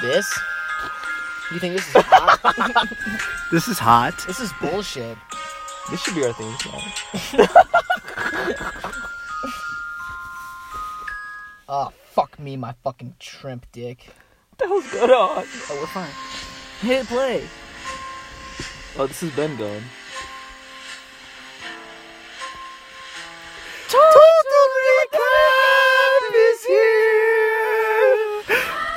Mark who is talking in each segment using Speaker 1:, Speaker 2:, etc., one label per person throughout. Speaker 1: This? You think this is hot?
Speaker 2: This is hot.
Speaker 1: this is bullshit.
Speaker 3: This should be our theme song.
Speaker 1: Oh, fuck me, my fucking shrimp dick.
Speaker 3: What the hell's going on?
Speaker 1: Oh, we're fine.
Speaker 3: Hit play. Oh, this has been gone.
Speaker 2: Totally Cab is here.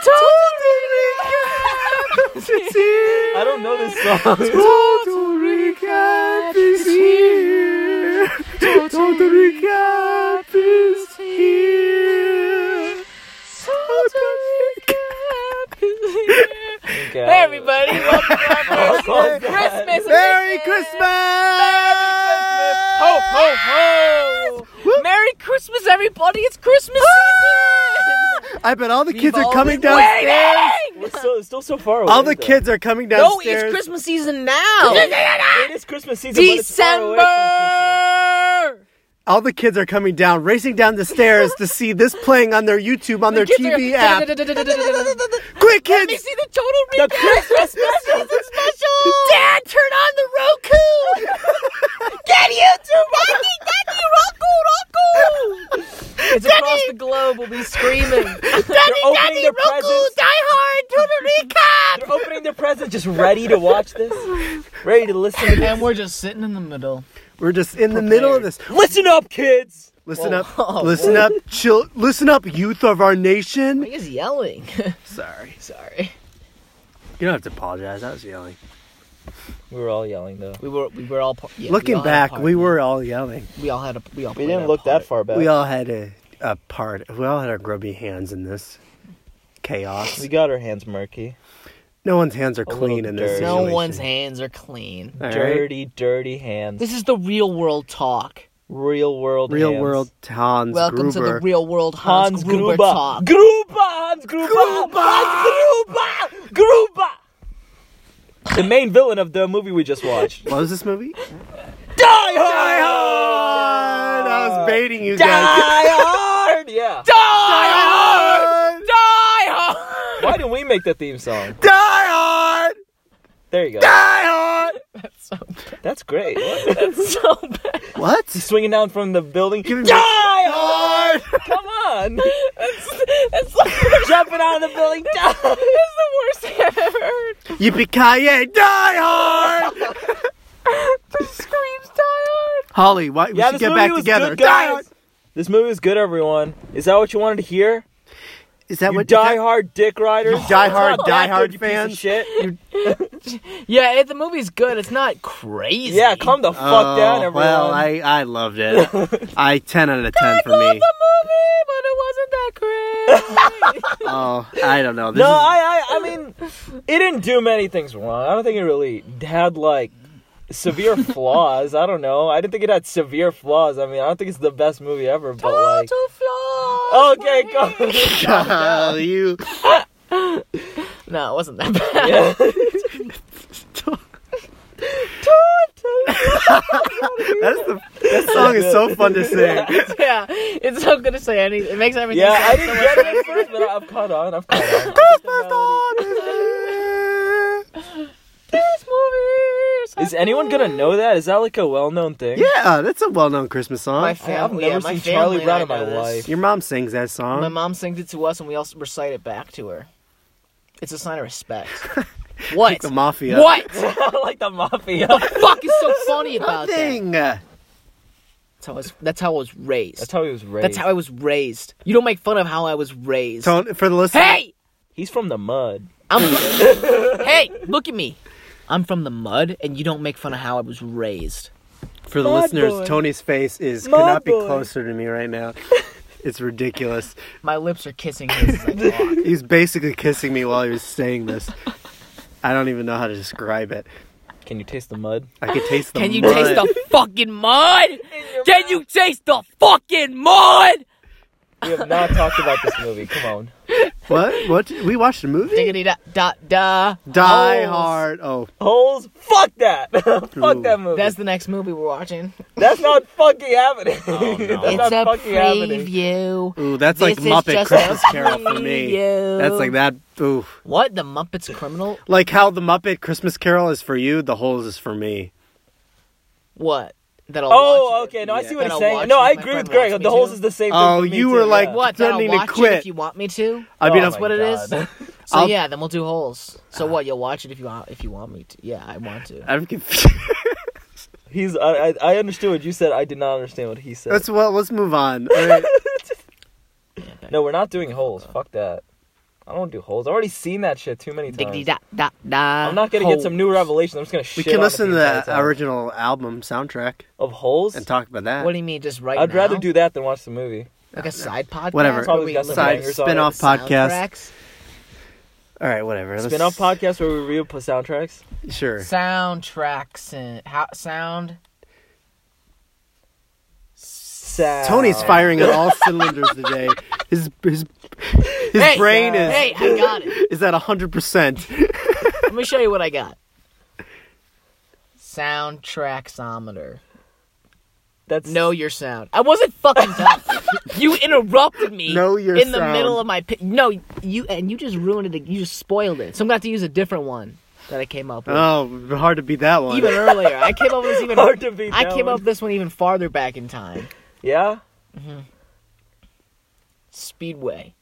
Speaker 2: Totally Cab is here.
Speaker 3: I don't know this song.
Speaker 2: Total recap is here. Total recap is here. Total recap is here.
Speaker 3: Okay.
Speaker 4: Hey everybody, welcome
Speaker 3: Oh,
Speaker 4: to
Speaker 3: God.
Speaker 4: Christmas.
Speaker 2: Merry
Speaker 4: edition.
Speaker 2: Christmas!
Speaker 4: Ho ho ho!
Speaker 2: Whoop.
Speaker 4: Merry Christmas, everybody! It's Christmas season.
Speaker 2: I bet all the Ah! kids are
Speaker 4: all
Speaker 2: coming
Speaker 4: been
Speaker 2: downstairs.
Speaker 4: waiting!
Speaker 3: We're so, it's still so far away.
Speaker 2: All the
Speaker 3: though.
Speaker 2: kids are coming
Speaker 4: No,
Speaker 2: downstairs.
Speaker 4: it's Christmas season now.
Speaker 3: It is Christmas season. but it's far away from
Speaker 4: December.
Speaker 2: All the kids are coming down, racing down the stairs to see this playing on their YouTube, on their
Speaker 4: Kids are-
Speaker 2: TV app.
Speaker 4: Let
Speaker 2: Quick,
Speaker 4: me
Speaker 2: kids!
Speaker 4: see the total recap.
Speaker 3: The Christmas
Speaker 4: season special. Dad, turn on the Roku. Get YouTube, Rocky. Daddy, Roku, Roku.
Speaker 3: Christmas. It's across the globe. We'll be screaming. Daddy, They're opening their presents.
Speaker 4: Die Hard,
Speaker 3: They're opening their presents, just ready to watch this, ready to listen to this.
Speaker 1: And we're just sitting in the middle.
Speaker 2: We're just in the middle of this.
Speaker 3: Listen up, kids.
Speaker 2: Listen
Speaker 1: Whoa.
Speaker 2: up, listen up, chill, listen up, youth of our nation.
Speaker 1: He is yelling.
Speaker 2: Sorry,
Speaker 1: Sorry.
Speaker 2: you don't have to apologize. I was yelling.
Speaker 3: We were all yelling though.
Speaker 1: We were we were all par- yeah, we all
Speaker 2: Looking
Speaker 1: had a
Speaker 2: back,
Speaker 1: part.
Speaker 2: we were all yelling.
Speaker 1: we all had a we all
Speaker 3: We
Speaker 1: played
Speaker 3: didn't
Speaker 1: our
Speaker 3: look
Speaker 1: part.
Speaker 3: that far back.
Speaker 2: We all had a, a part. We all had our grubby hands in this chaos.
Speaker 3: We got our hands murky.
Speaker 2: No one's hands are
Speaker 3: little
Speaker 2: clean in this.
Speaker 3: dirty.
Speaker 1: No
Speaker 2: situation.
Speaker 1: one's hands are clean.
Speaker 2: All right.
Speaker 3: dirty, dirty hands.
Speaker 1: This is the real world talk.
Speaker 3: real world.
Speaker 2: Real
Speaker 3: hands.
Speaker 2: world Hans
Speaker 1: Welcome to the
Speaker 2: Gruber.
Speaker 1: real world Hans,
Speaker 3: Hans
Speaker 1: Gruber,
Speaker 3: Gruber.
Speaker 1: talk.
Speaker 3: Gruber. Hans Gruber. Hans Gruber. Gruber. The main villain of the movie we just watched.
Speaker 2: what was this movie?
Speaker 3: Die Hard.
Speaker 2: God, I was baiting you
Speaker 3: Die
Speaker 2: guys.
Speaker 3: Hard. Yeah.
Speaker 2: Die
Speaker 3: Why didn't we make the theme song?
Speaker 2: hard.
Speaker 3: There you go.
Speaker 2: Die hard.
Speaker 3: That's great. What?
Speaker 4: So bad.
Speaker 2: What?
Speaker 3: Swinging down from the building.
Speaker 2: Give me-
Speaker 3: Die Hard.
Speaker 2: Hard.
Speaker 3: Come on.
Speaker 4: It's like
Speaker 3: Jumping out of the building. Die.
Speaker 4: it's the worst thing I've ever heard.
Speaker 2: Yippee ki Die hard.
Speaker 4: The screams Die Hard.
Speaker 2: Holly, why, we
Speaker 3: Yeah,
Speaker 2: should
Speaker 3: this
Speaker 2: get
Speaker 3: movie
Speaker 2: back
Speaker 3: was
Speaker 2: together.
Speaker 3: good,
Speaker 2: Die
Speaker 3: guys.
Speaker 2: hard.
Speaker 3: This movie was good, everyone. Is that what you wanted to hear?
Speaker 2: Is that
Speaker 3: You
Speaker 2: what
Speaker 3: die hard dick riders.
Speaker 2: You die
Speaker 3: It's
Speaker 2: hard,
Speaker 3: not
Speaker 2: die
Speaker 3: that
Speaker 2: hard
Speaker 3: good, you piece of
Speaker 2: fans.
Speaker 3: shit.
Speaker 1: Yeah, it, the movie's good. It's not crazy.
Speaker 3: Yeah, come the fuck
Speaker 2: Oh,
Speaker 3: down, everyone.
Speaker 2: Well, I, I loved it. I ten out of ten for me.
Speaker 4: The movie, but it wasn't that great.
Speaker 2: Oh, I don't know. This
Speaker 3: no,
Speaker 2: is-
Speaker 3: I, I, I mean, it didn't do many things wrong. I don't think it really had like severe flaws. I don't know. I didn't think it had severe flaws. I mean, I don't think it's the best movie ever, but like,
Speaker 4: Total flaw.
Speaker 3: okay, go.
Speaker 2: God, you.
Speaker 1: No, it wasn't that bad.
Speaker 3: Yeah.
Speaker 2: That's the, that song is so fun to sing.
Speaker 1: yeah, it's so good to say anything. It makes everything.
Speaker 3: Yeah, I
Speaker 1: sound
Speaker 3: didn't
Speaker 1: so
Speaker 3: get
Speaker 1: much
Speaker 3: it at first, but I- I've caught on. I've caught on. I get the melody.
Speaker 4: This movie. so
Speaker 3: Is anyone gonna know that? Is that like a well-known thing?
Speaker 2: Yeah, that's a well-known Christmas song.
Speaker 1: My
Speaker 3: I- I've
Speaker 1: family.
Speaker 3: never
Speaker 1: yeah, my
Speaker 3: seen
Speaker 1: family
Speaker 3: Charlie
Speaker 1: and
Speaker 3: Brown
Speaker 1: I
Speaker 3: in my
Speaker 1: know this.
Speaker 3: life.
Speaker 2: Your mom sings that song.
Speaker 1: My mom sings it to us, and we all recite it back to her. It's a sign of respect. what?
Speaker 2: the mafia.
Speaker 1: What?
Speaker 3: like the mafia.
Speaker 1: fuck is so funny about that?
Speaker 2: Nothing. That.
Speaker 1: That's how I was. That's how I was raised.
Speaker 3: That's how he was raised.
Speaker 1: That's how I was raised. You don't make fun of how I was raised.
Speaker 2: Tone, for the listener.
Speaker 1: hey,
Speaker 3: He's from the mud.
Speaker 1: I'm. hey, look at me. I'm from the mud, and you don't make fun of how I was raised.
Speaker 2: For the
Speaker 3: Mod
Speaker 2: listeners,
Speaker 3: boy.
Speaker 2: Tony's face is
Speaker 3: Mod
Speaker 2: cannot be
Speaker 3: boy.
Speaker 2: closer to me right now. It's ridiculous.
Speaker 1: My lips are kissing his. as I talk.
Speaker 2: He's basically kissing me while he was saying this. I don't even know how to describe it.
Speaker 3: Can you taste the mud?
Speaker 2: I could taste the
Speaker 1: Can you
Speaker 2: mud.
Speaker 1: taste the fucking mud? Can you taste the fucking mud?
Speaker 3: We have not talked about this movie. Come on.
Speaker 2: What? What? We watched a movie?
Speaker 1: Diggity da da da.
Speaker 2: Die
Speaker 3: Holes.
Speaker 2: Hard. Oh,
Speaker 3: Holes? Fuck that. Fuck
Speaker 2: Ooh.
Speaker 3: that
Speaker 1: That's
Speaker 3: movie. That's,
Speaker 1: the next movie we're watching.
Speaker 3: not fucking happening. That's
Speaker 1: it's
Speaker 3: not
Speaker 1: a
Speaker 3: fucking happening.
Speaker 1: preview.
Speaker 2: ooh, that's like
Speaker 1: This is
Speaker 2: Muppet
Speaker 1: just
Speaker 2: Christmas
Speaker 1: a
Speaker 2: Carol for me.
Speaker 1: preview.
Speaker 2: That's like that. Ooh,
Speaker 1: What? The Muppets criminal?
Speaker 2: like how the Muppet Christmas Carol is for you, the Holes is for me.
Speaker 1: What? That I'll watch
Speaker 3: Oh,
Speaker 1: it.
Speaker 3: okay. No, I see
Speaker 1: That
Speaker 3: what he's
Speaker 1: I'll
Speaker 3: saying.
Speaker 1: watch
Speaker 3: No,
Speaker 1: it.
Speaker 3: I
Speaker 1: My
Speaker 3: agree
Speaker 1: friend
Speaker 3: with Greg.
Speaker 1: wants me
Speaker 3: The holes
Speaker 1: to.
Speaker 3: is the same
Speaker 2: Oh,
Speaker 3: thing. for me,
Speaker 2: you were
Speaker 3: too,
Speaker 2: like,
Speaker 3: yeah.
Speaker 1: What? That I'll
Speaker 2: Threatening to
Speaker 1: watch it
Speaker 2: quit.
Speaker 1: if you want me to.
Speaker 2: I mean,
Speaker 3: Oh
Speaker 2: I'm-
Speaker 1: That's what it is.
Speaker 3: God.
Speaker 1: So
Speaker 2: I'll-
Speaker 1: yeah, then we'll do holes.
Speaker 3: Ah.
Speaker 1: So what? You'll watch it if you want. If you want me to. Yeah, I want to.
Speaker 2: I'm confused.
Speaker 3: He's. I, I. I understood what you said. I did not understand what he said.
Speaker 2: Let's well, let's move on. All right.
Speaker 3: No, we're not doing holes. Fuck that. I don't do holes. I've already seen that shit too many
Speaker 1: Diggity
Speaker 3: times.
Speaker 1: da da da.
Speaker 3: I'm not gonna get some new revelations. I'm just gonna.
Speaker 2: We
Speaker 3: shit
Speaker 2: can
Speaker 3: on it
Speaker 2: listen
Speaker 3: the
Speaker 2: to
Speaker 3: entire
Speaker 2: the
Speaker 3: time.
Speaker 2: original album soundtrack
Speaker 3: of holes.
Speaker 2: and talk about that.
Speaker 1: What do you mean? Just right
Speaker 3: I'd
Speaker 1: now?
Speaker 3: rather do that than watch the movie.
Speaker 1: like a side podcast.
Speaker 2: Whatever.
Speaker 1: where
Speaker 3: Probably
Speaker 1: we
Speaker 3: got some
Speaker 1: look
Speaker 2: Side
Speaker 1: at
Speaker 3: bangers on it.
Speaker 2: spin-off podcast.
Speaker 1: soundtracks.
Speaker 2: All right, whatever. Let's-
Speaker 3: Spin off podcast where we review p- soundtracks.
Speaker 2: Sure.
Speaker 1: Soundtracks and how sound.
Speaker 3: Sound.
Speaker 2: Tony's firing on all cylinders today. His his his
Speaker 1: Hey,
Speaker 2: brain is
Speaker 1: Hey, I got it.
Speaker 2: is at hundred percent.
Speaker 1: Let me show you what I got. Soundtracksometer.
Speaker 3: That's
Speaker 1: Know your sound. I wasn't fucking done. you interrupted me.
Speaker 2: Know your
Speaker 1: in the
Speaker 2: sound.
Speaker 1: middle of my pi- no. You and you just ruined it. You just spoiled it. So I'm gonna have to use a different one that I came up with.
Speaker 2: Oh, hard to beat that one.
Speaker 1: even earlier, I came up with this even.
Speaker 3: hard to beat.
Speaker 1: I
Speaker 3: that
Speaker 1: came
Speaker 3: one.
Speaker 1: up with this one even farther back in time.
Speaker 3: Yeah.
Speaker 1: Speedway.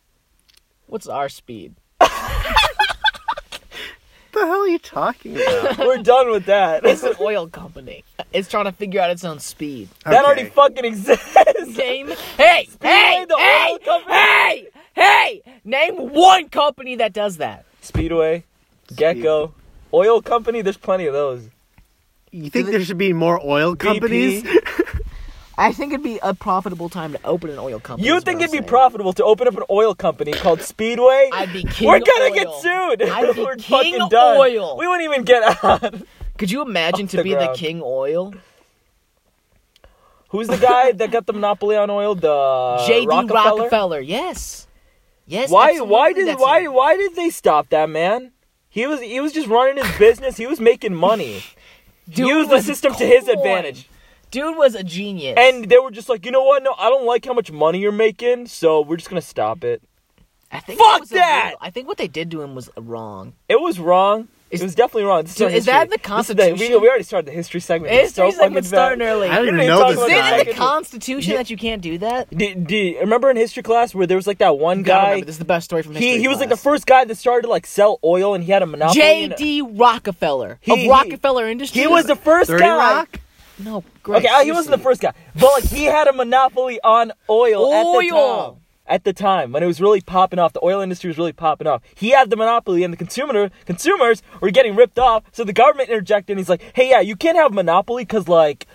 Speaker 1: What's our speed?
Speaker 2: What the hell are you talking about?
Speaker 3: We're done with that.
Speaker 1: It's an oil company. It's trying to figure out its own speed.
Speaker 3: That already
Speaker 2: Okay.
Speaker 3: fucking exists.
Speaker 1: Name. Hey, hey,
Speaker 3: the oil
Speaker 1: hey,
Speaker 3: company.
Speaker 1: hey, hey! Name one company that does that.
Speaker 3: Speedway, Gecko, oil company. There's plenty of those.
Speaker 2: You think there should be more oil companies?
Speaker 3: BP.
Speaker 1: I think it'd be a profitable time to open an oil company.
Speaker 3: You
Speaker 1: is
Speaker 3: think
Speaker 1: what
Speaker 3: it'd
Speaker 1: I'm
Speaker 3: be
Speaker 1: saying.
Speaker 3: profitable to open up an oil company called Speedway?
Speaker 1: I'd be king
Speaker 3: We're gonna
Speaker 1: oil.
Speaker 3: get sued.
Speaker 1: I'd be
Speaker 3: We're
Speaker 1: king
Speaker 3: fucking done.
Speaker 1: oil.
Speaker 3: We wouldn't even get out.
Speaker 1: Could you imagine
Speaker 3: off
Speaker 1: to
Speaker 3: the
Speaker 1: be
Speaker 3: ground.
Speaker 1: the king oil?
Speaker 3: Who's the guy that got the monopoly on oil? The
Speaker 1: J.D.
Speaker 3: Uh, Rockefeller.
Speaker 1: Yes. Yes.
Speaker 3: Why?
Speaker 1: absolutely,
Speaker 3: Why did?
Speaker 1: that's
Speaker 3: Why?
Speaker 1: it.
Speaker 3: Why did they stop that man? He was. He was just running his business. He was making money.
Speaker 1: Dude
Speaker 3: Use the
Speaker 1: was
Speaker 3: system to his
Speaker 1: coin.
Speaker 3: advantage.
Speaker 1: Dude was a genius.
Speaker 3: And they were just like, you know what? No, I don't like how much money you're making, so we're just gonna stop it.
Speaker 1: I think
Speaker 3: Fuck
Speaker 1: it was a
Speaker 3: that!
Speaker 1: little- I think what they did to him was wrong.
Speaker 3: It was wrong.
Speaker 1: Is-
Speaker 3: it was definitely wrong. This
Speaker 1: Dude,
Speaker 3: our
Speaker 1: is that the
Speaker 3: history. This is the- we,
Speaker 1: Constitution?
Speaker 3: we already started the history segment. It's so
Speaker 1: History
Speaker 3: fucking
Speaker 1: segment's starting
Speaker 3: bad.
Speaker 1: early.
Speaker 2: I don't
Speaker 3: You
Speaker 2: even
Speaker 3: didn't
Speaker 2: know
Speaker 3: talk
Speaker 2: this
Speaker 3: about
Speaker 1: Is it in the
Speaker 3: that.
Speaker 1: Constitution that you can't do that?
Speaker 3: Do, do you remember in history class where there was like that one
Speaker 1: God,
Speaker 3: guy?
Speaker 1: remember, this is the best story from history.
Speaker 3: He he was like the
Speaker 1: class.
Speaker 3: first guy that started to like sell oil, and he had a monopoly. and-
Speaker 1: J.D. Rockefeller
Speaker 3: He- he-
Speaker 1: of Rockefeller Industries.
Speaker 3: He was the first
Speaker 2: Thirty
Speaker 3: guy.
Speaker 2: Rock.
Speaker 1: no. Greg,
Speaker 3: Okay, uh, he wasn't the
Speaker 1: seriously.
Speaker 3: first guy, but like he had a monopoly on oil, at the
Speaker 1: Oil.
Speaker 3: time. At the time when it was really popping off, the oil industry was really popping off. He had the monopoly, and the consumer consumers were getting ripped off. So the government interjected. and He's like, "Hey, yeah, you can't have monopoly because like."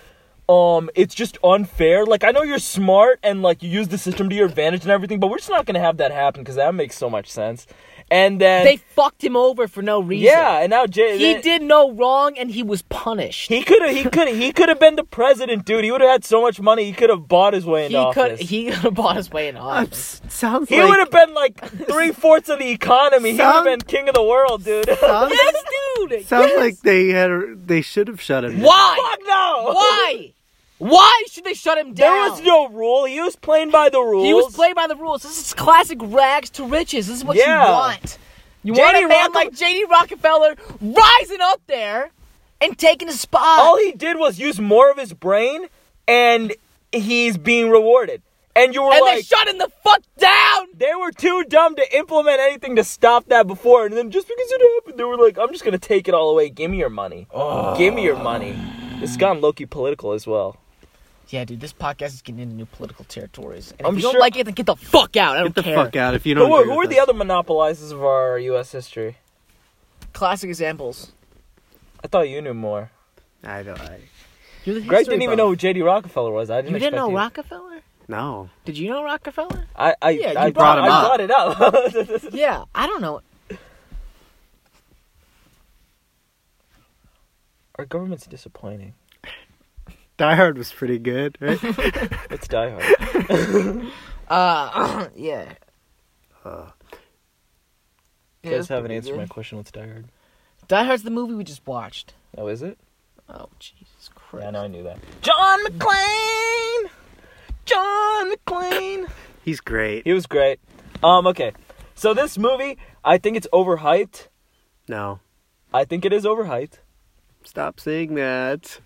Speaker 3: Um, it's just unfair. Like I know you're smart and like you use the system to your advantage and everything, but we're just not gonna have that happen because that makes so much sense. And then
Speaker 1: They fucked him over for no reason.
Speaker 3: yeah, and now Jay
Speaker 1: He
Speaker 3: then-
Speaker 1: did no wrong and he was punished.
Speaker 3: He could have. He could. He could have been the president, dude. He would have had so much money. He could have bought his way into
Speaker 1: He could
Speaker 3: office.
Speaker 1: he could have bought his way in
Speaker 2: I'm
Speaker 1: office.
Speaker 2: s- sounds
Speaker 3: he
Speaker 2: like
Speaker 3: would have been like three fourths of the economy. He would have
Speaker 2: Sound-
Speaker 3: been king of the world, dude.
Speaker 2: sounds,
Speaker 1: yes, dude.
Speaker 2: sounds
Speaker 1: yes.
Speaker 2: like they had they should have shut him. down.
Speaker 1: why?
Speaker 3: Fuck no.
Speaker 1: Why? Why should they shut him
Speaker 3: There
Speaker 1: down?
Speaker 3: was no rule. He was playing by the rules.
Speaker 1: He was played by the rules. This is classic rags to riches. This is what
Speaker 3: Yeah.
Speaker 1: you want. You
Speaker 3: J.D.
Speaker 1: want a man
Speaker 3: Rockefeller-
Speaker 1: like J.D. Rockefeller rising up there and taking his spot.
Speaker 3: All he did was use more of his brain, and he's being rewarded. And you were
Speaker 1: and they
Speaker 3: like,
Speaker 1: shut him the fuck down.
Speaker 3: they were too dumb to implement anything to stop that before. And then just because it happened, they were like, I'm just going to take it all away. Give me your money. Give me your money. This has gone low key political as well.
Speaker 1: Yeah, dude, this podcast is getting into new political territories. And if
Speaker 3: I'm
Speaker 1: you
Speaker 3: sure-
Speaker 1: don't like it, then get the fuck out. I don't
Speaker 2: Get the
Speaker 1: care.
Speaker 2: fuck out if you don't.
Speaker 3: Who, were-
Speaker 2: agree
Speaker 3: who
Speaker 2: with
Speaker 3: are the
Speaker 2: us.
Speaker 3: other monopolizers of our U.S. history?
Speaker 1: Classic examples.
Speaker 3: I thought you knew more.
Speaker 2: I don't. I,
Speaker 1: You're the
Speaker 3: Greg
Speaker 1: history
Speaker 3: didn't even
Speaker 1: buff.
Speaker 3: know who J.D. Rockefeller was. I didn't.
Speaker 1: You didn't
Speaker 3: expect
Speaker 1: know
Speaker 3: you.
Speaker 1: Rockefeller?
Speaker 2: no.
Speaker 1: Did you know Rockefeller?
Speaker 3: I, I,
Speaker 1: Yeah, you
Speaker 3: I
Speaker 1: brought
Speaker 2: him
Speaker 3: I
Speaker 2: up.
Speaker 3: brought it up.
Speaker 1: Yeah, I don't know.
Speaker 3: our government's disappointing.
Speaker 2: Die Hard was pretty good. Right?
Speaker 3: It's Die Hard.
Speaker 1: Uh, yeah.
Speaker 3: You guys haven't
Speaker 1: pretty
Speaker 3: answered
Speaker 1: good.
Speaker 3: my question. What's Die Hard?
Speaker 1: Die Hard's the movie we just watched.
Speaker 3: Oh, is it?
Speaker 1: Oh Jesus Christ!
Speaker 3: Yeah, no, I knew that. John McClane. John McClane.
Speaker 2: He's great.
Speaker 3: He was great. Um, okay. So this movie, I think it's overhyped.
Speaker 2: No.
Speaker 3: I think it is overhyped,
Speaker 2: Stop saying that.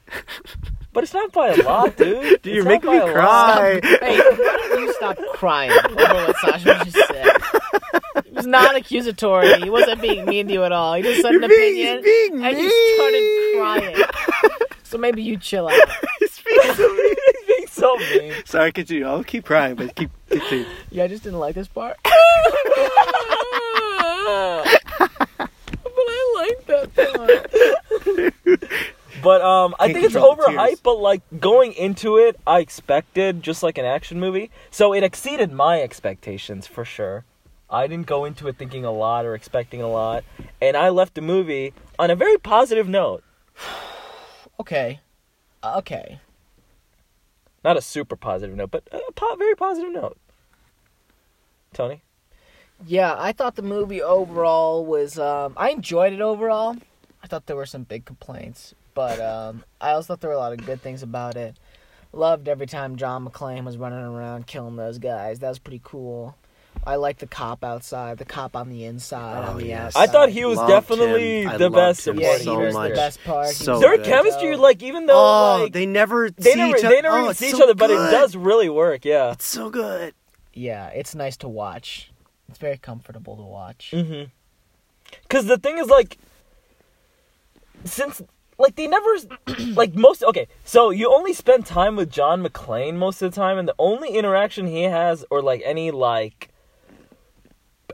Speaker 3: but it's not by a lot, dude.
Speaker 2: Dude, you're
Speaker 3: It's not
Speaker 2: making me
Speaker 3: by a lot.
Speaker 2: cry.
Speaker 1: Hey, why don't you stop crying over what Sasha just said? It was not accusatory. He wasn't being mean to you at all. He just said
Speaker 2: You're
Speaker 1: an
Speaker 2: being- he's
Speaker 1: opinion,
Speaker 2: being
Speaker 1: and you started
Speaker 2: mean.
Speaker 1: crying. So maybe you chill out.
Speaker 2: He's being so mean.
Speaker 3: He's being so mean.
Speaker 2: Sorry, continue. I'll keep crying, but keep continue.
Speaker 1: Yeah, I just didn't like this part.
Speaker 3: but I like that But um, I
Speaker 2: Can't
Speaker 3: think it's
Speaker 2: control the tears.
Speaker 3: overhyped. But like going into it, I expected just like an action movie, so it exceeded my expectations for sure. I didn't go into it thinking a lot or expecting a lot, and I left the movie on a very positive note.
Speaker 1: Okay, Uh, okay.
Speaker 3: Not a super positive note, but a po- very positive note. Tony,
Speaker 1: Yeah, I thought the movie overall was. Um, I enjoyed it overall. I thought there were some big complaints, but um, I also thought there were a lot of good things about it. Loved every time John McClane was running around killing those guys. That was pretty cool. I liked the cop outside, the cop on the inside,
Speaker 2: Oh,
Speaker 1: on the
Speaker 2: yes.
Speaker 1: outside.
Speaker 3: I thought he was
Speaker 2: Loved
Speaker 3: definitely
Speaker 2: him. I
Speaker 3: the
Speaker 2: loved
Speaker 3: best
Speaker 2: him
Speaker 1: yeah,
Speaker 3: supporting.
Speaker 1: he
Speaker 2: so
Speaker 1: was the
Speaker 2: much.
Speaker 1: best part. He
Speaker 2: So
Speaker 1: was
Speaker 3: Their
Speaker 2: good.
Speaker 3: chemistry, like even though
Speaker 2: Oh,
Speaker 3: like,
Speaker 2: they never
Speaker 3: they
Speaker 2: see
Speaker 3: never
Speaker 2: each other.
Speaker 3: they never
Speaker 2: oh,
Speaker 3: even
Speaker 2: it's
Speaker 3: see
Speaker 2: so
Speaker 3: each other, but
Speaker 2: good.
Speaker 3: it does really work. Yeah.
Speaker 2: It's so good.
Speaker 1: yeah, it's nice to watch. It's very comfortable to watch.
Speaker 3: Mm-hmm. Because the thing is, like, since like they never like most okay, so you only spend time with John McClane most of the time, and the only interaction he has, or like any like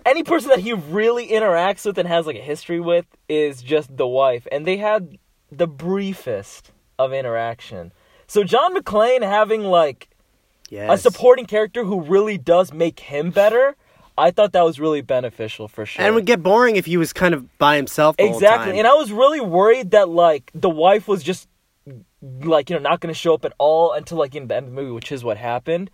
Speaker 3: any person that he really interacts with and has like a history with, is just the wife, and they had the briefest of interaction. So John McClane having like
Speaker 2: Yes.
Speaker 3: a supporting character who really does make him better. I thought that was really beneficial for sure.
Speaker 2: And it would get boring if he was kind of by himself. The
Speaker 3: exactly,
Speaker 2: Whole time.
Speaker 3: and I was really worried that like the wife was just like you know not going to show up at all until like in the end of the movie, which is what happened.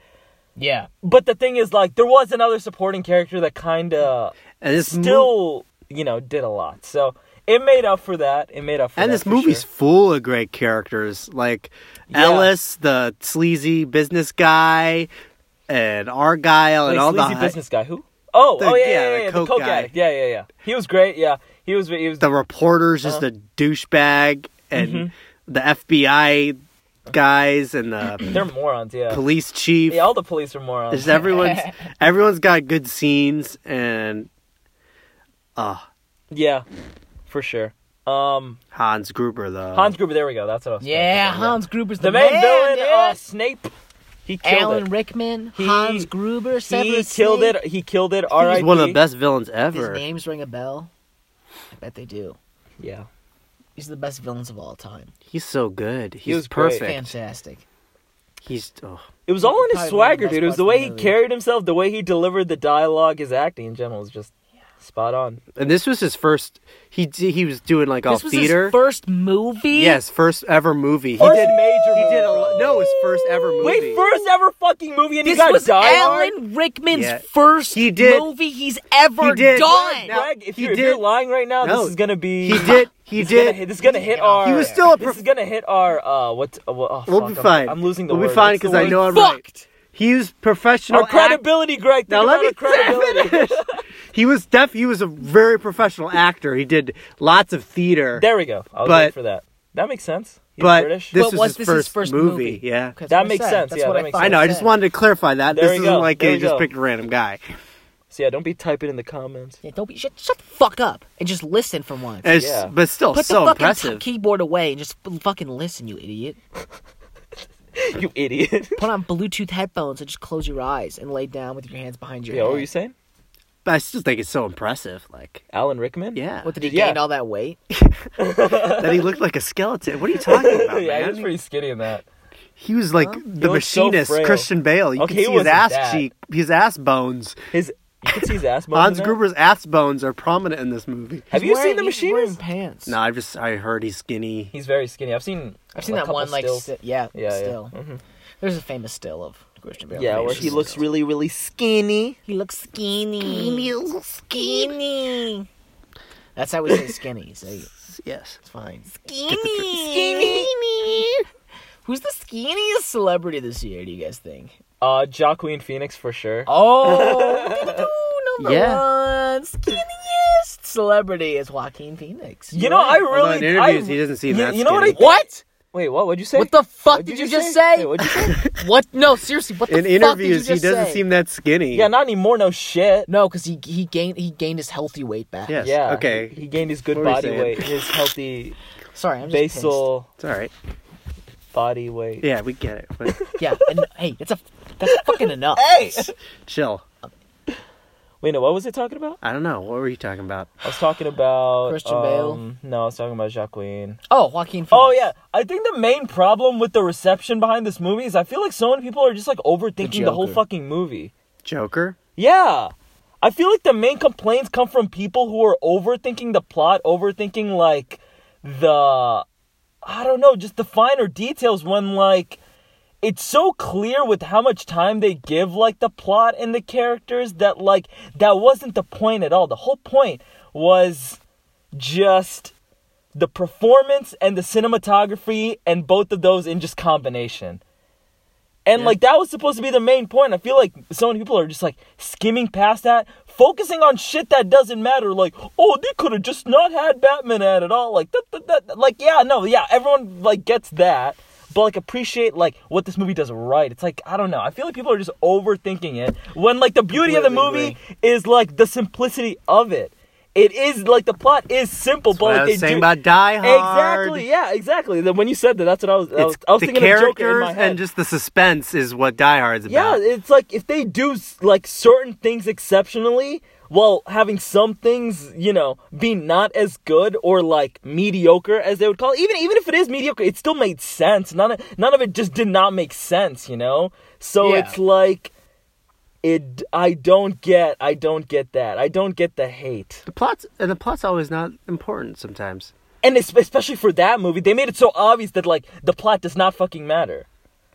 Speaker 1: Yeah,
Speaker 3: But the thing is, like, there was another supporting character that kind of
Speaker 2: and this mo-
Speaker 3: still you know did a lot. So it made up for that. It made up for
Speaker 2: and
Speaker 3: that
Speaker 2: this
Speaker 3: for
Speaker 2: movie's
Speaker 3: sure.
Speaker 2: full of great characters like
Speaker 3: Yeah.
Speaker 2: Ellis, the sleazy business guy, and Argyle,
Speaker 3: Wait,
Speaker 2: and all
Speaker 3: sleazy
Speaker 2: the
Speaker 3: business guy who. Oh,
Speaker 2: The-
Speaker 3: oh yeah,
Speaker 2: yeah,
Speaker 3: yeah, yeah,
Speaker 2: the
Speaker 3: yeah,
Speaker 2: coke
Speaker 3: the coke
Speaker 2: guy.
Speaker 3: addict. Yeah, yeah, yeah. He was great. Yeah, he was. He was.
Speaker 2: the reporters, just
Speaker 3: Uh-huh. Mm-hmm.
Speaker 2: a douchebag, and the FBI guys, and the
Speaker 3: they're morons. Yeah.
Speaker 2: police chief.
Speaker 3: Yeah, all the police are morons.
Speaker 2: Just everyone's everyone's got good scenes and uh
Speaker 3: Yeah, for sure. Um,
Speaker 2: Hans Gruber though.
Speaker 3: Hans Gruber. There we go. That's what I was.
Speaker 1: yeah.
Speaker 3: talking about,
Speaker 1: Hans Gruber's
Speaker 3: The
Speaker 1: the,
Speaker 3: main villain,
Speaker 1: dude.
Speaker 3: uh, Snape. He killed
Speaker 1: Alan
Speaker 3: it.
Speaker 1: Rickman,
Speaker 3: He-
Speaker 1: Hans Gruber,
Speaker 3: He
Speaker 1: Severus
Speaker 3: killed
Speaker 1: Snape.
Speaker 3: it. He killed it.
Speaker 2: He's
Speaker 3: R.I.P.
Speaker 2: one of the best villains
Speaker 1: These
Speaker 2: ever.
Speaker 1: names ring a bell. I bet they do.
Speaker 3: Yeah.
Speaker 1: These are the best villains of all time.
Speaker 2: He's so good. He's
Speaker 3: was great.
Speaker 2: perfect.
Speaker 1: Fantastic.
Speaker 2: He's oh,
Speaker 3: It was all in
Speaker 1: Probably one
Speaker 3: his
Speaker 1: of the
Speaker 3: swagger,
Speaker 1: best
Speaker 3: dude. It was
Speaker 1: parts
Speaker 3: the
Speaker 1: of
Speaker 3: way
Speaker 1: the
Speaker 3: he
Speaker 1: movie.
Speaker 3: carried himself, the way he delivered the dialogue, his acting in general was just spot on.
Speaker 2: and this was his first. He d- he was doing like all
Speaker 1: this was
Speaker 2: theater.
Speaker 1: his first movie.
Speaker 2: yes, first ever movie. He
Speaker 3: First
Speaker 2: did.
Speaker 3: major.
Speaker 2: He
Speaker 3: movie,
Speaker 2: did
Speaker 3: bro.
Speaker 2: a lo- no, his first ever movie.
Speaker 3: Wait, first ever fucking movie, and
Speaker 1: This
Speaker 3: he got
Speaker 1: was
Speaker 3: Die Hard?
Speaker 1: Alan Rickman's
Speaker 2: Yeah.
Speaker 1: first
Speaker 2: He did-
Speaker 1: movie he's ever
Speaker 2: He did.
Speaker 1: done.
Speaker 2: Now-
Speaker 3: Greg, if,
Speaker 2: he
Speaker 3: you, if you're
Speaker 2: did-
Speaker 3: lying right now,
Speaker 2: No.
Speaker 3: this is gonna be.
Speaker 2: He
Speaker 3: This is gonna
Speaker 2: did. He did.
Speaker 3: hit- this is gonna hit our.
Speaker 2: He was still a
Speaker 3: This
Speaker 2: prof-
Speaker 3: is gonna hit our. Uh, what? Uh, what oh,
Speaker 2: We'll
Speaker 3: fuck, I'm-
Speaker 2: be fine.
Speaker 3: I'm, losing the
Speaker 2: We'll be
Speaker 3: word.
Speaker 2: fine
Speaker 3: What's the
Speaker 2: 'cause I
Speaker 3: word?
Speaker 2: know I'm right.
Speaker 1: Fucked.
Speaker 2: He was professional.
Speaker 3: Our credibility, Greg. Think
Speaker 2: Now
Speaker 3: about
Speaker 2: let
Speaker 3: our
Speaker 2: me
Speaker 3: credibility.
Speaker 2: act- He was def. He was a very professional actor. He did lots of theater.
Speaker 3: there we go. I was
Speaker 2: But-
Speaker 3: waiting for that. That makes sense. He's
Speaker 2: but
Speaker 3: British.
Speaker 2: this
Speaker 1: But
Speaker 2: was
Speaker 1: was
Speaker 2: his
Speaker 1: this his first
Speaker 2: first, movie.
Speaker 1: movie?
Speaker 2: Yeah,
Speaker 1: 'Cause
Speaker 3: That
Speaker 1: that's what I
Speaker 3: makes
Speaker 1: said.
Speaker 3: sense,
Speaker 1: That's
Speaker 3: yeah,
Speaker 1: what
Speaker 3: that
Speaker 1: I
Speaker 3: makes
Speaker 1: thought
Speaker 2: I know. I
Speaker 1: said.
Speaker 2: just wanted to clarify that.
Speaker 3: There
Speaker 2: this
Speaker 3: you
Speaker 2: isn't
Speaker 3: go.
Speaker 2: like
Speaker 3: There
Speaker 2: they
Speaker 3: you
Speaker 2: just
Speaker 3: go.
Speaker 2: picked a random guy.
Speaker 3: so yeah, don't be typing in the comments.
Speaker 1: Yeah, don't be shut. Shut the fuck up and just listen for once.
Speaker 2: It's,
Speaker 3: Yeah.
Speaker 2: But still,
Speaker 1: Put
Speaker 2: so
Speaker 1: the fucking t-
Speaker 2: impressive.
Speaker 1: keyboard away and just f- fucking listen, you idiot.
Speaker 3: You idiot.
Speaker 1: Put on Bluetooth headphones and just close your eyes and lay down with your hands behind your
Speaker 3: yeah, what
Speaker 1: head.
Speaker 3: were you saying?
Speaker 2: But I still think it's so impressive. Like,
Speaker 3: Alan Rickman?
Speaker 2: yeah,
Speaker 1: What did he
Speaker 3: Yeah.
Speaker 1: gain all that weight?
Speaker 2: that he looked like a skeleton. What are you talking about,
Speaker 3: yeah, he was
Speaker 2: man?
Speaker 3: pretty skinny in that.
Speaker 2: He was like the
Speaker 3: looked so
Speaker 2: machinist,
Speaker 3: frail.
Speaker 2: Christian Bale. You
Speaker 3: Okay, he
Speaker 2: can see his
Speaker 3: wasn't
Speaker 2: ass
Speaker 3: that.
Speaker 2: cheek, his ass bones.
Speaker 3: His you can see his ass bones.
Speaker 2: Hans
Speaker 3: in that.
Speaker 2: Gruber's ass bones are prominent in this movie.
Speaker 3: Have
Speaker 1: He's
Speaker 3: you
Speaker 1: wearing-
Speaker 3: seen the
Speaker 1: he's wearing
Speaker 3: machinist?
Speaker 1: pants.
Speaker 2: No, I just I heard he's skinny.
Speaker 3: He's very skinny. I've seen.
Speaker 1: I've seen
Speaker 3: a
Speaker 1: that
Speaker 3: couple
Speaker 1: one like
Speaker 3: stills.
Speaker 1: sti- yeah,
Speaker 3: Yeah, yeah.
Speaker 1: still. There's a famous still of Christian Bale.
Speaker 3: yeah, where
Speaker 1: Famous
Speaker 3: he looks
Speaker 1: still.
Speaker 3: really, really skinny.
Speaker 1: He looks skinny. Skinny. That's how we say skinny. So it's
Speaker 2: Yes.
Speaker 1: fine.
Speaker 4: Skinny.
Speaker 1: Skinny. Who's the skinniest celebrity this year? Do you guys think?
Speaker 3: Uh, Joaquin Phoenix for sure.
Speaker 1: Oh, number
Speaker 2: Yeah.
Speaker 1: one skinniest celebrity is Joaquin Phoenix.
Speaker 3: You know, I really.
Speaker 2: Although in interviews,
Speaker 3: I,
Speaker 2: he doesn't
Speaker 3: you,
Speaker 2: seem that
Speaker 3: you know what? I
Speaker 2: skinny.
Speaker 3: think-
Speaker 1: What?
Speaker 3: Wait, what? What'd you say?
Speaker 1: What the fuck
Speaker 3: What'd
Speaker 1: did you just say?
Speaker 3: Wait, what'd you say?
Speaker 1: What? No, seriously. What the
Speaker 2: In
Speaker 1: fuck
Speaker 2: interviews,
Speaker 1: did you
Speaker 2: he
Speaker 1: just
Speaker 2: doesn't
Speaker 1: say?
Speaker 2: seem that skinny.
Speaker 3: yeah, not anymore. No shit.
Speaker 1: No, because he he gained he gained his healthy weight back.
Speaker 2: Yes.
Speaker 3: Yeah.
Speaker 2: Okay.
Speaker 3: He, he gained his good
Speaker 2: What were you
Speaker 3: body
Speaker 2: saying?
Speaker 3: weight, his healthy
Speaker 1: Sorry, I'm just
Speaker 3: basal
Speaker 2: It's all right.
Speaker 3: body weight.
Speaker 2: Yeah, we get it. But
Speaker 1: pissed. Yeah, and hey, that's a that's fucking enough.
Speaker 3: Hey!
Speaker 2: chill.
Speaker 3: Wait, no. What was it talking about?
Speaker 2: I don't know. What were you talking about?
Speaker 3: I was talking about
Speaker 1: Christian Bale?
Speaker 3: um, No, I was talking about Jacqueline.
Speaker 1: Oh, Joaquin. Phoenix.
Speaker 3: Oh yeah, I think the main problem with the reception behind this movie is I feel like so many people are just like overthinking the, whole
Speaker 1: Joker.
Speaker 3: fucking movie.
Speaker 2: Joker?
Speaker 3: Yeah. I feel like the main complaints come from people who are overthinking the plot, overthinking like the I don't know, just the finer details when like it's so clear with how much time they give like the plot and the characters that like that wasn't the point at all. The whole point was just the performance and the cinematography and both of those in just combination. And like that was supposed to be the main point. I feel like so many people are just like skimming past that, focusing on shit that doesn't matter. Like, oh, they could have just not had Batman at, at all. Like, that, that, that, like, yeah, no, yeah, everyone like gets that, but like appreciate like what this movie does right. It's like I don't know. I feel like people are just overthinking it when like the beauty of the
Speaker 2: Completely
Speaker 3: movie is like the simplicity of it. It is like the plot is simple, but
Speaker 2: What
Speaker 3: like,
Speaker 2: I
Speaker 3: they
Speaker 2: was saying
Speaker 3: do-
Speaker 2: about Die Hard.
Speaker 3: Exactly. Yeah. Exactly. Then when you said that, that's what I was. I was,
Speaker 2: It's
Speaker 3: I was
Speaker 2: the
Speaker 3: thinking of Joker in
Speaker 2: characters
Speaker 3: my head.
Speaker 2: and just the suspense is what Die Hard's
Speaker 3: Yeah,
Speaker 2: about.
Speaker 3: it's like if they do like certain things exceptionally while having some things, you know, be not as good or like mediocre as they would call it. Even even if it is mediocre, it still made sense. None of, none of it just did not make sense, you know? So
Speaker 1: Yeah.
Speaker 3: it's like it I don't get I don't get that. I don't get the hate.
Speaker 2: The plot's and the plot's always not important sometimes.
Speaker 3: And es- especially for that movie, they made it so obvious that like the plot does not fucking matter.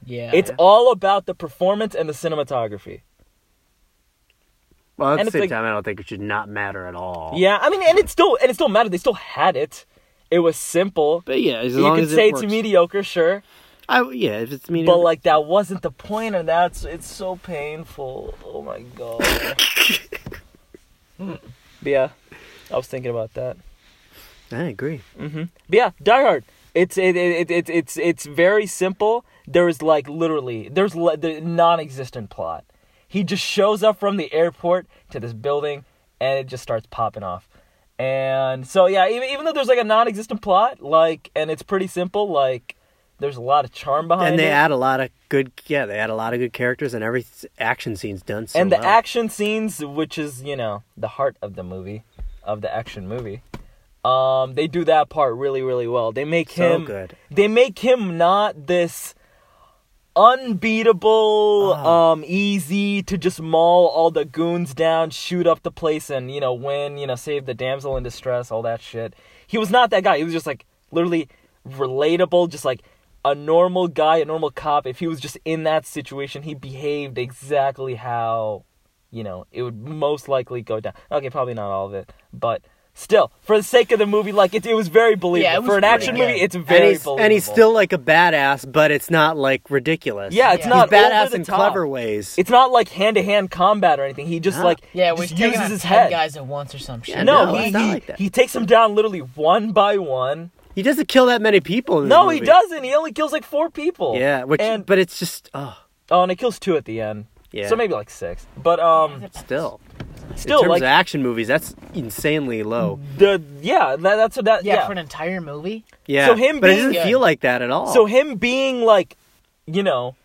Speaker 1: yeah.
Speaker 3: It's all about the performance and the cinematography.
Speaker 2: Well,
Speaker 3: And
Speaker 2: at the
Speaker 3: it's
Speaker 2: same
Speaker 3: like-
Speaker 2: time, I don't think it should not matter at all.
Speaker 3: Yeah, I mean, and it still and it still mattered. They still had it. It was simple.
Speaker 2: but yeah, as
Speaker 3: you
Speaker 2: long
Speaker 3: could
Speaker 2: as
Speaker 3: say
Speaker 2: it works.
Speaker 3: it's mediocre, sure,
Speaker 2: I, yeah, if it's mediocre,
Speaker 3: but like that wasn't the point, and that's it's so painful. Oh my god. Hmm. But yeah, I was thinking about that.
Speaker 2: I agree.
Speaker 3: But yeah, Die Hard. It's it, it, it, it it's it's very simple. There is like literally there's le- the non-existent plot. He just shows up from the airport to this building, and it just starts popping off. And so yeah, even even though there's like a non-existent plot, like and it's pretty simple, like there's a lot of charm behind
Speaker 2: and they
Speaker 3: it.
Speaker 2: add a lot of good. Yeah, they add a lot of good characters, and every s- action scene's done. So
Speaker 3: and the
Speaker 2: well.
Speaker 3: action scenes, which is you know the heart of the movie, of the action movie, um, they do that part really really well. They make
Speaker 2: So
Speaker 3: him
Speaker 2: good.
Speaker 3: They make him not this unbeatable,
Speaker 2: Oh.
Speaker 3: um, easy to just maul all the goons down, shoot up the place, and you know win. You know, save the damsel in distress, all that shit. He was not that guy. He was just like literally relatable, just like a normal guy, a normal cop. If he was just in that situation, he behaved exactly how you know it would most likely go down. Okay, probably not all of it, but. Still, for the sake of the movie, like it, it was very believable.
Speaker 1: was
Speaker 3: for an
Speaker 1: pretty
Speaker 3: action
Speaker 1: good.
Speaker 3: movie, it's very
Speaker 2: And he's,
Speaker 3: believable.
Speaker 2: and he's still like a badass, but it's not like ridiculous.
Speaker 3: yeah, it's
Speaker 1: Yeah.
Speaker 3: not
Speaker 2: he's
Speaker 3: over
Speaker 2: badass
Speaker 3: the
Speaker 2: in
Speaker 3: top.
Speaker 2: clever ways.
Speaker 3: It's not like hand to hand combat or anything. He just
Speaker 2: No.
Speaker 3: like
Speaker 1: yeah. We're
Speaker 3: just
Speaker 1: taking
Speaker 3: uses
Speaker 1: out
Speaker 3: his
Speaker 1: 10
Speaker 3: head.
Speaker 1: guys at once or some shit.
Speaker 2: Yeah,
Speaker 3: No,
Speaker 2: No,
Speaker 3: he,
Speaker 2: it's not
Speaker 3: he,
Speaker 2: like that.
Speaker 3: he takes him down literally one by one.
Speaker 2: He doesn't kill that many people. In the
Speaker 3: No, he
Speaker 2: movie.
Speaker 3: doesn't. He only kills like four people.
Speaker 2: Yeah, which
Speaker 3: and
Speaker 2: but it's just oh,
Speaker 3: oh, and it kills two at the end.
Speaker 2: Yeah.
Speaker 3: so maybe like six. But um,
Speaker 2: still in
Speaker 3: still
Speaker 2: terms
Speaker 3: like Mm-hmm.
Speaker 2: of action movies, that's insanely low.
Speaker 3: the yeah, that, that's what that
Speaker 1: Yeah,
Speaker 3: yeah.
Speaker 1: for an entire movie.
Speaker 2: Yeah,
Speaker 3: So him
Speaker 2: but it
Speaker 3: being-
Speaker 2: doesn't
Speaker 1: Yeah.
Speaker 2: feel like that at all.
Speaker 3: So him being like, you know,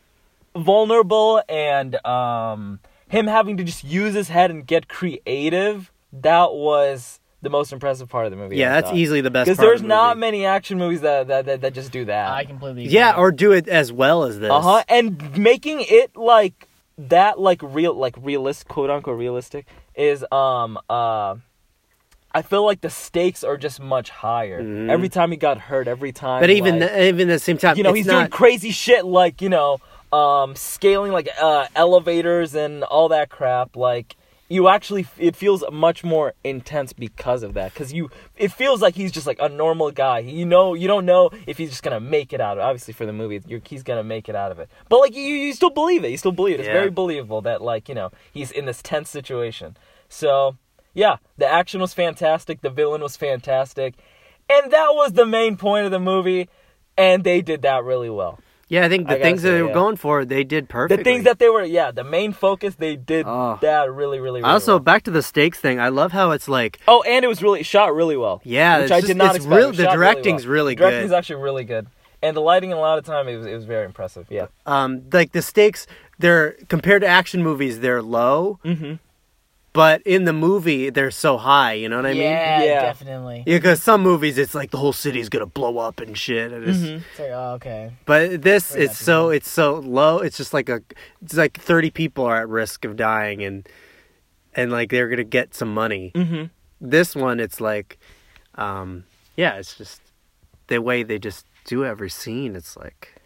Speaker 3: vulnerable and um him having to just use his head and get creative, that was the most impressive part of the movie.
Speaker 2: yeah,
Speaker 3: I
Speaker 2: that's
Speaker 3: thought.
Speaker 2: easily the best.
Speaker 3: Because
Speaker 2: part
Speaker 3: there's
Speaker 2: of the
Speaker 3: not
Speaker 2: movie.
Speaker 3: many action movies that that, that, that just do that.
Speaker 1: I completely.
Speaker 2: Yeah,
Speaker 1: agree.
Speaker 2: or do it as well as this.
Speaker 3: Uh huh. And making it like that, like real, like realist, quote unquote realistic, is um uh, I feel like the stakes are just much higher.
Speaker 2: Mhm.
Speaker 3: Every time he got hurt, every time.
Speaker 2: But even
Speaker 3: like,
Speaker 2: th- even at the same time,
Speaker 3: you know
Speaker 2: it's
Speaker 3: he's doing
Speaker 2: not,
Speaker 3: crazy shit like you know um scaling like uh elevators and all that crap like you actually it feels much more intense because of that because you it feels like he's just like a normal guy you know you don't know if he's just gonna make it out of obviously for the movie you're, he's gonna make it out of it but like you you still believe it you still believe it it's
Speaker 2: Yeah.
Speaker 3: very believable that like you know he's in this tense situation so yeah the action was fantastic the villain was fantastic and that was the main point of the movie and they did that really well
Speaker 2: Yeah, I think
Speaker 3: I
Speaker 2: the
Speaker 3: gotta
Speaker 2: things that
Speaker 3: say,
Speaker 2: they were
Speaker 3: yeah.
Speaker 2: going for, they did
Speaker 3: the
Speaker 2: perfectly.
Speaker 3: things that they were yeah the main focus they did
Speaker 2: Oh.
Speaker 3: that really really, really
Speaker 2: I
Speaker 3: well.
Speaker 2: also back to the stakes thing. I love how it's like
Speaker 3: Oh, and it was really shot really well.
Speaker 2: Yeah,
Speaker 3: which
Speaker 2: it's
Speaker 3: I
Speaker 2: just-
Speaker 3: did not
Speaker 2: it's
Speaker 3: expect.
Speaker 2: real-
Speaker 3: It was
Speaker 2: the
Speaker 3: shot
Speaker 2: directing's
Speaker 3: well.
Speaker 2: really
Speaker 3: The Directing's
Speaker 2: good.
Speaker 3: actually really good, and the lighting and a lot of time it was it was very impressive. Yeah,
Speaker 2: um like the stakes they're compared to action movies they're low
Speaker 3: Mhm.
Speaker 2: but in the movie they're so high you know what i mean
Speaker 1: yeah,
Speaker 3: Yeah.
Speaker 1: definitely.
Speaker 2: yeah because some movies it's like the whole city's gonna blow up and shit and it's,
Speaker 1: It's like, oh, okay.
Speaker 2: but this
Speaker 1: Very
Speaker 2: it's
Speaker 1: happy
Speaker 2: so it's so low it's just like a it's like 30 people are at risk of dying and and like they're gonna get some money
Speaker 3: Mhm.
Speaker 2: this one it's like um yeah it's just the way they just do every scene it's like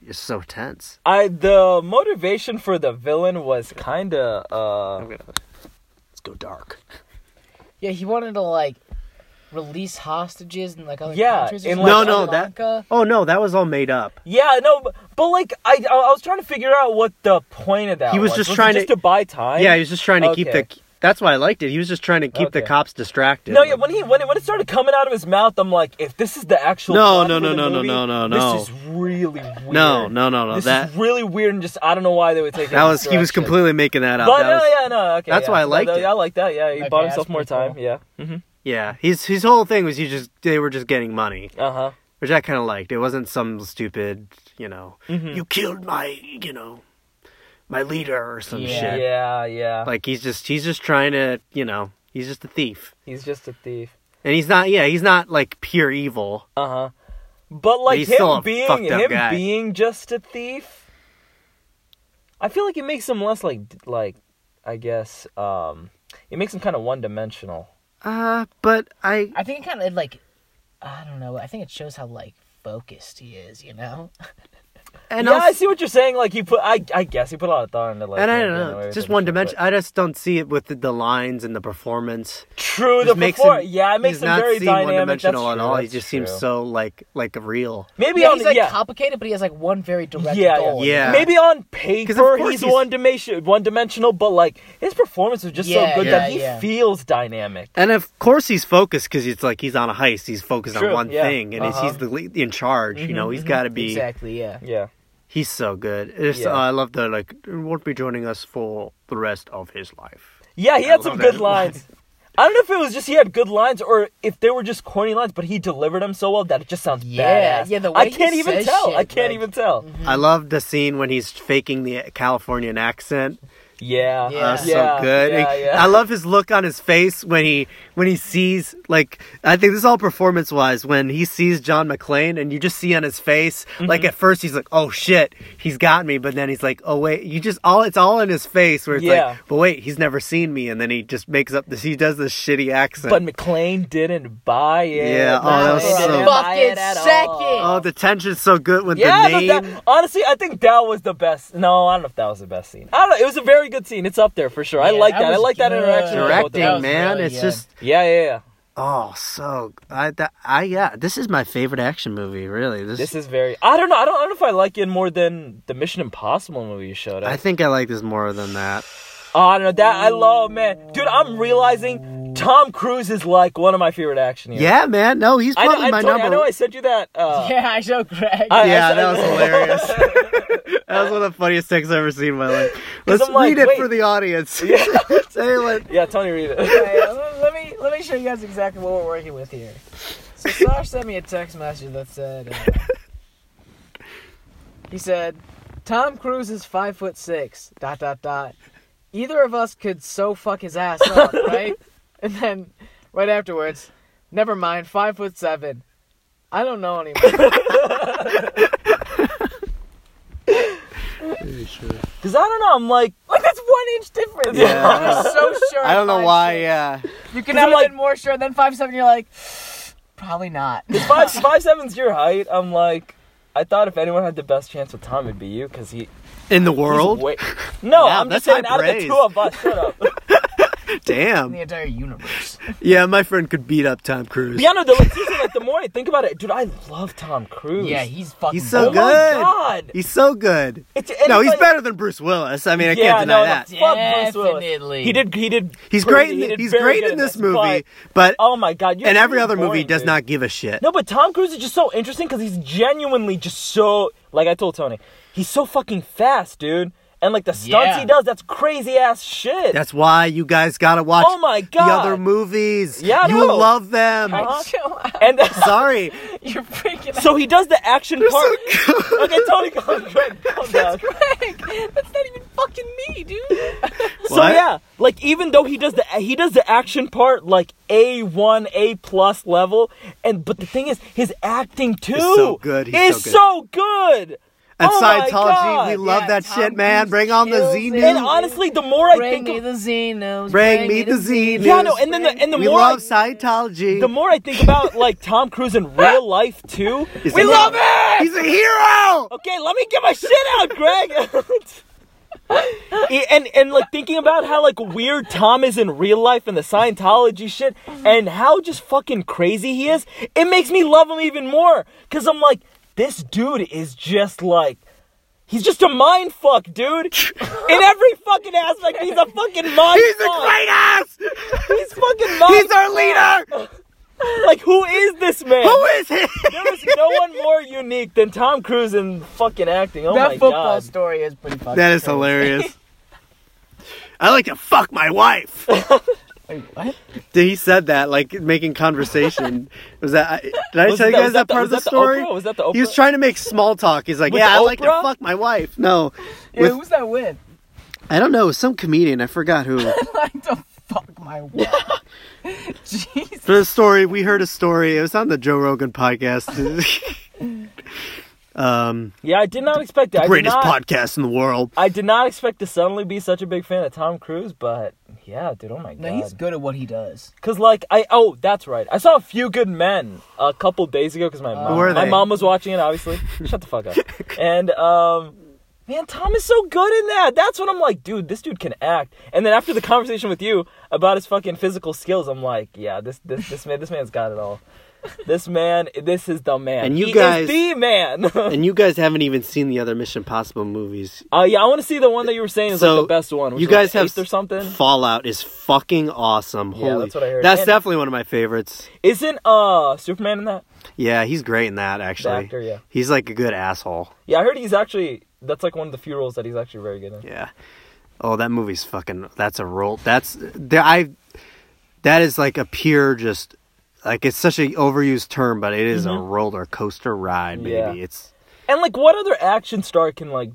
Speaker 2: it's so tense
Speaker 3: I the motivation for the villain was kind of uh,
Speaker 2: i'm gonna let's go dark
Speaker 1: Yeah, he wanted to like release hostages and like other
Speaker 3: Yeah,
Speaker 1: countries. or
Speaker 3: and,
Speaker 1: something.
Speaker 2: like- No, no, that-
Speaker 1: Lanka.
Speaker 2: Oh no, that was all made up.
Speaker 3: yeah, no, but, but like I I I was trying to figure out what the point of that.
Speaker 2: He was just
Speaker 3: it
Speaker 2: trying to-
Speaker 3: just to buy time.
Speaker 2: yeah, he was just trying to keep the.
Speaker 3: Okay.
Speaker 2: That's why I liked it. He was just trying to keep the
Speaker 3: Okay.
Speaker 2: cops distracted.
Speaker 3: No, yeah. When he when it, when it started coming out of his mouth, I'm like, if this is the actual
Speaker 2: No,
Speaker 3: plot
Speaker 2: no,
Speaker 3: for
Speaker 2: no,
Speaker 3: the
Speaker 2: no, no,
Speaker 3: movie,
Speaker 2: no, no, no.
Speaker 3: This is really weird.
Speaker 2: no, no, no, no.
Speaker 3: This
Speaker 2: That
Speaker 3: is really weird, and just I don't know why they would take it
Speaker 2: that
Speaker 3: in
Speaker 2: was
Speaker 3: this
Speaker 2: he was
Speaker 3: direction.
Speaker 2: completely making that up.
Speaker 3: But uh,
Speaker 2: That
Speaker 3: no,
Speaker 2: was-
Speaker 3: yeah, no, okay.
Speaker 2: that's
Speaker 3: yeah.
Speaker 2: why I
Speaker 3: No,
Speaker 2: liked
Speaker 3: no,
Speaker 2: it.
Speaker 3: I like that. Yeah, he
Speaker 1: Okay,
Speaker 3: bought himself
Speaker 1: that's
Speaker 3: more
Speaker 1: pretty cool.
Speaker 3: time. Yeah. hmm
Speaker 2: yeah. He's his whole thing was he just they were just getting money,
Speaker 3: Uh huh.
Speaker 2: which I kind of liked. It wasn't some stupid, you know,
Speaker 3: Mhm.
Speaker 2: you killed my, you know, my leader or some
Speaker 1: Yeah.
Speaker 2: shit.
Speaker 3: Yeah, yeah.
Speaker 2: Like he's just he's just trying to, you know, he's just a thief,
Speaker 3: he's just a thief.
Speaker 2: and he's not. Yeah, he's not like pure evil.
Speaker 3: Uh huh. But like
Speaker 2: he's
Speaker 3: him
Speaker 2: still a
Speaker 3: being
Speaker 2: fucked up
Speaker 3: him
Speaker 2: guy.
Speaker 3: being just a thief, I feel like it makes him less like like I guess um it makes him kind of one dimensional.
Speaker 2: Uh, but I
Speaker 1: I think it kind of like I don't know. I think it shows how like focused he is. You know.
Speaker 2: and
Speaker 3: yeah,
Speaker 2: also,
Speaker 3: I see what you're saying. Like he put, I I guess he put a lot of thought into like.
Speaker 2: and I
Speaker 3: you
Speaker 2: don't
Speaker 3: getting away
Speaker 2: know,
Speaker 3: with
Speaker 2: just
Speaker 3: it
Speaker 2: one
Speaker 3: and shit,
Speaker 2: dimension. I just don't see it with the, the lines and the performance.
Speaker 3: but- True,
Speaker 2: It
Speaker 3: the
Speaker 2: just makes
Speaker 3: before,
Speaker 2: him-
Speaker 3: yeah, it makes
Speaker 2: he's
Speaker 3: him
Speaker 2: not
Speaker 3: very
Speaker 2: seem
Speaker 3: dynamic.
Speaker 2: one-dimensional
Speaker 3: that's
Speaker 2: at
Speaker 3: true,
Speaker 2: all. He
Speaker 3: that's
Speaker 2: just
Speaker 3: true.
Speaker 2: seems so like like real.
Speaker 3: maybe
Speaker 1: Yeah,
Speaker 3: on
Speaker 1: he's
Speaker 3: the-
Speaker 1: like
Speaker 3: yeah.
Speaker 1: complicated, but he has like one very direct
Speaker 3: Yeah,
Speaker 1: goal.
Speaker 2: yeah.
Speaker 3: Maybe on
Speaker 2: 'Cause of
Speaker 3: paper
Speaker 2: course
Speaker 3: he's,
Speaker 2: he's-
Speaker 3: one dimension, one dimensional, but like his performance was just
Speaker 1: Yeah,
Speaker 3: so good
Speaker 1: yeah,
Speaker 3: that he
Speaker 1: yeah.
Speaker 3: feels dynamic.
Speaker 2: And of course he's focused because it's like he's on a heist. He's focused on
Speaker 3: True,
Speaker 2: one
Speaker 3: yeah.
Speaker 2: thing, and he's
Speaker 3: Uh-huh. Mm-hmm,
Speaker 2: he's the lead, in charge. you know, he's got to be.
Speaker 1: Exactly. Yeah.
Speaker 3: Yeah,
Speaker 2: He's so good. It's,
Speaker 3: Yeah.
Speaker 2: uh, I love the like won't be joining us for the rest of his life.
Speaker 3: yeah, he
Speaker 2: I
Speaker 3: had some
Speaker 2: love
Speaker 3: good
Speaker 2: that.
Speaker 3: lines. I don't know if it was just he had good lines or if they were just corny lines, but he delivered them so well that it just sounds
Speaker 1: Yeah,
Speaker 3: badass.
Speaker 1: yeah, the
Speaker 3: I
Speaker 1: way he
Speaker 3: can't even
Speaker 1: says
Speaker 3: tell.
Speaker 1: shit,
Speaker 3: I can't
Speaker 1: like- Mm-hmm.
Speaker 3: even tell.
Speaker 2: I love the scene when he's faking the Californian accent.
Speaker 3: Yeah,
Speaker 1: Yeah.
Speaker 2: Uh,
Speaker 1: Uh,
Speaker 2: so
Speaker 3: yeah,
Speaker 2: good.
Speaker 3: Yeah,
Speaker 2: And
Speaker 3: yeah.
Speaker 2: I love his look on his face when he when he sees like I think this is all performance wise when he sees John McClane and you just see on his face
Speaker 1: Mm-hmm.
Speaker 2: like at first he's like oh shit he's got me but then he's like oh wait you just all it's all in his face where it's
Speaker 3: Yeah.
Speaker 2: like but wait he's never seen me and then he just makes up this he does this shitty accent.
Speaker 3: But McLean didn't buy it.
Speaker 2: Yeah, oh, that was
Speaker 3: McClane
Speaker 2: so-
Speaker 3: didn't buy it at
Speaker 1: Fucking
Speaker 3: all.
Speaker 1: second.
Speaker 2: oh the tension's so good with
Speaker 3: Yeah,
Speaker 2: the name.
Speaker 3: no, that, honestly, I think that was the best. No, I don't know if that was the best scene. I don't know. It was a very good scene. It's up there for sure. I
Speaker 1: Yeah,
Speaker 3: like
Speaker 1: that
Speaker 3: that. I
Speaker 1: was
Speaker 3: like that
Speaker 1: good.
Speaker 3: interaction. with both of
Speaker 2: Directing,
Speaker 1: That
Speaker 3: them.
Speaker 1: was
Speaker 2: man,
Speaker 1: really
Speaker 2: it's
Speaker 1: good.
Speaker 2: just
Speaker 3: Yeah, yeah, yeah.
Speaker 2: oh so I that I yeah this is my favorite action movie really this,
Speaker 3: This is very. I don't know. I don't, I don't know if I like it more than the Mission Impossible movie you showed
Speaker 2: I
Speaker 3: us.
Speaker 2: think I like this more than that.
Speaker 3: Oh, I don't know that. I love man, dude. I'm realizing Tom Cruise is like one of my favorite action heroes.
Speaker 2: Yeah, man. No, he's
Speaker 3: I know.
Speaker 2: probably
Speaker 3: I,
Speaker 2: my
Speaker 3: told you- I
Speaker 2: number.
Speaker 3: know. I sent you that. Uh,
Speaker 1: yeah, I know, Greg.
Speaker 3: I-
Speaker 2: yeah,
Speaker 3: I-
Speaker 2: that was hilarious. that was one of the funniest things I've ever seen in my life. Let's
Speaker 3: I'm like,
Speaker 2: read it
Speaker 3: wait.
Speaker 2: for the audience. Say what-
Speaker 3: yeah, Tony, read it.
Speaker 1: Okay, let let me let me show you guys exactly what we're working with here. So Sash sent me a text message that said uh, he said Tom Cruise is five foot six dot dot dot. Either of us could so fuck his ass up, right? And then right afterwards, never mind, five foot seven. I don't know anymore.
Speaker 3: Because I don't know. I'm like,
Speaker 1: Look, that's one inch difference.
Speaker 2: Yeah.
Speaker 1: I was so sure.
Speaker 2: I don't know
Speaker 1: five
Speaker 2: why.
Speaker 1: six.
Speaker 2: Yeah,
Speaker 1: You could
Speaker 3: 'Cause
Speaker 1: have
Speaker 3: I'm like-
Speaker 1: been more sure than five seven. You're like, probably not.
Speaker 3: five five seven's your height. I'm like, I thought if anyone had the best chance with Tom, it'd be you because he
Speaker 2: in the
Speaker 3: he's
Speaker 2: world.
Speaker 3: way- no,
Speaker 2: Wow,
Speaker 3: I'm just
Speaker 2: that's
Speaker 3: saying
Speaker 2: high
Speaker 3: out of the
Speaker 2: praise.
Speaker 3: two of us. Shut up.
Speaker 1: in
Speaker 2: Damn.
Speaker 1: the entire universe.
Speaker 2: Yeah, my friend could beat up Tom Cruise.
Speaker 3: Yeah, no, the Leticia, like the more I think about it, dude, I love Tom Cruise.
Speaker 1: yeah, he's fucking.
Speaker 2: He's so
Speaker 3: Oh
Speaker 2: good.
Speaker 3: my God.
Speaker 2: He's so good.
Speaker 3: It's- and
Speaker 2: no,
Speaker 3: it's
Speaker 2: he's
Speaker 3: like-
Speaker 2: better than Bruce Willis. I mean, I can't deny
Speaker 3: no,
Speaker 2: that.
Speaker 3: no, fuck Bruce Willis.
Speaker 1: Definitely.
Speaker 3: He did. He did.
Speaker 2: He's
Speaker 3: pretty-
Speaker 2: great.
Speaker 3: he
Speaker 2: In,
Speaker 3: did
Speaker 2: he's
Speaker 3: very
Speaker 2: great
Speaker 3: good
Speaker 2: in this
Speaker 3: but-
Speaker 2: movie, but
Speaker 3: oh my god! You're
Speaker 2: and every
Speaker 3: you're
Speaker 2: other
Speaker 3: boring,
Speaker 2: movie does
Speaker 3: dude.
Speaker 2: not give a shit.
Speaker 3: No, but Tom Cruise is just so interesting because he's genuinely just so. Like I told Tony, he's so fucking fast, dude. And like the stunts
Speaker 1: Yeah.
Speaker 3: he does, that's crazy ass shit.
Speaker 2: That's why you guys gotta watch
Speaker 3: Oh my
Speaker 2: the
Speaker 3: God.
Speaker 2: other movies.
Speaker 3: Yeah, I
Speaker 2: you
Speaker 3: know.
Speaker 2: love them.
Speaker 3: Uh-huh.
Speaker 1: Chill out.
Speaker 3: and
Speaker 2: Sorry.
Speaker 1: Oh, You're freaking.
Speaker 3: so he does the action part. okay, Tony, calm down. Calm down.
Speaker 1: Greg, that's not even fucking me, dude.
Speaker 3: So
Speaker 2: What?
Speaker 3: yeah, like even though he does the he does the action part like A one A plus level, and but the thing is his acting too
Speaker 2: so good, he's
Speaker 3: is
Speaker 2: so
Speaker 3: so good.
Speaker 2: And
Speaker 3: Oh my
Speaker 2: Scientology, we
Speaker 3: God.
Speaker 2: love
Speaker 1: Yeah,
Speaker 2: that
Speaker 1: Tom
Speaker 2: shit, man.
Speaker 1: Cruise
Speaker 2: Bring on the
Speaker 1: kills
Speaker 2: Z
Speaker 1: it.
Speaker 2: News.
Speaker 3: And honestly, the more I
Speaker 1: Bring
Speaker 3: think,
Speaker 1: me
Speaker 3: of,
Speaker 1: the Xenos.
Speaker 2: Bring me the Z News.
Speaker 3: yeah, no, and then the and the
Speaker 2: we
Speaker 3: more I,
Speaker 2: love Scientology.
Speaker 3: the more I think about like Tom Cruise in real life too,
Speaker 2: He's
Speaker 3: we
Speaker 2: a-
Speaker 3: love it.
Speaker 2: He's a hero.
Speaker 3: Okay, let me get my shit out, Greg. and and like thinking about how like weird Tom is in real life and the Scientology shit and how just fucking crazy he is, it makes me love him even more. Cause I'm like, this dude is just like he's just a mind fuck, dude. In every fucking aspect, he's a fucking mind
Speaker 2: He's a
Speaker 3: fuck.
Speaker 2: great ass.
Speaker 3: he's fucking mind
Speaker 2: He's our leader.
Speaker 3: Like who is this man?
Speaker 2: Who is he?
Speaker 3: there is no one more unique than Tom Cruise in fucking acting. Oh
Speaker 1: that
Speaker 3: my
Speaker 1: football
Speaker 3: god.
Speaker 1: story is pretty fucking.
Speaker 2: That is
Speaker 1: crazy.
Speaker 2: hilarious. I like to fuck my wife.
Speaker 1: Wait, what?
Speaker 2: Dude, he said that like making conversation. Was that? I, did I
Speaker 3: Was
Speaker 2: tell you
Speaker 3: that-
Speaker 2: guys
Speaker 3: was
Speaker 2: that,
Speaker 3: that the-
Speaker 2: part
Speaker 3: was
Speaker 2: of the
Speaker 3: that the
Speaker 2: story?
Speaker 3: Oprah? Was that the
Speaker 2: He was
Speaker 3: Oprah?
Speaker 2: trying to make small talk. He's like,
Speaker 3: With
Speaker 2: "Yeah,
Speaker 3: the
Speaker 2: I like to
Speaker 3: Oprah?
Speaker 2: fuck my wife." No,
Speaker 1: Yeah,
Speaker 2: With-
Speaker 1: who's that with?
Speaker 2: I don't know. Some comedian. I forgot who.
Speaker 1: like to fuck my wife. Jeez.
Speaker 2: For the story, we heard a story. It was on the Joe Rogan podcast. um,
Speaker 3: Yeah, I did not expect that.
Speaker 2: greatest
Speaker 3: I did not,
Speaker 2: podcast in the world.
Speaker 3: I did not expect to suddenly be such a big fan of Tom Cruise, but yeah, dude, oh my
Speaker 1: No,
Speaker 3: god.
Speaker 1: he's good at what he does.
Speaker 3: Cause like I oh that's right, I saw a few good men a couple days ago because my mom
Speaker 2: were
Speaker 3: my
Speaker 2: they?
Speaker 3: mom was watching it obviously. Shut the fuck up. And um, man, Tom is so good in that. That's when I'm like, dude, this dude can act. And then after the conversation with you about his fucking physical skills, I'm like, yeah, this this this man this man's got it all. This man, this is the man.
Speaker 2: And you
Speaker 3: He is
Speaker 2: guys-
Speaker 3: the man.
Speaker 2: And you guys haven't even seen the other Mission Possible movies.
Speaker 3: Uh, yeah, I want to see the one that you were saying is
Speaker 2: So,
Speaker 3: like the best one. Which
Speaker 2: you
Speaker 3: is, like,
Speaker 2: guys have
Speaker 3: eighth or something?
Speaker 2: Fallout is fucking awesome.
Speaker 3: Yeah,
Speaker 2: Holy,
Speaker 3: that's what I heard.
Speaker 2: That's
Speaker 3: And-
Speaker 2: definitely one of my favorites.
Speaker 3: Isn't uh Superman in that?
Speaker 2: Yeah, he's great in that. Actually,
Speaker 3: actor, yeah.
Speaker 2: he's like a good asshole.
Speaker 3: Yeah, I heard he's actually that's like one of the few roles that he's actually very good in.
Speaker 2: Yeah. Oh, that movie's fucking. That's a roll. That's there. I. That is like a pure just, like it's such an overused term, but it is a roller coaster ride, baby.
Speaker 3: Mm-hmm. Yeah.
Speaker 2: It's
Speaker 3: And like, what other action star can like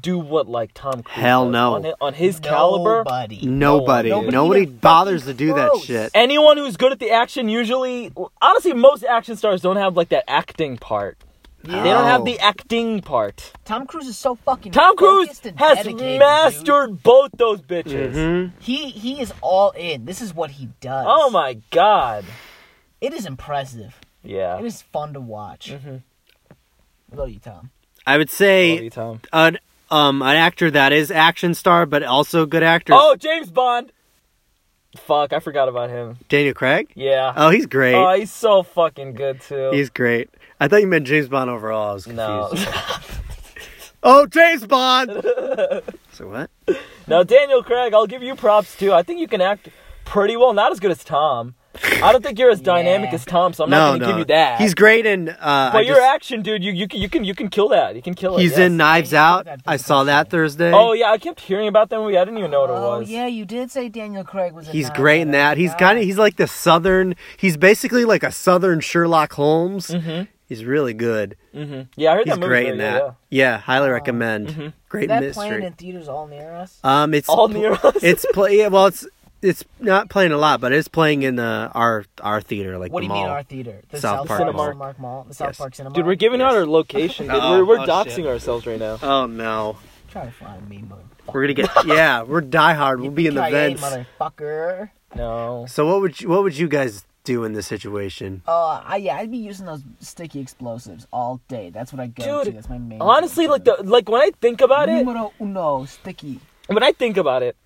Speaker 3: do what like Tom Cruise?
Speaker 2: Hell
Speaker 3: does
Speaker 2: no.
Speaker 3: on hi- on his caliber.
Speaker 1: Nobody.
Speaker 2: Mm. nobody,
Speaker 3: nobody
Speaker 2: nobody,
Speaker 3: even
Speaker 2: bothers to do that
Speaker 1: close.
Speaker 2: shit.
Speaker 3: Anyone who's good at the action usually, honestly, most action stars don't have like that acting part. They don't have the acting part.
Speaker 1: Tom Cruise is so fucking.
Speaker 3: Tom Cruise
Speaker 1: focused and
Speaker 3: has
Speaker 1: dedicated, dude.
Speaker 3: mastered both those bitches.
Speaker 2: Mm-hmm.
Speaker 1: He he is all in. This is what he does.
Speaker 3: Oh my god.
Speaker 1: It is impressive. It
Speaker 3: Yeah.
Speaker 1: is fun to watch. I love you, Tom.
Speaker 2: I would
Speaker 3: Love you,
Speaker 2: say
Speaker 3: Tom.
Speaker 2: an um an actor that is action star, but also good actor.
Speaker 3: Oh, James Bond. Fuck, I forgot about him.
Speaker 2: Daniel Craig.
Speaker 3: Yeah.
Speaker 2: Oh, he's great.
Speaker 3: Oh, he's so fucking good too.
Speaker 2: he's great. I thought you meant James Bond overall. I was confused.
Speaker 3: no,
Speaker 2: Oh, James Bond. so what?
Speaker 3: now Daniel Craig, I'll give you props too. I think you can act pretty well. Not as good as Tom. I don't think you're as dynamic
Speaker 1: Yeah.
Speaker 3: as Tom, so I'm
Speaker 2: no,
Speaker 3: not gonna
Speaker 2: no.
Speaker 3: give you that.
Speaker 2: He's great in. Uh,
Speaker 3: but
Speaker 2: I
Speaker 3: your
Speaker 2: just-
Speaker 3: action, dude, you you can you can you can kill that. You can kill it.
Speaker 2: He's
Speaker 3: yes.
Speaker 2: in Knives
Speaker 1: Yeah,
Speaker 2: Out.
Speaker 1: that
Speaker 2: I saw that Thursday.
Speaker 3: Oh yeah, I kept hearing about that movie. I didn't even know what it
Speaker 1: Oh
Speaker 3: was.
Speaker 1: yeah, you did say Daniel Craig was. A
Speaker 2: He's
Speaker 1: nine.
Speaker 2: great in that. He's kind of he's like the southern. He's basically like a southern Sherlock Holmes. He's really good.
Speaker 3: Mhm. Yeah, I heard
Speaker 2: He's
Speaker 3: Mm-hmm. that movie.
Speaker 2: great in that. Yeah, highly recommend. Great
Speaker 1: Is Oh. that playing
Speaker 2: mystery.
Speaker 1: in theaters all near us?
Speaker 2: um, it's
Speaker 3: All near us.
Speaker 2: It's play. yeah, Well, it's it's not playing a lot, but it's playing in the our our theater, like
Speaker 1: what
Speaker 2: the
Speaker 1: do you
Speaker 2: mall.
Speaker 1: mean our theater? The
Speaker 2: South
Speaker 1: South
Speaker 2: Park
Speaker 1: Park
Speaker 2: Mall.
Speaker 1: Cinemark Mall. The South
Speaker 2: Yes.
Speaker 1: Park Cinemark.
Speaker 3: Dude, we're giving out our location. dude. we're we're
Speaker 2: Oh, oh,
Speaker 3: doxing
Speaker 2: shit.
Speaker 3: ourselves right now.
Speaker 2: Oh no,
Speaker 1: Try to find me, motherfucker.
Speaker 2: we're gonna get yeah. We're diehard. We'll be in the
Speaker 1: Try it,
Speaker 2: vents.
Speaker 1: motherfucker.
Speaker 3: No.
Speaker 2: So what would you, what would you guys do in this situation?
Speaker 1: Uh, I, yeah, I'd be using those sticky explosives all day. That's what I go to.
Speaker 3: Dude,
Speaker 1: That's my main.
Speaker 3: Honestly, like the like when I think about it,
Speaker 1: numero uno sticky.
Speaker 3: when I think about it,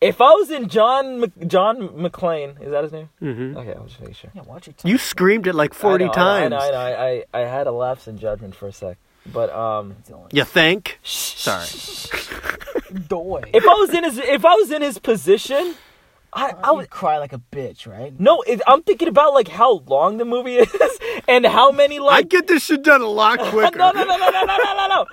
Speaker 3: If I was in John Mc- John McClane, is that his name?
Speaker 2: Mm-hmm.
Speaker 3: Okay, I was just making sure.
Speaker 1: Yeah, watch your tongue.
Speaker 2: You screamed it like forty
Speaker 3: I know, I
Speaker 2: times.
Speaker 3: know, I, know, I, know, I, I, I had a lapse in judgment for a sec, but um,
Speaker 1: Dylan.
Speaker 2: You think? Sorry.
Speaker 1: Doy.
Speaker 3: if I was in his if I was in his position, I I
Speaker 1: I
Speaker 3: would.
Speaker 1: would cry like a bitch, right?
Speaker 3: No, it, I'm thinking about like how long the movie is and how many
Speaker 2: I
Speaker 3: like
Speaker 2: get this shit done a lot quicker.
Speaker 3: no, no, no, no, no, no, no, no, no.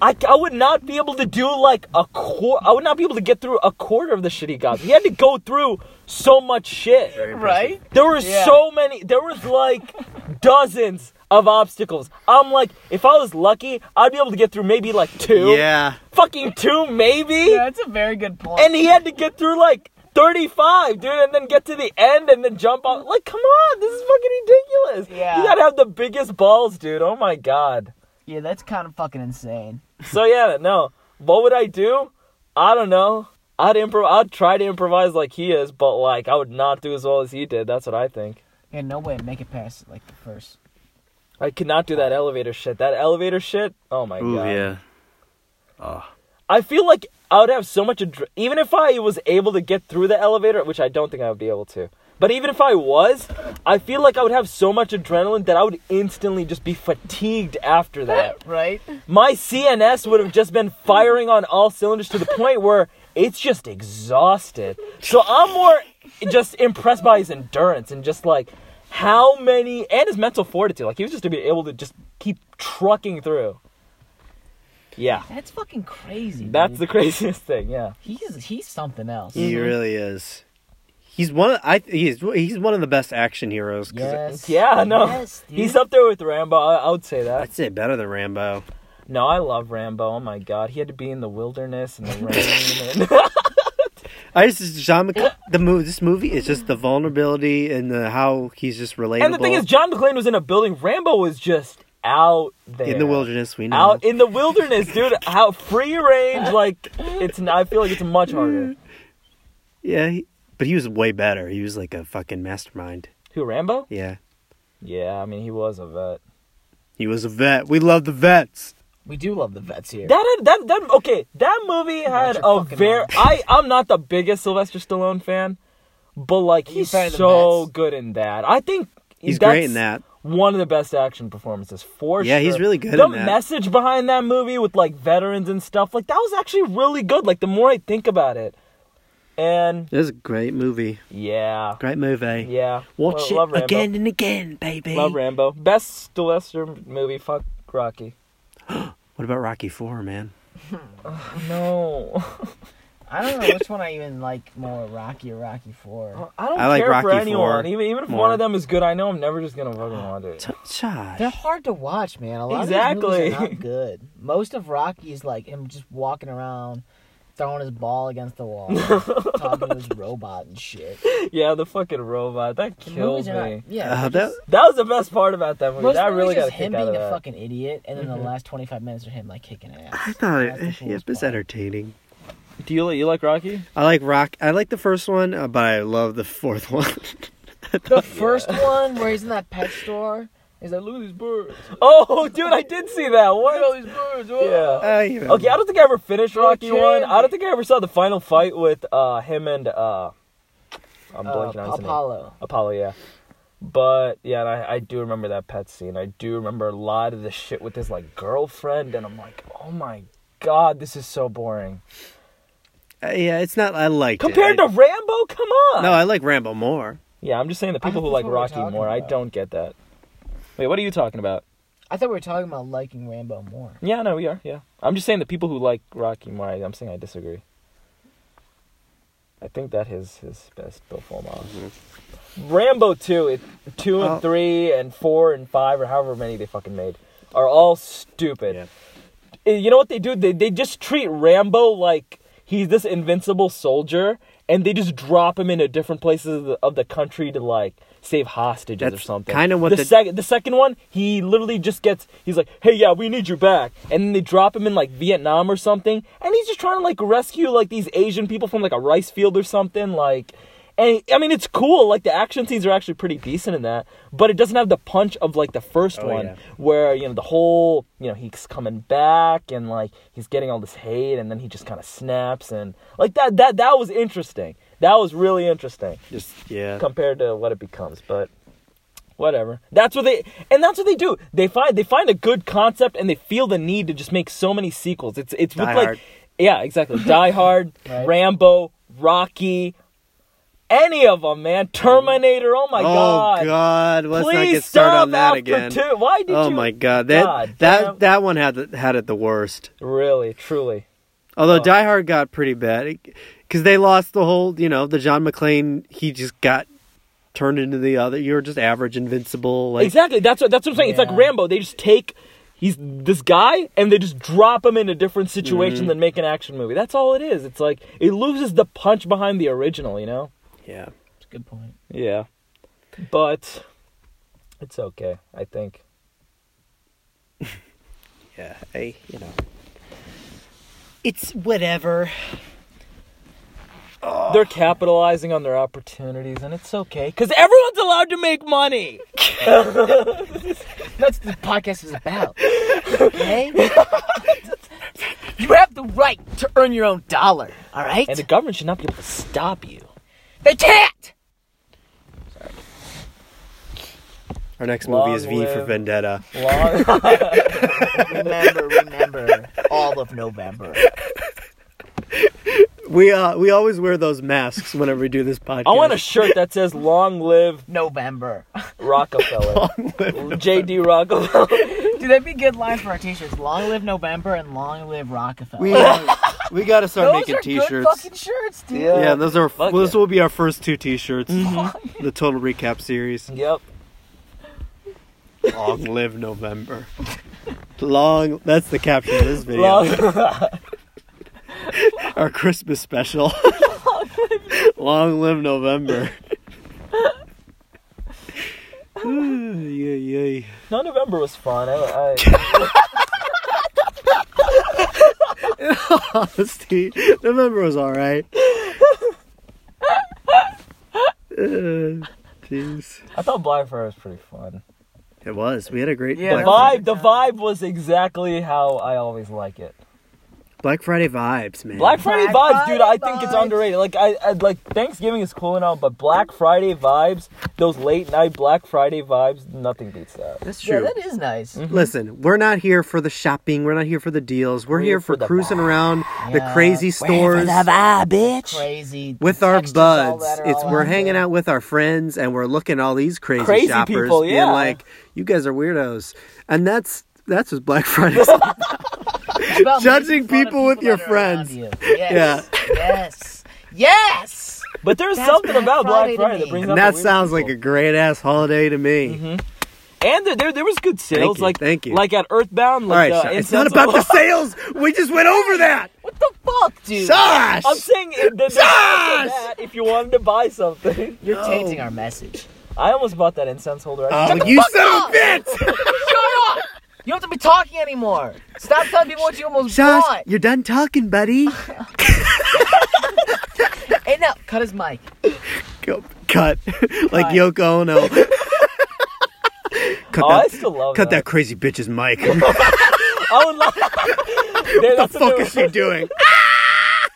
Speaker 3: I, I would not be able to do like a quarter. I would not be able to get through a quarter of the shit he got. He had to go through so much shit.
Speaker 1: Right?
Speaker 3: There were
Speaker 1: Yeah.
Speaker 3: so many. There was like dozens of obstacles. I'm like, if I was lucky, I'd be able to get through maybe like two.
Speaker 2: Yeah.
Speaker 3: Fucking two, maybe.
Speaker 1: Yeah, that's a very good point.
Speaker 3: And he had to get through like 35, dude, and then get to the end and then jump out. Like, come on, this is fucking ridiculous.
Speaker 1: Yeah.
Speaker 3: You gotta have the biggest balls, dude. Oh my god.
Speaker 1: yeah, that's kind of fucking insane.
Speaker 3: So yeah, no. What would I do? I don't know. I'd improv. I'd try to improvise like he is, but like I would not do as well as he did. That's what I think.
Speaker 1: Yeah, no way, make it past like the first.
Speaker 3: I could not do that elevator shit. That elevator shit. Oh my
Speaker 2: Ooh,
Speaker 3: god.
Speaker 2: yeah.
Speaker 3: I feel like I would have so much. Adre- even if I was able to get through the elevator, which I don't think I would be able to. But even if I was, I feel like I would have so much adrenaline that I would instantly just be fatigued after that.
Speaker 1: Right?
Speaker 3: my CNS would have just been firing on all cylinders to the point where it's just exhausted. So I'm more just impressed by his endurance and just like how many and his mental fortitude. Like he was just to be able to just keep trucking through. Yeah,
Speaker 1: That's fucking crazy.
Speaker 3: that's
Speaker 1: dude.
Speaker 3: the craziest thing. Yeah,
Speaker 1: He's he's something else.
Speaker 2: He
Speaker 3: Mm-hmm.
Speaker 2: really is. He's one. Of, I he's he's one of the best action heroes. 'cause
Speaker 1: Yes.
Speaker 3: yeah, no,
Speaker 1: Yes, dude.
Speaker 3: he's up there with Rambo. I, I would say that.
Speaker 2: I'd say better than Rambo.
Speaker 3: No, I love Rambo. Oh my god, he had to be in the wilderness and the rain. And...
Speaker 2: I just John Mc- the movie. This movie is just the vulnerability and the how he's just relatable.
Speaker 3: And the thing is, John McClane was in a building. Rambo was just out there
Speaker 2: in the wilderness, we know.
Speaker 3: Out in the wilderness, dude. How free range? Like it's. I feel like it's much harder.
Speaker 2: yeah, he, but he was way better. He was like a fucking mastermind.
Speaker 3: Who Rambo?
Speaker 2: Yeah,
Speaker 3: Yeah, I mean he was a vet.
Speaker 2: he was a vet. We love the vets.
Speaker 1: We do love the vets here.
Speaker 3: That had- that that okay. That movie had
Speaker 1: your
Speaker 3: a
Speaker 1: fucking
Speaker 3: very.
Speaker 1: mouth.
Speaker 3: I I'm not the biggest Sylvester Stallone fan, but like he's
Speaker 1: fan of the
Speaker 3: so
Speaker 1: vets.
Speaker 3: good in that. I think
Speaker 2: He's
Speaker 3: that's
Speaker 2: great in that.
Speaker 3: One of the best action performances for
Speaker 2: Yeah,
Speaker 3: sure.
Speaker 2: he's really good
Speaker 3: The
Speaker 2: in that.
Speaker 3: message behind that movie with like veterans and stuff, like that was actually really good. Like the more I think about it, and
Speaker 2: It was a great movie.
Speaker 3: yeah,
Speaker 2: Great movie.
Speaker 3: yeah, Lo-
Speaker 2: Watch
Speaker 3: love
Speaker 2: it
Speaker 3: Rambo.
Speaker 2: again and again, baby.
Speaker 3: Love Rambo. Best Sylvester movie. Fuck Rocky.
Speaker 2: What about Rocky Four, man?
Speaker 3: No,
Speaker 1: I don't know which one I even like more, Rocky or Rocky Four.
Speaker 3: I don't
Speaker 2: I like
Speaker 3: care for
Speaker 2: Rocky
Speaker 3: anyone.
Speaker 2: IV
Speaker 3: Even even if one
Speaker 2: more.
Speaker 3: of them is good, I know I'm never just gonna fucking
Speaker 1: Ah,
Speaker 3: watch it.
Speaker 2: T- Josh.
Speaker 1: They're hard to watch, man. A lot of these movies are
Speaker 3: Exactly.
Speaker 1: not good. Most of Rocky's like him just walking around, throwing his ball against the wall, talking to his robot and shit.
Speaker 3: yeah, the fucking robot that
Speaker 1: The
Speaker 3: killed
Speaker 1: movies
Speaker 3: me.
Speaker 1: are not- yeah,
Speaker 2: Uh,
Speaker 1: they're
Speaker 2: that,
Speaker 1: just-
Speaker 3: That was the best part about that movie.
Speaker 1: Most
Speaker 3: that
Speaker 1: movies
Speaker 3: really got
Speaker 1: just
Speaker 3: a
Speaker 1: him
Speaker 3: kick
Speaker 1: being
Speaker 3: out of
Speaker 1: a
Speaker 3: that. Mm-hmm.
Speaker 1: fucking idiot, and then the last twenty five minutes are him like kicking
Speaker 2: I
Speaker 1: ass. That's
Speaker 2: thought
Speaker 1: the
Speaker 2: it, yeah,
Speaker 1: coolest
Speaker 2: it's
Speaker 1: part.
Speaker 2: entertaining.
Speaker 3: Do you you like Rocky?
Speaker 2: I like rock. I like the first one, uh, but I love the fourth one.
Speaker 1: The first one where he's in that pet store, he's like, "Look at these birds!
Speaker 3: Oh, dude, I did see that.
Speaker 1: Look at all
Speaker 3: What?
Speaker 1: these birds!" oh."
Speaker 3: Yeah.
Speaker 2: I, you know,
Speaker 3: Okay, I don't think I ever finished Rocky
Speaker 1: Okay.
Speaker 3: one. I don't think I ever saw the final fight with uh him and uh I'm
Speaker 1: Uh,
Speaker 3: blanking on his name.
Speaker 1: Apollo.
Speaker 3: Apollo, yeah. But yeah, and I, I do remember that pet scene. I do remember a lot of the shit with his like girlfriend, and I'm like, oh my god, this is so boring.
Speaker 2: uh, yeah, it's not. I like
Speaker 3: Compared
Speaker 2: it. I-
Speaker 3: to Rambo, come on.
Speaker 2: No, I like Rambo more.
Speaker 3: Yeah, I'm just saying the people who
Speaker 1: think
Speaker 3: like
Speaker 1: that's what we're
Speaker 3: Rocky
Speaker 1: talking
Speaker 3: more, I
Speaker 1: about.
Speaker 3: don't get that. Wait, what are you talking about?
Speaker 1: I thought we were talking about liking Rambo more.
Speaker 3: Yeah, no, we are. Yeah, I'm just saying the people who like Rocky more. I, I'm saying I disagree. I think that is his best Bill Fulmar. Rambo two, it, two
Speaker 2: Mm-hmm. Oh.
Speaker 3: and three and four and five or however many they fucking made are all stupid.
Speaker 2: Yeah.
Speaker 3: Eh, You know what they do? They they just treat Rambo like he's this invincible soldier, and they just drop him into different places of the, of the country to like save hostages or
Speaker 2: That's
Speaker 3: something.
Speaker 2: kinda what
Speaker 3: the,
Speaker 2: the-
Speaker 3: second the second one, he literally just gets he's like, hey yeah, we need you back, and then they drop him in like Vietnam or something, and he's just trying to like rescue like these Asian people from like a rice field or something like. And I mean, it's cool. Like the action scenes are actually pretty decent in that, but it doesn't have the punch of like the first
Speaker 2: Oh,
Speaker 3: one,
Speaker 2: yeah.
Speaker 3: where you know the whole you know he's coming back and like he's getting all this hate, and then he just kind of snaps and like that. That that was interesting. That was really interesting
Speaker 2: Just yeah.
Speaker 3: compared to what it becomes. But whatever. That's what they and that's what they do. They find they find a good concept and they feel the need to just make so many sequels. It's it's with
Speaker 2: Die
Speaker 3: like
Speaker 2: Hard.
Speaker 3: yeah, exactly. Die Hard,
Speaker 1: Right.
Speaker 3: Rambo, Rocky, any of them, man. Terminator. Oh my
Speaker 2: oh
Speaker 3: god.
Speaker 2: God, let's
Speaker 3: Please
Speaker 2: not get started
Speaker 3: stop
Speaker 2: on that
Speaker 3: after
Speaker 2: again.
Speaker 3: two. Why did
Speaker 2: Oh
Speaker 3: you?
Speaker 2: my God, that
Speaker 3: God
Speaker 2: that
Speaker 3: damn.
Speaker 2: that one had the, had it the worst.
Speaker 3: Really, truly.
Speaker 2: Although
Speaker 3: Oh.
Speaker 2: Die Hard got pretty bad because they lost the whole, you know, the John McClane. He just got turned into the other. You're just average, invincible. Like
Speaker 3: exactly. That's what that's what I'm saying. It's
Speaker 1: Yeah.
Speaker 3: like Rambo. They just take he's this guy and they just drop him in a different situation than make an action movie. That's all it is. It's like it loses the punch behind the original, you know?
Speaker 2: yeah,
Speaker 1: That's a good point.
Speaker 3: Yeah. But it's okay, I think.
Speaker 2: yeah. Hey, you know, it's whatever.
Speaker 3: They're capitalizing on their opportunities and it's okay cuz everyone's allowed to make money.
Speaker 1: That's what the podcast is about. Okay? you have the right to earn your own dollar, all right?
Speaker 3: And the government should not be able to stop you.
Speaker 1: they can't!
Speaker 2: Our next
Speaker 3: Long
Speaker 2: movie is V for
Speaker 3: live-
Speaker 2: Vendetta.
Speaker 3: Long-
Speaker 1: Remember, remember, all of November.
Speaker 2: We uh we always wear those masks whenever we do this podcast.
Speaker 3: I want a shirt that says long live
Speaker 1: November.
Speaker 3: Rockefeller. JD Rockefeller.
Speaker 1: Dude, that'd be good lines for our t-shirts. Long live November and long live Rockefeller.
Speaker 2: we uh, we gotta start
Speaker 1: Those
Speaker 2: making
Speaker 1: are good
Speaker 2: t-shirts.
Speaker 1: fucking shirts, dude.
Speaker 3: Yeah.
Speaker 2: yeah, those are
Speaker 3: Fuck
Speaker 2: those
Speaker 3: yeah. Mm-hmm.
Speaker 2: will be our first two t-shirts. The total recap series.
Speaker 3: yep.
Speaker 2: Long live November. Long. That's the caption of this video. Our Christmas special. Long live November. Ooh, yeah, yeah.
Speaker 3: No, November was fun. I, I,
Speaker 2: Honesty. November was all right. Uh, Jeez.
Speaker 3: I thought Black Friday was pretty fun.
Speaker 2: it was. We had a great
Speaker 1: Yeah,
Speaker 3: The
Speaker 2: Black,
Speaker 3: vibe, the vibe was exactly how I always like it.
Speaker 2: Black Friday vibes, man.
Speaker 3: Black Friday
Speaker 1: Black
Speaker 3: vibes, dude.
Speaker 1: Friday
Speaker 3: I think it's
Speaker 1: vibes.
Speaker 3: underrated. Like I, I like Thanksgiving is cool and all, but Black Friday vibes, those late night Black Friday vibes, nothing beats that.
Speaker 2: That's
Speaker 1: Yeah,
Speaker 2: true.
Speaker 1: that is nice.
Speaker 2: Listen, we're not here for the shopping. We're not here for the deals. We're, here for,
Speaker 3: for the
Speaker 2: cruising around the
Speaker 1: Yeah.
Speaker 2: crazy stores
Speaker 1: Crazy.
Speaker 2: with our
Speaker 1: textures, all
Speaker 2: buds.
Speaker 1: that are
Speaker 2: It's
Speaker 1: all
Speaker 2: we're
Speaker 1: out
Speaker 2: hanging
Speaker 1: there.
Speaker 2: out with our friends and we're looking at all these crazy,
Speaker 3: Crazy
Speaker 2: shoppers
Speaker 3: people,
Speaker 2: being
Speaker 3: yeah.
Speaker 2: like, "You guys are weirdos," and that's that's what Black Friday's. like.
Speaker 1: It's about
Speaker 2: judging
Speaker 1: making fun of
Speaker 2: people with your
Speaker 1: that are around
Speaker 2: friends.
Speaker 1: you. Yes. Yes. Yes.
Speaker 3: But there's
Speaker 1: That's
Speaker 3: something
Speaker 1: Black
Speaker 3: about
Speaker 1: Friday to
Speaker 3: Black Friday that
Speaker 1: me.
Speaker 3: brings
Speaker 2: and
Speaker 3: out the
Speaker 2: that
Speaker 3: weird
Speaker 2: sounds like
Speaker 3: people.
Speaker 2: a great ass holiday to me.
Speaker 3: and there, there there was good sales.
Speaker 2: you,
Speaker 3: like
Speaker 2: thank you.
Speaker 3: Like at Earthbound,
Speaker 2: All right,
Speaker 3: like uh,
Speaker 2: Sean, it's not
Speaker 3: incense-
Speaker 2: about the sales. We just went over that.
Speaker 1: What the fuck, dude?
Speaker 2: Josh,
Speaker 3: I'm saying it- there- there's
Speaker 2: Yes!
Speaker 3: that if you wanted to buy something.
Speaker 1: You're tainting our message.
Speaker 3: I almost bought that incense holder. I
Speaker 2: oh, you son of a bitch!
Speaker 1: Shut up! You don't have to be talking anymore. Stop telling people what you almost
Speaker 2: Josh,
Speaker 1: bought.
Speaker 2: you're done talking, buddy.
Speaker 1: Hey, now cut his mic.
Speaker 2: Go- cut. like
Speaker 1: Cut.
Speaker 2: Yoko Ono. cut
Speaker 3: Oh,
Speaker 2: that,
Speaker 3: I still love
Speaker 2: cut
Speaker 3: that.
Speaker 2: that crazy bitch's mic. what
Speaker 3: I would love. There,
Speaker 2: the
Speaker 3: that's a
Speaker 2: fuck
Speaker 3: new-
Speaker 2: is she doing? Ah!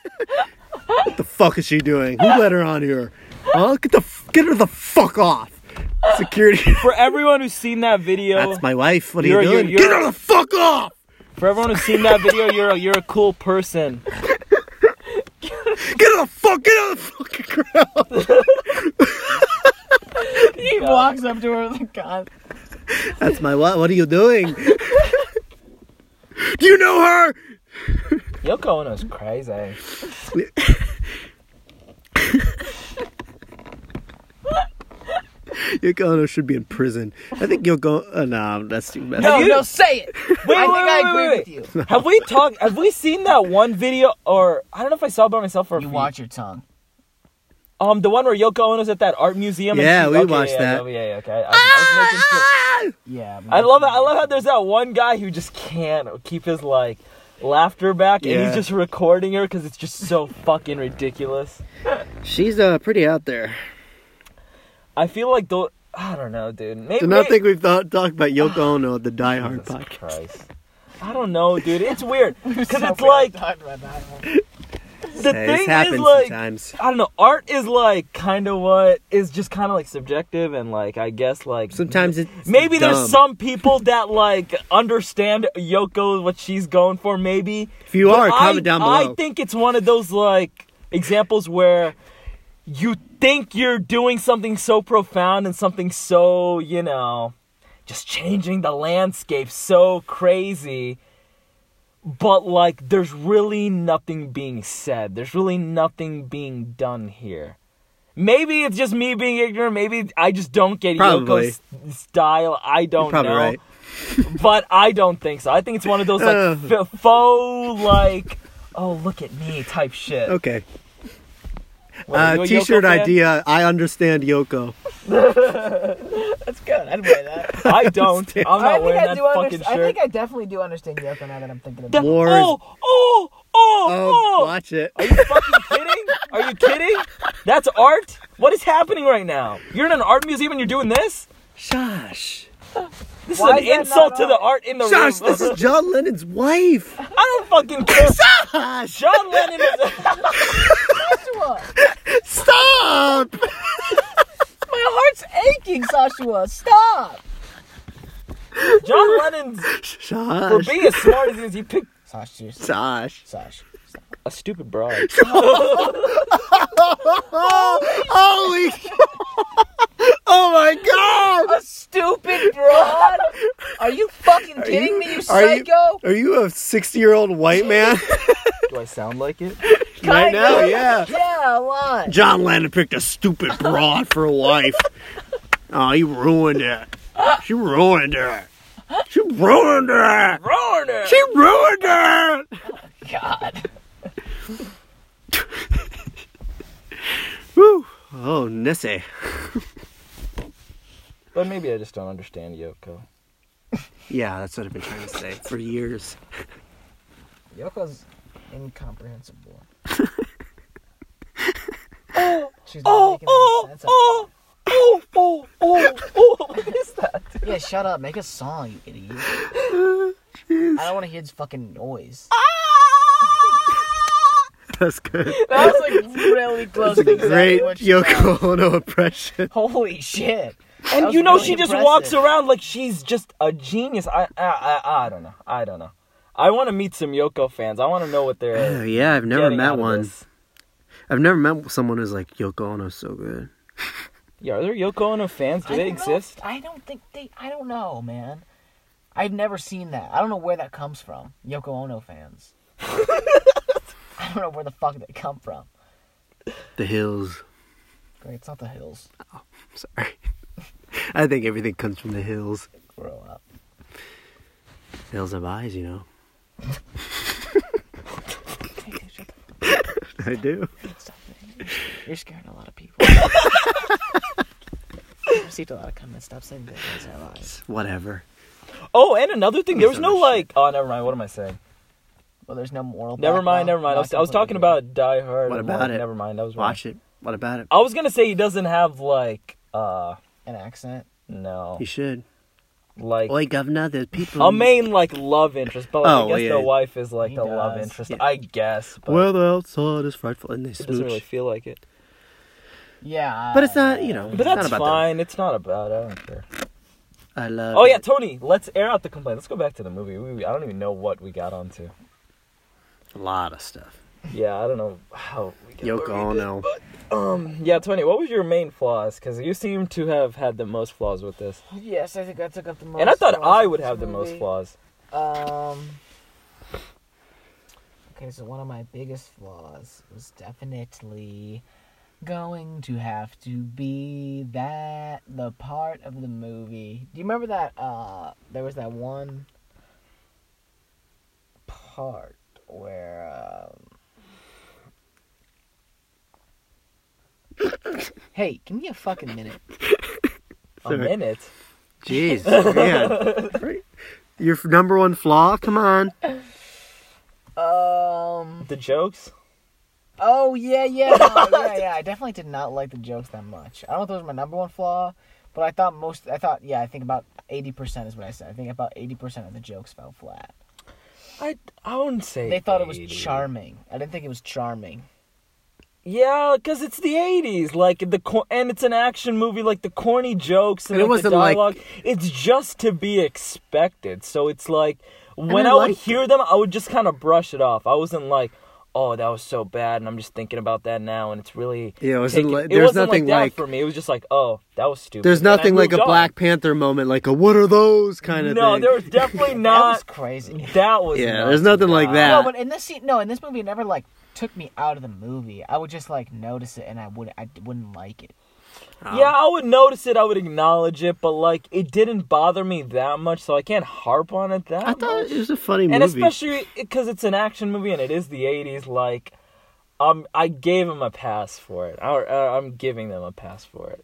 Speaker 2: what the fuck is she doing? Who let her on here? Huh? Get the f- get her the fuck off. Security.
Speaker 3: For everyone who's seen that video,
Speaker 2: That's my wife. What are
Speaker 3: You're-
Speaker 2: you
Speaker 3: you're-
Speaker 2: doing?
Speaker 3: you're-
Speaker 2: Get her the fuck off.
Speaker 3: for everyone who's seen that video, you're a, you're a cool person.
Speaker 2: Get her the fuck. Get her the fucking ground.
Speaker 1: He walks up to her with a gun.
Speaker 2: That's my wife. What are you doing? Do you know her?
Speaker 3: Yoko Ono's crazy.
Speaker 2: Yoko Ono should be in prison. I think Yoko. Uh, nah, that's too bad.
Speaker 1: No,
Speaker 3: you-
Speaker 1: no, say it.
Speaker 3: Wait,
Speaker 1: I
Speaker 3: wait,
Speaker 1: think
Speaker 3: wait,
Speaker 1: I agree
Speaker 3: wait, wait.
Speaker 1: with you.
Speaker 3: Have we talked? Have we seen that one video? Or I don't know if I saw it by myself or if
Speaker 1: You
Speaker 3: we-
Speaker 1: watch your tongue.
Speaker 3: Um, the one where Yoko Ono's at that art museum. and
Speaker 2: Yeah,
Speaker 3: she-
Speaker 2: we
Speaker 3: okay,
Speaker 2: watched
Speaker 3: yeah,
Speaker 2: that. Ah,
Speaker 3: Yeah, yeah, yeah, okay. I, I was making sure.
Speaker 1: Yeah.
Speaker 3: I love it. I love how there's that one guy who just can't keep his like. laughter back, and
Speaker 2: Yeah.
Speaker 3: he's just recording her because it's just so fucking ridiculous.
Speaker 2: She's uh, pretty out there.
Speaker 3: I feel like though I don't know, dude. Maybe
Speaker 2: Do not think we've thought, talked about Yoko Ono, the Die Hard
Speaker 3: Jesus
Speaker 2: podcast.
Speaker 3: Christ. I don't know, dude. It's weird because it's
Speaker 1: We're
Speaker 3: like
Speaker 1: talking about that one.
Speaker 3: the
Speaker 2: Hey, this
Speaker 3: thing
Speaker 2: happens
Speaker 3: is like
Speaker 2: sometimes.
Speaker 3: I don't know. Art is like kind of what is just kind of like subjective and like I guess like
Speaker 2: Sometimes it's
Speaker 3: Maybe
Speaker 2: dumb.
Speaker 3: there's some people that like understand Yoko what she's going for. Maybe
Speaker 2: If you
Speaker 3: But
Speaker 2: are,
Speaker 3: I-
Speaker 2: comment down below.
Speaker 3: I think it's one of those like examples where you think you're doing something so profound and something so you know just changing the landscape so crazy but like there's really nothing being said there's really nothing being done here maybe it's just me being ignorant maybe i just don't get
Speaker 2: Probably.
Speaker 3: yoko's style i don't
Speaker 2: probably
Speaker 3: know
Speaker 2: right.
Speaker 3: but i don't think so i think it's one of those like
Speaker 2: Uh.
Speaker 3: f- faux like oh look at me type shit
Speaker 2: Okay.
Speaker 3: Wait, you
Speaker 2: Uh,
Speaker 3: a Yoko
Speaker 2: t-shirt
Speaker 3: fan?
Speaker 2: idea. I understand Yoko. Oh,
Speaker 1: That's good. I'd wear that.
Speaker 3: i don't i'm
Speaker 1: I
Speaker 3: not
Speaker 1: think
Speaker 3: wearing
Speaker 1: I
Speaker 3: that
Speaker 1: do
Speaker 3: fucking
Speaker 1: understand. I
Speaker 3: shirt
Speaker 1: think I definitely do understand Yoko now that I'm thinking about
Speaker 3: That-
Speaker 1: it.
Speaker 2: War is-
Speaker 3: oh oh oh
Speaker 2: Oh,
Speaker 3: oh
Speaker 2: watch it.
Speaker 3: Are you fucking kidding? Are you kidding? That's art? What is happening right now? You're in an art museum and you're doing this?
Speaker 2: Shush.
Speaker 3: This
Speaker 1: Why is
Speaker 3: is an
Speaker 1: that
Speaker 3: insult
Speaker 1: not
Speaker 3: to the
Speaker 1: art?
Speaker 3: art in the
Speaker 2: Shush,
Speaker 3: room.
Speaker 2: this is John Lennon's wife.
Speaker 3: I don't fucking care.
Speaker 2: Shush.
Speaker 3: John Lennon is.
Speaker 1: Joshua,
Speaker 2: Stop.
Speaker 1: my heart's aching, Joshua. Stop.
Speaker 3: John Lennon's. For
Speaker 2: Shush.
Speaker 3: being as smart as he is, he picked
Speaker 1: Sosh, juice.
Speaker 2: Shush.
Speaker 1: Sosh.
Speaker 3: a stupid broad.
Speaker 2: Holy. oh my God.
Speaker 1: A stupid broad? Are you fucking kidding me, you
Speaker 2: Are you,
Speaker 1: psycho?
Speaker 2: are you a 60 year old white man?
Speaker 3: Do I sound like it?
Speaker 2: right
Speaker 1: Kinda.
Speaker 2: now, yeah.
Speaker 1: Yeah, a lot.
Speaker 2: John Lennon picked a stupid broad for a wife. Oh, he ruined it. She ruined it. She ruined it.
Speaker 3: Broner!
Speaker 2: She ruined it.
Speaker 1: God.
Speaker 2: Woo. Oh, Nessie.
Speaker 3: But maybe I just don't understand Yoko.
Speaker 2: Yeah, that's what I've been trying to say for years.
Speaker 1: Yoko's incomprehensible. She's not
Speaker 3: Oh,
Speaker 1: making
Speaker 3: oh,
Speaker 1: any sense of
Speaker 3: oh, oh, oh, oh, oh, what is that?
Speaker 1: it. Yeah, shut up. Make a song, you idiot. I don't want to hear this fucking noise.
Speaker 2: That's good.
Speaker 1: That was like really close to
Speaker 2: Great Yoko Ono impression.
Speaker 1: Holy shit. That
Speaker 3: And
Speaker 1: was
Speaker 3: you know
Speaker 1: really
Speaker 3: she just
Speaker 1: impressive.
Speaker 3: walks around like she's just a genius. I I I, I don't know. I don't know. I want to meet some Yoko fans. I want to know what
Speaker 2: Oh,
Speaker 3: they're.
Speaker 2: yeah, I've never
Speaker 3: getting out of
Speaker 2: met one.
Speaker 3: this.
Speaker 2: I've never met someone who's like Yoko Ono's so good.
Speaker 3: Yeah, are there Yoko Ono fans? Do
Speaker 1: I
Speaker 3: they
Speaker 1: don't know if-
Speaker 3: exist?
Speaker 1: I don't think they. I don't know, man. I've never seen that. I don't know where that comes from. Yoko Ono fans. I don't know where the fuck they come from.
Speaker 2: The hills.
Speaker 1: Great, it's not the hills.
Speaker 2: Sorry. I think everything comes from the hills.
Speaker 1: Grow up.
Speaker 2: The hills have eyes, you know. I do.
Speaker 1: You're scaring a lot of people. I received a lot of comments. Stop saying that. That's our lies.
Speaker 2: Whatever.
Speaker 3: Oh, and another thing, there was no
Speaker 2: Shit.
Speaker 3: like. Oh, never mind. What am I saying?
Speaker 1: Well, there's no moral.
Speaker 3: Never
Speaker 1: black
Speaker 3: mind.
Speaker 1: law.
Speaker 3: Never mind. I was, I was
Speaker 1: completely
Speaker 3: talking about Die Hard.
Speaker 2: What
Speaker 3: and,
Speaker 2: about
Speaker 3: like,
Speaker 2: it?
Speaker 3: Never mind. I was wrong.
Speaker 2: Watch it. What about it?
Speaker 3: I was gonna say he doesn't have like. uh
Speaker 1: an accent.
Speaker 3: No.
Speaker 2: You should.
Speaker 3: Like.
Speaker 2: Oi, governor, there's people.
Speaker 3: a main like love interest, but like,
Speaker 2: Hmm. Oh,
Speaker 3: I guess
Speaker 2: yeah.
Speaker 3: the wife is like
Speaker 1: He
Speaker 3: the love
Speaker 1: does.
Speaker 3: interest.
Speaker 2: Yeah.
Speaker 3: I guess, but
Speaker 2: Well, the outside is frightful, and they
Speaker 3: it doesn't really
Speaker 2: smooch.
Speaker 3: feel like it.
Speaker 1: Yeah.
Speaker 2: But it's not, you know.
Speaker 3: But that's
Speaker 2: it's not about
Speaker 3: fine. It's not about. I don't care.
Speaker 2: That. I love.
Speaker 3: Oh yeah,
Speaker 2: it.
Speaker 3: Tony. Let's air out the complaint. Let's go back to the movie. We, I don't even know what we got onto.
Speaker 2: a lot of stuff.
Speaker 3: Yeah, I don't know how. We got
Speaker 2: Yoko
Speaker 3: where we did.
Speaker 2: Ono.
Speaker 3: Um. Yeah, Tony. What was your main flaws? Because you seem to have had the most flaws with this,
Speaker 1: Yes, I think I took up the most.
Speaker 3: and I thought
Speaker 1: flaws
Speaker 3: I
Speaker 1: of
Speaker 3: would
Speaker 1: this
Speaker 3: have the most
Speaker 1: movie.
Speaker 3: flaws.
Speaker 1: Um. Okay, so one of my biggest flaws was definitely going to have to be that the part of the movie. Do you remember that? Uh, there was that one part where. Um... um, hey, give me a fucking minute.
Speaker 3: A minute.
Speaker 2: Jeez, man. Your number one flaw? Come on.
Speaker 1: Um.
Speaker 3: The jokes?
Speaker 1: Oh yeah, yeah, no, yeah, yeah. I definitely did not like the jokes that much. I don't know if those were my number one flaw, but I thought most. I thought yeah. I think about eighty percent is what I said. I think about eighty percent of the jokes fell flat.
Speaker 3: I I wouldn't say
Speaker 1: They thought it was
Speaker 3: 80.
Speaker 1: charming. I didn't think it was charming.
Speaker 3: Yeah, because it's the '80s, like the cor- and it's an action movie, like the corny jokes and,
Speaker 2: And it
Speaker 3: like, the
Speaker 2: wasn't like-
Speaker 3: dialogue. It's just to be expected. So it's like when
Speaker 2: I
Speaker 3: I, would
Speaker 2: liked
Speaker 3: hear them, I would just kind of brush it off. I wasn't like, "Oh, that was so bad," and I'm just thinking about that now, and it's really
Speaker 2: Yeah, it wasn't
Speaker 3: taking-
Speaker 2: like- there's
Speaker 3: wasn't
Speaker 2: nothing
Speaker 3: that
Speaker 2: like-
Speaker 3: for me. It was just like, "Oh, that was stupid."
Speaker 2: There's
Speaker 3: and I
Speaker 2: nothing like a
Speaker 3: moved on.
Speaker 2: Black Panther moment, like a "What are those?" kind of
Speaker 3: No,
Speaker 2: thing.
Speaker 3: there was definitely
Speaker 1: that was
Speaker 3: not.
Speaker 1: crazy.
Speaker 3: That was
Speaker 2: Yeah,
Speaker 3: nuts,
Speaker 2: there's nothing like
Speaker 3: nah.
Speaker 2: that.
Speaker 1: No, but in this scene, no, in this movie, it never like took me out of the movie. I would just like notice it, and I would I wouldn't like it.
Speaker 3: Yeah, I would notice it. I would acknowledge it, but like it didn't bother me that much, so I can't harp on it that
Speaker 2: I thought
Speaker 3: much.
Speaker 2: it was a funny
Speaker 3: and
Speaker 2: movie.
Speaker 3: especially because it's an action movie and it is the '80s, like um, I gave him a pass for it. I, I, I'm giving them a pass for it,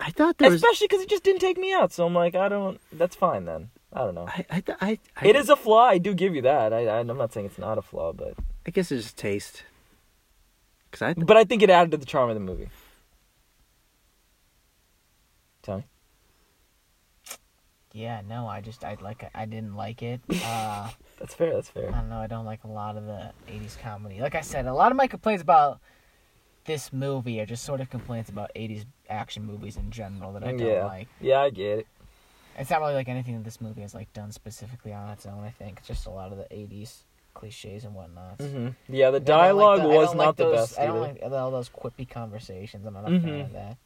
Speaker 2: I thought there
Speaker 3: Especially
Speaker 2: was.
Speaker 3: 'cause especially because it just didn't take me out. So I'm like, I don't. That's fine then. I don't know.
Speaker 2: I, I, th- I, I,
Speaker 3: It is a flaw. I do give you that. I, I, I'm not saying it's not a flaw, but
Speaker 2: I guess it's just taste. Cause I,
Speaker 3: but I think it added to the charm of the movie. Tell me.
Speaker 1: Yeah, no, I just I like I didn't like it. Uh,
Speaker 3: That's fair. That's fair.
Speaker 1: I don't know. I don't like a lot of the '80s comedy. Like I said, a lot of my complaints about this movie are just sort of complaints about '80s action movies in general that I don't
Speaker 3: yeah.
Speaker 1: like.
Speaker 3: Yeah, I get it.
Speaker 1: It's not really like anything that this movie has like done specifically on its own. I think it's just a lot of the '80s cliches and whatnot.
Speaker 3: hmm Yeah, the
Speaker 1: Like, I don't like
Speaker 3: dialogue
Speaker 1: the- I
Speaker 3: was
Speaker 1: don't
Speaker 3: not
Speaker 1: like
Speaker 3: the
Speaker 1: those-
Speaker 3: best.
Speaker 1: I don't
Speaker 3: either.
Speaker 1: like all those quippy conversations. I'm not a fan
Speaker 3: Mhm.
Speaker 1: of that.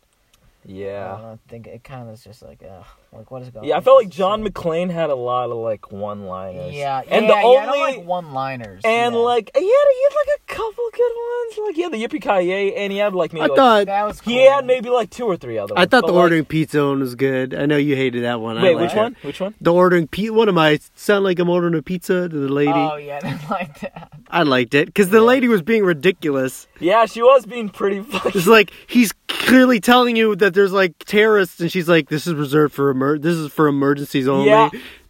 Speaker 1: I
Speaker 3: yeah.
Speaker 1: don't think it kind of is just like, ugh, like what is going?
Speaker 3: Yeah, I
Speaker 1: on?
Speaker 3: felt like
Speaker 1: It's
Speaker 3: John
Speaker 1: so-
Speaker 3: McClane had a lot of like one-liners.
Speaker 1: Yeah,
Speaker 3: and
Speaker 1: yeah,
Speaker 3: the
Speaker 1: yeah,
Speaker 3: only
Speaker 1: I don't like one-liners.
Speaker 3: and
Speaker 1: yeah.
Speaker 3: like he had, he had like a couple good ones. Like he had the Yippee Ki Yay, and he had like maybe
Speaker 2: I
Speaker 3: like,
Speaker 2: thought,
Speaker 1: that was
Speaker 3: he had
Speaker 1: cool.
Speaker 3: maybe like two or three other.
Speaker 2: I
Speaker 3: ones,
Speaker 2: thought
Speaker 3: but,
Speaker 2: the
Speaker 3: like-
Speaker 2: ordering pizza one was good. I know you hated that one. I
Speaker 3: Wait,
Speaker 2: liked
Speaker 3: which
Speaker 2: it.
Speaker 3: one? Which one?
Speaker 2: The ordering pizza. What am I? Sound like I'm ordering a pizza to the lady.
Speaker 3: Uh,
Speaker 1: Oh yeah, I didn't like that.
Speaker 2: I liked it because the lady was being ridiculous.
Speaker 3: Yeah, she was being pretty fucking.
Speaker 2: It's like he's clearly telling you that there's like terrorists, and she's like, "This is reserved for emer- This is for emergencies only."
Speaker 3: Yeah,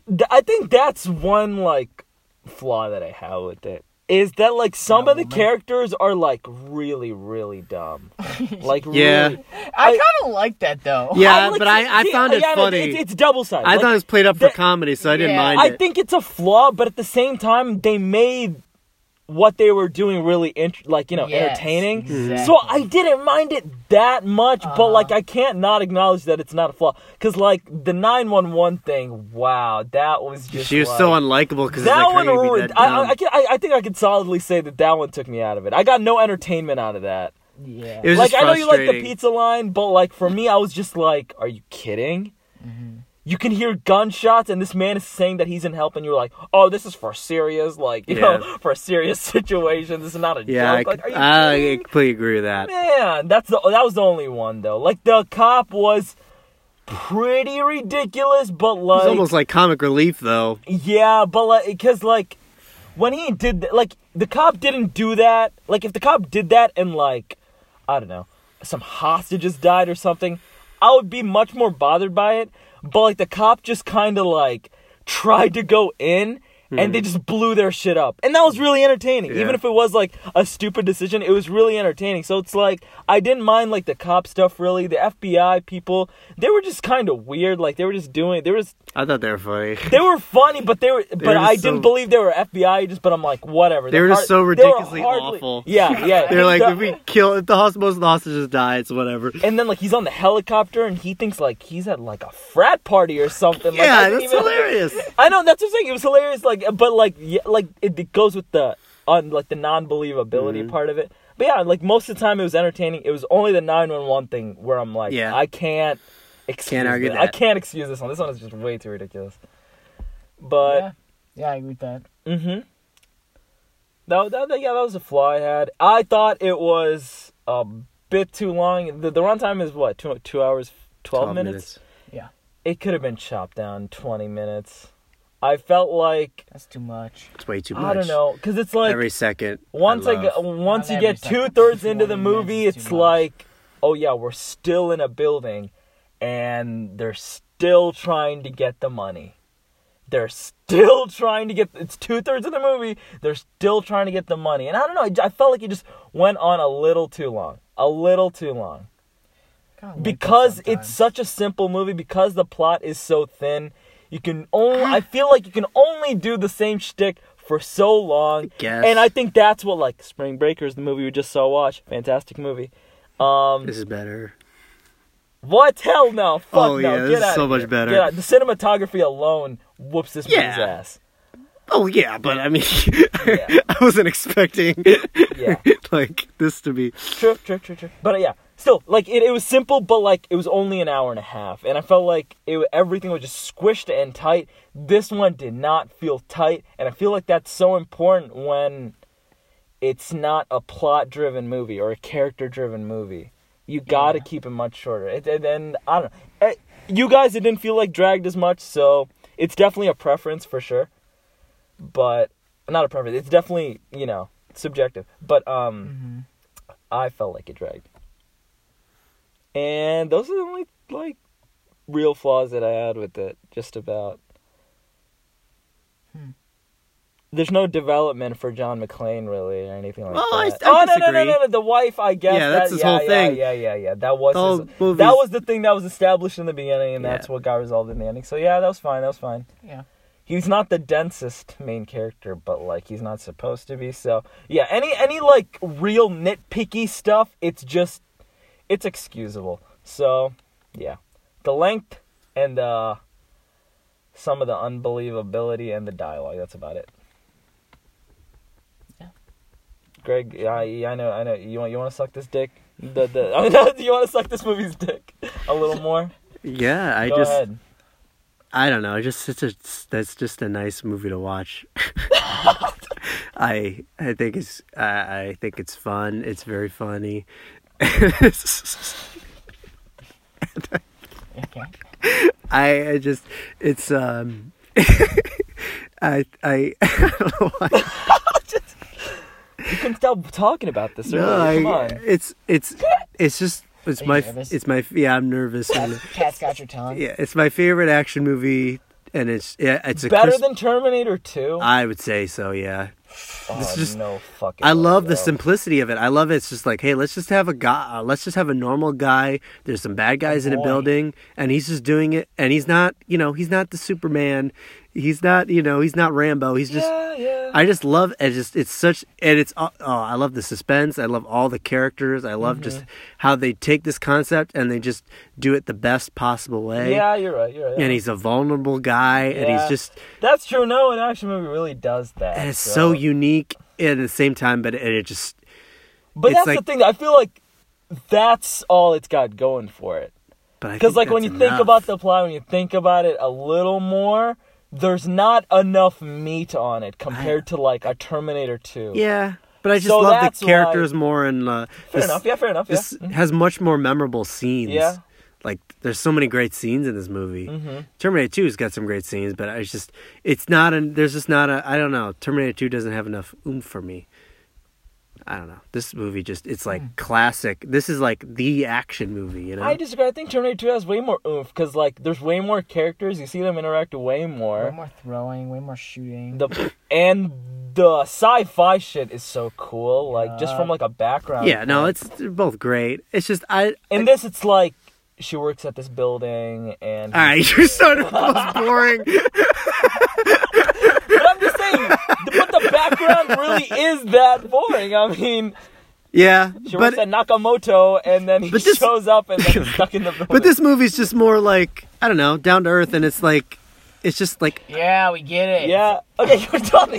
Speaker 3: Th- I think that's one like flaw that I have with it is that like some of the characters are like really really dumb. Like
Speaker 2: Yeah.
Speaker 3: really,
Speaker 1: I kind of like that though.
Speaker 2: Yeah,
Speaker 3: like
Speaker 2: but
Speaker 3: to-
Speaker 2: I, I
Speaker 3: see,
Speaker 2: found it
Speaker 3: yeah, no,
Speaker 2: funny.
Speaker 3: It's, it's double sided.
Speaker 2: I thought it was played up for
Speaker 3: that-
Speaker 2: comedy, so I didn't
Speaker 1: yeah.
Speaker 2: mind
Speaker 3: I
Speaker 2: it.
Speaker 3: think it's a flaw, but at the same time, they made what they were doing really int- like you know
Speaker 1: Yes,
Speaker 3: entertaining.
Speaker 1: exactly. Uh-huh.
Speaker 3: So I didn't mind it that much, but like I can't not acknowledge that it's not a flaw because like the nine one one thing. Wow, that was just
Speaker 2: she was
Speaker 3: like,
Speaker 2: so unlikable because
Speaker 3: That
Speaker 2: like,
Speaker 3: one
Speaker 2: how you be
Speaker 3: ruined.
Speaker 2: that um,
Speaker 3: I, I, I,
Speaker 2: dumb?
Speaker 3: can, I, I think I could solidly say that that one took me out of it. I got no entertainment out of that.
Speaker 1: Yeah.
Speaker 2: It was
Speaker 3: Like
Speaker 2: just
Speaker 3: I know you like the
Speaker 2: frustrating.
Speaker 3: pizza line, but like for me, I was just like, "Are you kidding?" You can hear gunshots, and this man is saying that he's in help, and you're like, "Oh, this is for serious, like you know,
Speaker 2: Yeah.
Speaker 3: for a serious situation. This is not a
Speaker 2: Yeah, I,
Speaker 3: joke." Like,
Speaker 2: c-
Speaker 3: are
Speaker 2: I
Speaker 3: you kidding?
Speaker 2: completely agree with that.
Speaker 3: Man, that's the that was the only one though. Like the cop was pretty ridiculous, but like
Speaker 2: It's almost like comic relief, though.
Speaker 3: yeah, but like, because like, when he did th- like the cop didn't do that. Like, if the cop did that and like, I don't know, some hostages died or something, I would be much more bothered by it. But like, the cop just kind of like tried to go in. And they just blew their shit up. And that was really entertaining.
Speaker 2: Yeah.
Speaker 3: Even if it was like a stupid decision, it was really entertaining. So it's like, I didn't mind like the cop stuff really. The FBI people, they were just kind of weird. Like they were just doing, they were just
Speaker 2: I thought they were funny.
Speaker 3: they were funny, but they were. But
Speaker 2: were just
Speaker 3: I didn't
Speaker 2: so-
Speaker 3: believe they were FBI agents. But I'm like, whatever.
Speaker 2: They
Speaker 3: They're
Speaker 2: were just so
Speaker 3: they were
Speaker 2: ridiculously
Speaker 3: hardly-
Speaker 2: awful.
Speaker 3: Yeah, yeah.
Speaker 2: They're
Speaker 3: And
Speaker 2: like,
Speaker 3: the-
Speaker 2: if we kill, if the host, most of the hostages die, it's whatever.
Speaker 3: And then like he's on the helicopter and he thinks like he's at like a frat party or something. like, I
Speaker 2: yeah,
Speaker 3: didn't
Speaker 2: that's
Speaker 3: even-
Speaker 2: hilarious.
Speaker 3: I know that's what I'm saying. It was hilarious. Like, but like, yeah, like it, it goes with the on like the non-believability
Speaker 2: Mm-hmm.
Speaker 3: part of it. But yeah, like most of the time it was entertaining. It was only the 911 thing where I'm like,
Speaker 2: Yeah.
Speaker 3: I can't excuse.
Speaker 2: argue
Speaker 3: this.
Speaker 2: that.
Speaker 3: I can't excuse this one. This one is just way too ridiculous. But.
Speaker 1: yeah. Yeah, I agree with that.
Speaker 3: Mm-hmm. That, that, that- yeah, that was a flaw I had. I thought it was a bit too long. The, the runtime is what two two hours twelve, minutes?
Speaker 1: Yeah,
Speaker 3: It could have been chopped down twenty minutes. I felt like
Speaker 1: that's too much.
Speaker 2: It's way too much.
Speaker 3: I don't know because it's like
Speaker 2: Every second.
Speaker 3: once I,
Speaker 2: love.
Speaker 3: get, once
Speaker 1: Not
Speaker 3: you
Speaker 1: every
Speaker 3: get
Speaker 1: second,
Speaker 3: two thirds into
Speaker 1: 20
Speaker 3: the
Speaker 1: minutes
Speaker 3: movie,
Speaker 1: is too
Speaker 3: it's
Speaker 1: much.
Speaker 3: like, oh yeah, we're still in a building, and they're still trying to get the money. They're still trying to get. It's two thirds of the movie. They're still trying to get the money, and I don't know. I j- I felt like it just went on a little too long. A little too long
Speaker 1: Kinda like that
Speaker 3: because it's
Speaker 1: sometimes.
Speaker 3: such a simple movie because the plot is so thin you can only i feel like you can only do the same shtick for so long
Speaker 2: guess.
Speaker 3: and i think that's what like spring breakers the movie we just saw watch fantastic movie um
Speaker 2: This is better.
Speaker 3: what hell no fuck
Speaker 2: Oh,
Speaker 3: no
Speaker 2: yeah,
Speaker 3: get
Speaker 2: this is
Speaker 3: outta
Speaker 2: so much
Speaker 3: here.
Speaker 2: better.
Speaker 3: Get out- the cinematography alone whoops this movie's
Speaker 2: Yeah.
Speaker 3: ass
Speaker 2: Oh yeah, but I mean,
Speaker 3: Yeah.
Speaker 2: I wasn't expecting
Speaker 3: Yeah.
Speaker 2: like this to be.
Speaker 3: True, true, true, true. But uh, yeah, still, like it, it was simple, but like it was only an hour and a half, and I felt like it, everything was just squished and tight. This one did not feel tight, and I feel like that's so important when it's not a plot-driven movie or a character-driven movie. You gotta keep it much shorter. It, and, and I don't know. Eh, You guys, it didn't feel like dragged as much, so it's definitely a preference for sure. But not a preference. It's definitely you know subjective. But um.
Speaker 1: Mm-hmm.
Speaker 3: I felt like it dragged. And those are the only like real flaws that I had with it. Just about.
Speaker 2: Hmm.
Speaker 3: There's no development for John McClane really or anything like
Speaker 2: Well, I-
Speaker 3: that.
Speaker 2: I
Speaker 3: oh no, no no
Speaker 2: disagree.
Speaker 3: no no the wife I guess
Speaker 2: Yeah, that's
Speaker 3: that,
Speaker 2: his
Speaker 3: yeah,
Speaker 2: whole
Speaker 3: yeah,
Speaker 2: thing.
Speaker 3: yeah yeah yeah that was
Speaker 2: The whole
Speaker 3: his- that
Speaker 2: movie's-
Speaker 3: was the thing that was established in the beginning and that's
Speaker 2: Yeah.
Speaker 3: what got resolved in the ending. So yeah that was fine that was fine
Speaker 1: yeah.
Speaker 3: he's not the densest main character, but like he's not supposed to be. So yeah, any any like real nitpicky stuff, it's just it's excusable. So yeah, the length and uh some of the unbelievability and the dialogue. That's about it.
Speaker 1: Yeah.
Speaker 3: Greg, I I know I know you want you want to suck this dick. The the I know, you want to suck this movie's dick a little more.
Speaker 2: Yeah, I
Speaker 3: Go
Speaker 2: just
Speaker 3: ahead.
Speaker 2: I don't know. I just it's a that's just a nice movie to watch. I I think it's I, I think it's fun. It's very funny.
Speaker 1: Okay.
Speaker 2: I, I just it's um I I I don't know why.
Speaker 3: You can stop talking about this.
Speaker 2: No,
Speaker 3: earlier. Come
Speaker 2: I,
Speaker 3: on.
Speaker 2: it's it's it's just it's
Speaker 1: Are you
Speaker 2: my
Speaker 1: nervous?
Speaker 2: it's my yeah I'm nervous.
Speaker 1: Cat's got your tongue.
Speaker 2: yeah, it's my favorite action movie, and it's yeah it's a
Speaker 3: better
Speaker 2: Chris-
Speaker 3: than Terminator 2?
Speaker 2: I would say so. Yeah,
Speaker 3: oh,
Speaker 2: this is just-
Speaker 3: no fucking
Speaker 2: I
Speaker 3: way,
Speaker 2: love the
Speaker 3: bro.
Speaker 2: simplicity of it. I love it. it's just like, hey, let's just have a guy. Uh, let's just have a normal guy. There's some bad guys in a
Speaker 1: boy.
Speaker 2: building, and he's just doing it. And he's not, you know, he's not the Superman. He's not, you know, he's not Rambo. He's just.
Speaker 3: yeah, yeah.
Speaker 2: I just love it. Just it's such, and it's oh, oh, I love the suspense. I love all the characters. I love just
Speaker 3: Mm-hmm.
Speaker 2: how they take this concept and they just do it the best possible way.
Speaker 3: yeah, you're right. You're right.
Speaker 2: And he's a vulnerable guy, and
Speaker 3: Yeah.
Speaker 2: he's just
Speaker 3: That's true. No, an action movie really does that.
Speaker 2: and it's so unique at the same time, but it, it just
Speaker 3: But
Speaker 2: it's
Speaker 3: that's the
Speaker 2: like-
Speaker 3: thing. I feel like that's all it's got going for it.
Speaker 2: but I
Speaker 3: Because
Speaker 2: think
Speaker 3: like when you
Speaker 2: that's
Speaker 3: think
Speaker 2: enough.
Speaker 3: about the plot, when you think about it a little more, there's not enough meat on it compared to like a Terminator 2.
Speaker 2: Yeah, but I just
Speaker 3: So
Speaker 2: love
Speaker 3: that's
Speaker 2: the characters more, and uh,
Speaker 3: Fair
Speaker 2: this,
Speaker 3: enough. Yeah, fair enough. Yeah. mm-hmm.
Speaker 2: this has much more memorable scenes.
Speaker 3: Yeah. Mm-hmm.
Speaker 2: Like there's so many great scenes in this movie. Terminator Two's got some great scenes, but I just it's not an there's just not a I don't know. Terminator Two doesn't have enough oomph for me. I don't know. This movie just it's like classic. This is like the action movie, you know.
Speaker 3: Hmm. I disagree. I think Terminator 2 has way more oomph because like there's way more characters. You see them interact way more.
Speaker 1: Way more throwing, way more shooting.
Speaker 3: the and the sci-fi shit is so cool like just from like a background
Speaker 2: yeah, no,
Speaker 3: point.
Speaker 2: it's they're both great. It's just I.
Speaker 3: in this it's like she works at this building and
Speaker 2: all right, you're so the most boring.
Speaker 3: but i'm just saying but the background really is that boring i mean
Speaker 2: Yeah,
Speaker 3: she
Speaker 2: but
Speaker 3: works at nakamoto and then he
Speaker 2: But this-
Speaker 3: shows up and then he's stuck in the building
Speaker 2: But this movie's just more like I don't know, down to earth, and it's like, it's just like
Speaker 1: yeah, we get it.
Speaker 3: yeah okay you're done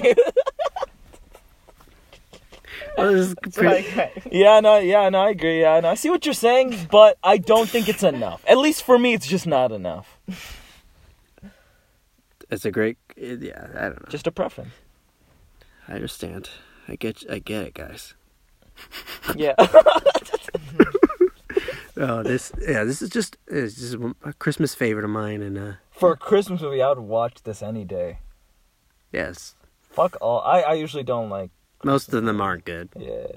Speaker 2: oh, this is pretty-
Speaker 1: Okay.
Speaker 3: yeah no yeah no i agree yeah no i see what you're saying but i don't think it's enough at least for me it's just not enough
Speaker 2: it's a great. Yeah, I don't know.
Speaker 3: just a preference
Speaker 2: I understand. I get. I get it, guys.
Speaker 3: yeah
Speaker 2: Oh, this. Yeah, this is just. This is a Christmas favorite of mine, and uh,
Speaker 3: for a christmas movie i would watch this any day
Speaker 2: yes,
Speaker 3: Fuck all. I, I usually don't like.
Speaker 2: most of them aren't good.
Speaker 3: Yeah.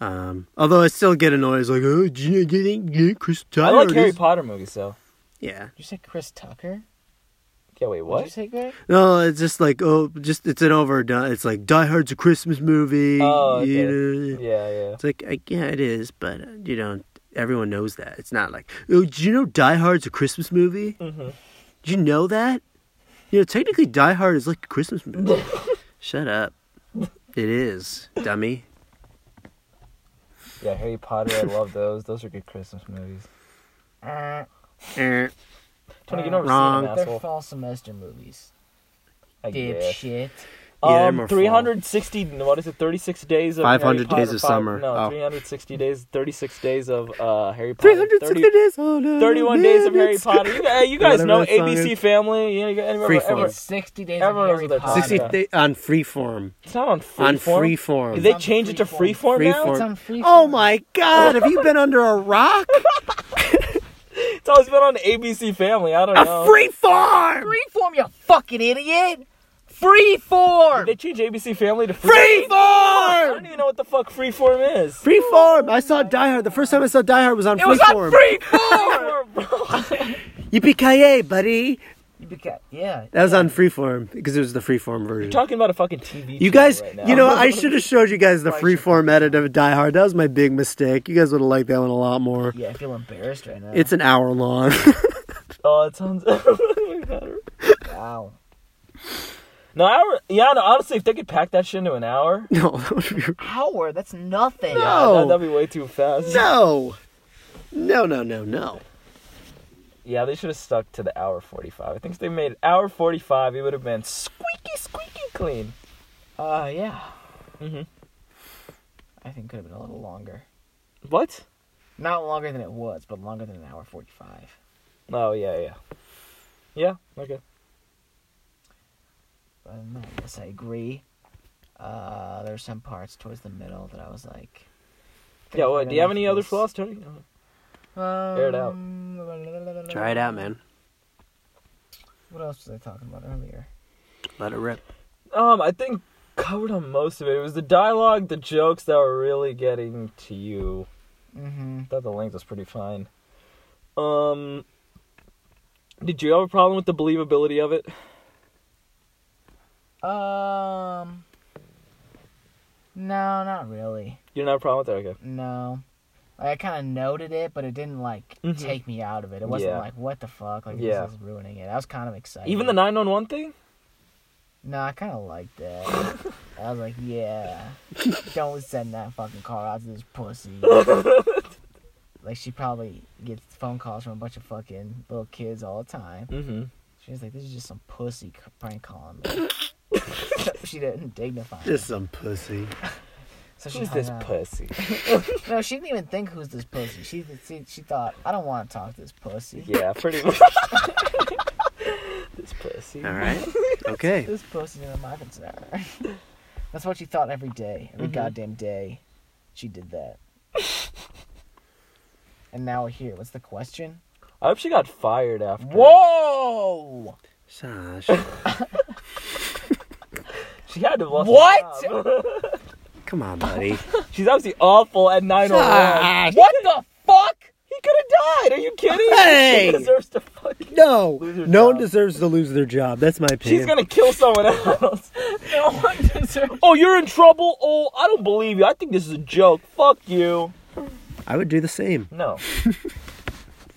Speaker 2: Um, although I still get annoyed. It's like, oh, do you, do you think you, Chris
Speaker 3: I
Speaker 2: Tyler?
Speaker 3: like Harry
Speaker 2: is-"
Speaker 3: Potter movies though.
Speaker 2: Yeah,
Speaker 1: You said Chris Tucker?
Speaker 3: Yeah, wait,
Speaker 1: What? Did you
Speaker 3: what?
Speaker 1: take that?
Speaker 2: No, it's just like oh, just it's an overdone. It's like Die Hard's a Christmas movie.
Speaker 3: Oh, okay.
Speaker 2: you know.
Speaker 3: Yeah, yeah.
Speaker 2: It's like I, yeah, it is, but uh, you know, everyone knows that. It's not like oh, did you know Die Hard's a Christmas movie? Mm-hmm. Did you know that? You know, technically Die Hard is like a Christmas movie. Shut up. It is, dummy.
Speaker 3: Yeah, Harry Potter, I love those. Those are good Christmas movies.
Speaker 2: Eh.
Speaker 3: Tony, you never
Speaker 2: Wrong.
Speaker 3: seen them,
Speaker 1: Uh, They're
Speaker 3: asshole.
Speaker 1: fall semester movies.
Speaker 3: I guess.
Speaker 1: Dipshit.
Speaker 2: Yeah, they're
Speaker 3: um,
Speaker 2: more
Speaker 3: 360, what is it, 36 days of
Speaker 2: 500
Speaker 3: Harry
Speaker 2: days
Speaker 3: Potter, five-
Speaker 2: of summer.
Speaker 3: No,
Speaker 2: Oh.
Speaker 3: 360 days, 36 days of uh, Harry Potter.
Speaker 2: 360
Speaker 3: 30
Speaker 2: days. Oh, no,
Speaker 3: 31 days of Harry Potter. You, guys- you guys
Speaker 2: Whatever
Speaker 3: know
Speaker 2: that song
Speaker 3: ABC
Speaker 2: is.
Speaker 3: Family. You know, you guys- remember,
Speaker 2: Freeform.
Speaker 3: ever-
Speaker 1: It's 60 days
Speaker 3: Everyone knows
Speaker 1: of
Speaker 3: what
Speaker 1: Harry
Speaker 3: they're talking
Speaker 1: Potter.
Speaker 2: 60
Speaker 3: about.
Speaker 2: day- on Freeform.
Speaker 3: it's not on Freeform.
Speaker 2: On Freeform.
Speaker 3: Did they
Speaker 1: on
Speaker 3: change it to
Speaker 1: Freeform.
Speaker 3: Freeform, now?
Speaker 1: It's
Speaker 2: Freeform.
Speaker 1: on free
Speaker 2: Oh my God! Have you been under a rock?
Speaker 3: It's always been on ABC Family. I don't
Speaker 2: A
Speaker 3: know.
Speaker 2: freeform.
Speaker 1: Freeform, you fucking idiot! Freeform!
Speaker 3: Did they change ABC Family to Freeform? I don't
Speaker 2: Freeform.
Speaker 3: even know what the fuck Freeform is.
Speaker 2: Freeform. I saw Die Hard. The first time I saw Die Hard was on
Speaker 1: it was on
Speaker 2: Freeform.
Speaker 1: Freeform!
Speaker 2: Yippee ki yay, buddy!
Speaker 1: Because- yeah.
Speaker 2: That was on Freeform because it was the Freeform version.
Speaker 3: Talking about a fucking TV. channel
Speaker 2: you guys,
Speaker 3: right now.
Speaker 2: you know, I should have showed you guys the Freeform edit of Die Hard. That was my big mistake. You guys would have liked that one a lot more.
Speaker 1: Yeah, I feel embarrassed right now.
Speaker 2: It's an hour long.
Speaker 3: Oh, it sounds. oh
Speaker 1: wow.
Speaker 3: no, hour. Yeah, no. Honestly, if they could pack that shit into an hour, uh,
Speaker 2: no, that would be
Speaker 1: Hour, that's nothing.
Speaker 2: No.
Speaker 3: that, that'd be way too fast.
Speaker 2: no, no, no, no, no.
Speaker 3: Yeah, they should have stuck to the hour forty-five. I think if they made it hour forty-five, it would have been squeaky, squeaky clean.
Speaker 1: Uh, yeah. Mm-hmm.
Speaker 3: Mhm.
Speaker 1: I think it could have been a little longer.
Speaker 3: What?
Speaker 1: Not longer than it was, but longer than an hour 45.
Speaker 3: Oh yeah, yeah, yeah. Okay.
Speaker 1: But other than that, yes, I agree. Uh, there's some parts towards the middle that I was like.
Speaker 3: Yeah. What? Do you have any other
Speaker 1: flaws?
Speaker 3: flaws, Tony? Uh,
Speaker 1: Air
Speaker 3: it out.
Speaker 2: Try it out, man.
Speaker 1: Um, What else was I talking about earlier?
Speaker 2: Let it rip.
Speaker 3: Um, I think covered on most of it. It was the dialogue, the jokes that were really getting to you.
Speaker 1: Mm-hmm.
Speaker 3: thought the length was pretty fine. Um, did you have a problem with the believability of it?
Speaker 1: Um. No, not really.
Speaker 3: You didn't have a problem with that? Okay.
Speaker 1: No. Like, I kind of noted it, but it didn't like
Speaker 3: Mhm.
Speaker 1: take me out of it. It wasn't
Speaker 3: Yeah.
Speaker 1: like what the fuck, like
Speaker 3: Yeah.
Speaker 1: this is ruining it. I was kind of excited.
Speaker 3: Even the 911 thing?
Speaker 1: No, I kind of liked that. I was like, yeah, don't send that fucking car out to this pussy. like she probably gets phone calls from a bunch of fucking little kids all the time.
Speaker 3: Mm-hmm.
Speaker 1: She was like, this is just some pussy c- prank calling me. she didn't dignify. it.
Speaker 2: Just some pussy.
Speaker 1: So she
Speaker 3: Who's
Speaker 1: hung
Speaker 3: this
Speaker 1: up.
Speaker 3: pussy?
Speaker 1: No, she didn't even think who's this pussy. She she, she thought, I don't want to talk to this pussy.
Speaker 3: Yeah, pretty much. this pussy.
Speaker 2: All right. Okay.
Speaker 1: This pussy's in my concern. That's what she thought every day. Every
Speaker 3: Mhm.
Speaker 1: goddamn day, she did that. and now we're here. What's the question?
Speaker 3: I hope she got fired after.
Speaker 1: Whoa!
Speaker 3: Oh!
Speaker 2: Sash,
Speaker 3: She had to have lost her
Speaker 1: What?
Speaker 3: job.
Speaker 2: come on, buddy.
Speaker 3: She's obviously awful at 911.
Speaker 2: Josh.
Speaker 3: What the fuck? He could have died. Are you kidding?
Speaker 2: Hey!
Speaker 3: She deserves to fucking.
Speaker 2: No,
Speaker 3: Lose your
Speaker 2: no one
Speaker 3: job.
Speaker 2: deserves to lose their job. That's my opinion.
Speaker 3: She's gonna kill someone else.
Speaker 1: No one deserves.
Speaker 3: Oh, you're in trouble? Oh, I don't believe you. I think this is a joke. Fuck you.
Speaker 2: I would do the same.
Speaker 3: No.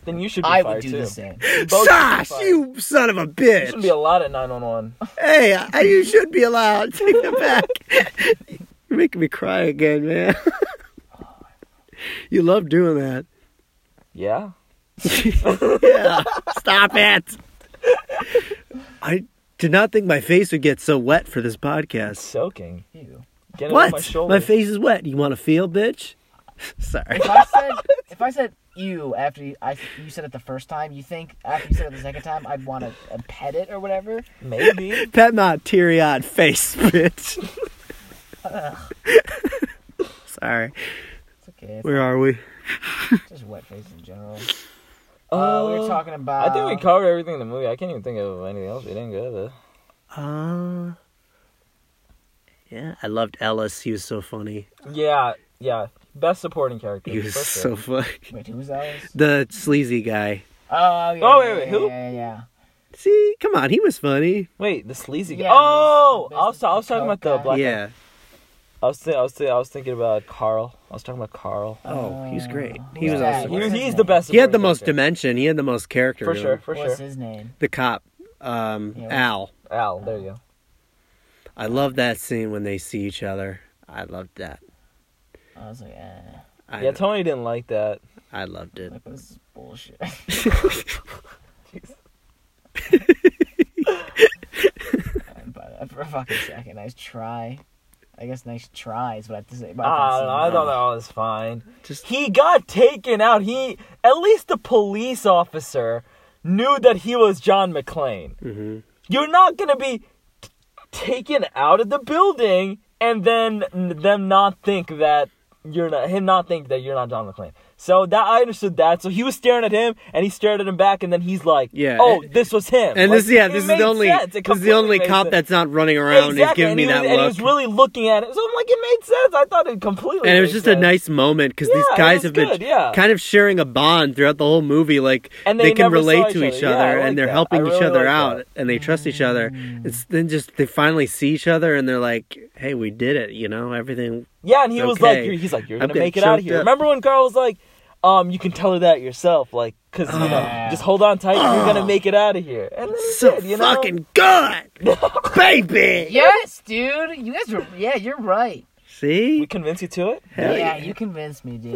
Speaker 3: then you should be
Speaker 1: I
Speaker 3: fired
Speaker 1: would do
Speaker 3: too.
Speaker 1: the same.
Speaker 3: You both should be
Speaker 2: Sash,
Speaker 3: fired.
Speaker 2: you son of a
Speaker 3: You shouldn't be
Speaker 2: bitch!
Speaker 3: allowed at 911.
Speaker 2: Hey, I, you should be allowed. Take it back. You're making me cry again, man. you love doing that.
Speaker 3: Yeah.
Speaker 2: yeah, stop it. I did not think my face would get so wet for this
Speaker 3: It's
Speaker 2: podcast.
Speaker 3: soaking.
Speaker 1: Ew.
Speaker 3: Get it on
Speaker 2: What?
Speaker 3: my shoulder.
Speaker 2: my face is wet. You want to feel, bitch? Sorry.
Speaker 1: If I said if I said ew after you, I, you said it the first time, you think after you said it the second time, I'd want to pet it or whatever?
Speaker 3: Maybe.
Speaker 2: Pet my teary eyed face, bitch. Sorry.
Speaker 1: It's okay.
Speaker 2: Where are we?
Speaker 1: It's just wet face in general. Uh, we were talking about.
Speaker 3: Oh. I think we covered everything in the movie. I can't even think of anything else we didn't go to.
Speaker 2: Uh, yeah, I loved Ellis. He was so funny.
Speaker 3: Yeah, yeah. Best supporting character.
Speaker 2: He was
Speaker 3: for
Speaker 2: so
Speaker 3: sure.
Speaker 2: funny.
Speaker 1: Wait, who's that?
Speaker 2: The sleazy guy.
Speaker 1: Oh, yeah,
Speaker 3: Oh, wait, wait,
Speaker 1: yeah,
Speaker 3: who?
Speaker 1: Yeah, yeah, yeah.
Speaker 2: See, come on, he was funny.
Speaker 3: Wait, the sleazy guy.
Speaker 1: Yeah,
Speaker 3: oh,
Speaker 1: he's the
Speaker 3: I was, I was
Speaker 1: business
Speaker 3: talking about the
Speaker 1: guy.
Speaker 3: black.
Speaker 2: yeah.
Speaker 3: I was, th- I was, th- I was thinking about Carl. I was talking about Carl.
Speaker 2: Oh, he's great. He
Speaker 1: Um, who's
Speaker 2: was
Speaker 1: that?
Speaker 2: awesome.
Speaker 1: What's
Speaker 3: He,
Speaker 1: his
Speaker 3: he's
Speaker 1: name?
Speaker 3: the best.
Speaker 2: He had the
Speaker 3: supporting
Speaker 2: most
Speaker 3: actor.
Speaker 2: dimension. He had the most character.
Speaker 3: For
Speaker 2: to
Speaker 3: sure,
Speaker 2: him.
Speaker 3: for
Speaker 1: What's
Speaker 3: sure.
Speaker 1: his name?
Speaker 2: The cop, um,
Speaker 1: Yeah.
Speaker 2: Al.
Speaker 3: Al, there you go.
Speaker 2: I love that scene when they see each other. I loved that.
Speaker 1: I was like, eh,
Speaker 2: I,
Speaker 3: Yeah, Tony didn't like that.
Speaker 2: I loved it.
Speaker 1: like this is bullshit. but uh, for a fucking second, nice try. I guess nice try is what I have to say about
Speaker 3: I,
Speaker 1: that.
Speaker 3: don't
Speaker 1: scene.
Speaker 3: know, Ah, I thought that was fine.
Speaker 2: Just-
Speaker 3: he got taken out. He at least the police officer knew that he was John McClane.
Speaker 2: Mhm.
Speaker 3: You're not gonna be t- taken out of the building and then n- them not think that you're not him not think that you're not John McClane. So that I understood that. So he was staring at him, and he stared at him back, and then he's like,
Speaker 2: Yeah,
Speaker 3: oh,
Speaker 2: and-
Speaker 3: this was him."
Speaker 2: And
Speaker 3: Like,
Speaker 2: this, yeah,
Speaker 3: it
Speaker 2: this is
Speaker 3: made
Speaker 2: the only,
Speaker 3: sense. It
Speaker 2: this is the
Speaker 3: completely
Speaker 2: only
Speaker 3: made
Speaker 2: cop
Speaker 3: sense.
Speaker 2: that's not running around is
Speaker 3: Exactly,
Speaker 2: giving me
Speaker 3: and he
Speaker 2: that
Speaker 3: was, And he
Speaker 2: look.
Speaker 3: was really looking at it. So I'm like, it made sense. I thought it completely.
Speaker 2: and it was
Speaker 3: made
Speaker 2: just a
Speaker 3: sense.
Speaker 2: nice moment because
Speaker 3: Yeah,
Speaker 2: these
Speaker 3: it
Speaker 2: guys
Speaker 3: was
Speaker 2: have been
Speaker 3: good, yeah.
Speaker 2: kind of sharing a bond throughout the whole movie. Like
Speaker 3: And
Speaker 2: they,
Speaker 3: they
Speaker 2: can
Speaker 3: never saw
Speaker 2: relate
Speaker 3: each
Speaker 2: to each
Speaker 3: other. Yeah,
Speaker 2: other,
Speaker 3: I like
Speaker 2: and they're
Speaker 3: that.
Speaker 2: helping
Speaker 3: I
Speaker 2: each
Speaker 3: really
Speaker 2: other
Speaker 3: like
Speaker 2: out,
Speaker 3: that. Mm.
Speaker 2: and they trust each other. It's then just they finally see each other, and they're like, "Hey, we did it! You know, everything."
Speaker 3: Yeah, and he
Speaker 2: It's
Speaker 3: was
Speaker 2: okay.
Speaker 3: like, you're, he's like, you're
Speaker 2: I'm
Speaker 3: gonna
Speaker 2: getting
Speaker 3: make it out of
Speaker 2: choked
Speaker 3: here.
Speaker 2: up.
Speaker 3: Remember when Carl was like, um, you can tell her that yourself, like, cause you know,
Speaker 1: Yeah.
Speaker 3: just hold on tight, you're gonna make it out of here. And then he
Speaker 2: So
Speaker 3: did, you know.
Speaker 2: fucking good, baby.
Speaker 1: Yes, dude. You guys were. Yeah, you're right.
Speaker 3: we
Speaker 2: See,
Speaker 3: convince you to it.
Speaker 2: Hell
Speaker 1: yeah, you convinced me, dude.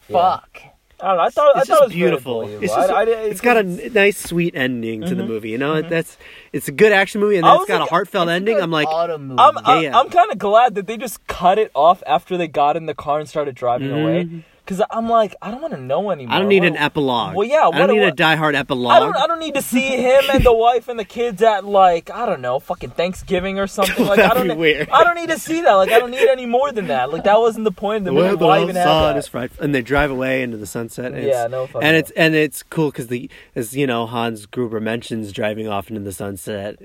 Speaker 1: Fuck.
Speaker 3: I don't know. I thought I thought it
Speaker 2: it's just
Speaker 3: was
Speaker 2: beautiful.
Speaker 3: Very
Speaker 2: It's just,
Speaker 3: I, I, didn't-
Speaker 2: it's got a n- nice, sweet ending to the movie. You know, that's it's a good action movie, and
Speaker 3: Mm-hmm. I
Speaker 2: then
Speaker 3: was
Speaker 2: it's got
Speaker 3: like-
Speaker 2: a heartfelt ending. I'm like,
Speaker 1: autumn movie.
Speaker 3: I'm I,
Speaker 2: Yeah.
Speaker 3: I'm kind of glad that they just cut it off after they got in the car and started driving away. Cause I'm like, I don't want to know anymore.
Speaker 2: Mm-hmm. I don't need
Speaker 3: What-
Speaker 2: an epilogue.
Speaker 3: Well, yeah,
Speaker 2: I
Speaker 3: what-
Speaker 2: don't need a
Speaker 3: what-
Speaker 2: die-hard epilogue.
Speaker 3: I don't. I don't need to see him and the wife and the kids at like I don't know, fucking Thanksgiving or something. Like I
Speaker 2: That'd
Speaker 3: don't.
Speaker 2: be weird.
Speaker 3: I don't need to see that. Like I don't need any more than that. Like that wasn't the point of the movie.
Speaker 2: Well,
Speaker 3: Why
Speaker 2: the
Speaker 3: even have
Speaker 2: sun
Speaker 3: that?
Speaker 2: is fried, and they drive away into the sunset. And
Speaker 3: Yeah,
Speaker 2: it's,
Speaker 3: no fucking
Speaker 2: and it's and it's cool because the as you know Hans Gruber mentions driving off into the sunset.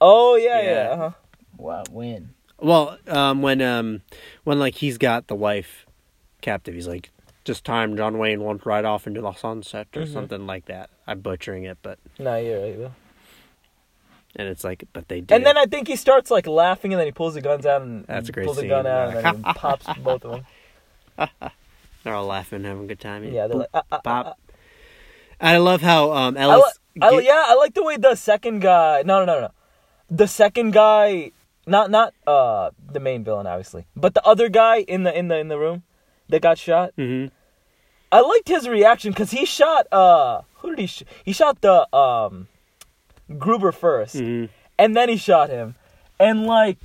Speaker 3: Oh yeah, yeah.
Speaker 2: Yeah.
Speaker 3: uh-huh.
Speaker 1: What win?
Speaker 2: Well, um, when um, when like he's got the wife captive, he's like, "Just time John Wayne won't ride off into the sunset
Speaker 3: Mm-hmm.
Speaker 2: or something like that." I'm butchering it, but
Speaker 3: No, you're right. though.
Speaker 2: and it's like, but they did.
Speaker 3: And then I think he starts like laughing, and then he pulls the guns out and
Speaker 2: That's a great
Speaker 3: pulls the
Speaker 2: scene,
Speaker 3: gun out,
Speaker 2: yeah.
Speaker 3: and then he pops both of them.
Speaker 2: they're all laughing, having a good time.
Speaker 3: Yeah, they're like, ah, ah,
Speaker 2: Pop. I love how um,
Speaker 3: I, li-
Speaker 2: Ellis.
Speaker 3: I, li-
Speaker 2: ge-
Speaker 3: yeah, I like the way the second guy. No, no, no, no. The second guy, not not uh the main villain, obviously, but the other guy in the in the in the room that got shot.
Speaker 2: Mhm.
Speaker 3: I liked his reaction because he shot. uh Who did he? Sh- he shot the um Gruber 1st
Speaker 2: Mhm.
Speaker 3: and then he shot him, and like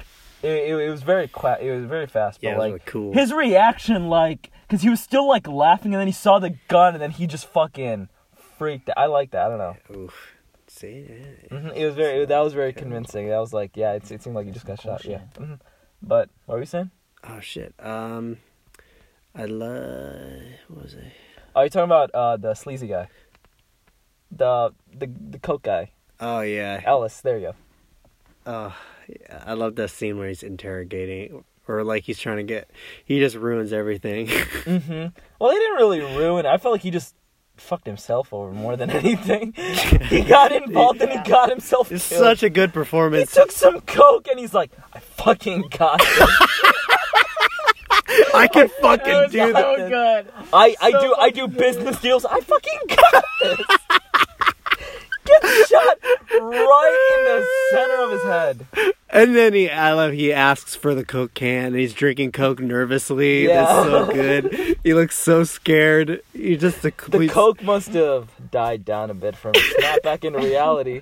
Speaker 3: it, it, it was very qua- it was very fast, but
Speaker 2: Yeah, it was
Speaker 3: like
Speaker 2: really cool.
Speaker 3: his reaction, like because he was still like laughing, and then he saw the gun, and then he just fucking freaked. out. I like that. I don't know.
Speaker 2: Oof. See, yeah.
Speaker 3: hmm It was very. that was very convincing. That was like, yeah, it, it seemed like you just got shot. Yeah. hmm But what were you saying?
Speaker 2: Oh shit. Um, I love. What was it?
Speaker 3: Are you talking about uh, the sleazy guy? The the the coke guy,
Speaker 2: Oh yeah.
Speaker 3: Ellis. There you go.
Speaker 2: Oh, yeah. I love that scene where he's interrogating, or like he's trying to get. He just ruins everything.
Speaker 3: hmm Well, they didn't really ruin. it. I felt like he just fucked himself over more than anything. he got involved and he got himself
Speaker 2: it's
Speaker 3: killed.
Speaker 2: such a good
Speaker 3: he
Speaker 2: performance.
Speaker 3: took some coke and he's like, I fucking got it.
Speaker 2: I can fucking
Speaker 3: was
Speaker 2: do
Speaker 3: like-
Speaker 2: that.
Speaker 1: So good.
Speaker 3: I, I
Speaker 1: So
Speaker 3: do I do business deals. I fucking got this. Get shot right in the center of his head.
Speaker 2: And then he, I love. He asks for the coke can. And he's drinking coke nervously.
Speaker 3: Yeah.
Speaker 2: That's so good. he looks so scared. He just a
Speaker 3: The
Speaker 2: complete.
Speaker 3: coke must have died down a bit from its snap back into reality.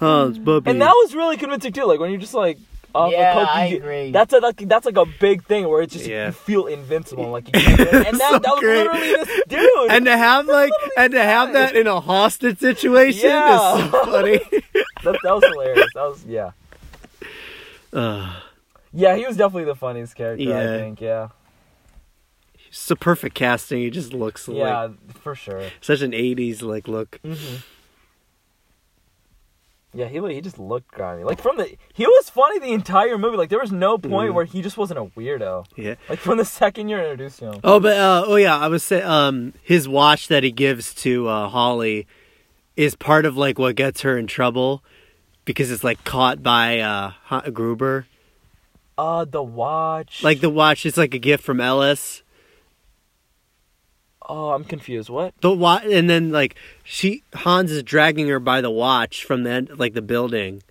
Speaker 2: Oh, it's Bubby.
Speaker 3: Mm. And that was really convincing too. Like when you're just like, off
Speaker 1: Yeah,
Speaker 3: of coke,
Speaker 1: I
Speaker 3: you get-
Speaker 1: agree.
Speaker 3: That's a, like that's like a big thing where it's just
Speaker 2: Yeah.
Speaker 3: you feel invincible. Like you can't do it. and that,
Speaker 2: So
Speaker 3: that was
Speaker 2: great.
Speaker 3: literally this dude.
Speaker 2: and to have like and to have that in a hostage situation
Speaker 3: Yeah.
Speaker 2: is so funny.
Speaker 3: that, that was hilarious. That was yeah.
Speaker 2: uh,
Speaker 3: Yeah, he was definitely the funniest character.
Speaker 2: Yeah.
Speaker 3: I think. Yeah.
Speaker 2: so perfect casting. He just looks
Speaker 3: Yeah,
Speaker 2: like Mm-hmm.
Speaker 3: for sure.
Speaker 2: such an '80s like look.
Speaker 3: Yeah, he he just looked grimy. Like from the he was funny the entire movie. Like there was no
Speaker 2: Mm-hmm.
Speaker 3: point where he just wasn't a weirdo.
Speaker 2: Yeah.
Speaker 3: Like from the second you're introduced to him.
Speaker 2: Oh, but uh, oh yeah, I was say um his watch that he gives to uh, Holly is part of like what gets her in trouble because it's like caught by uh Ha- Gruber.
Speaker 3: Uh, the watch.
Speaker 2: Like the watch is like a gift from Ellis.
Speaker 3: Oh, I'm confused. What?
Speaker 2: The watch, and then like she Hans is dragging her by the watch from the end, like the building.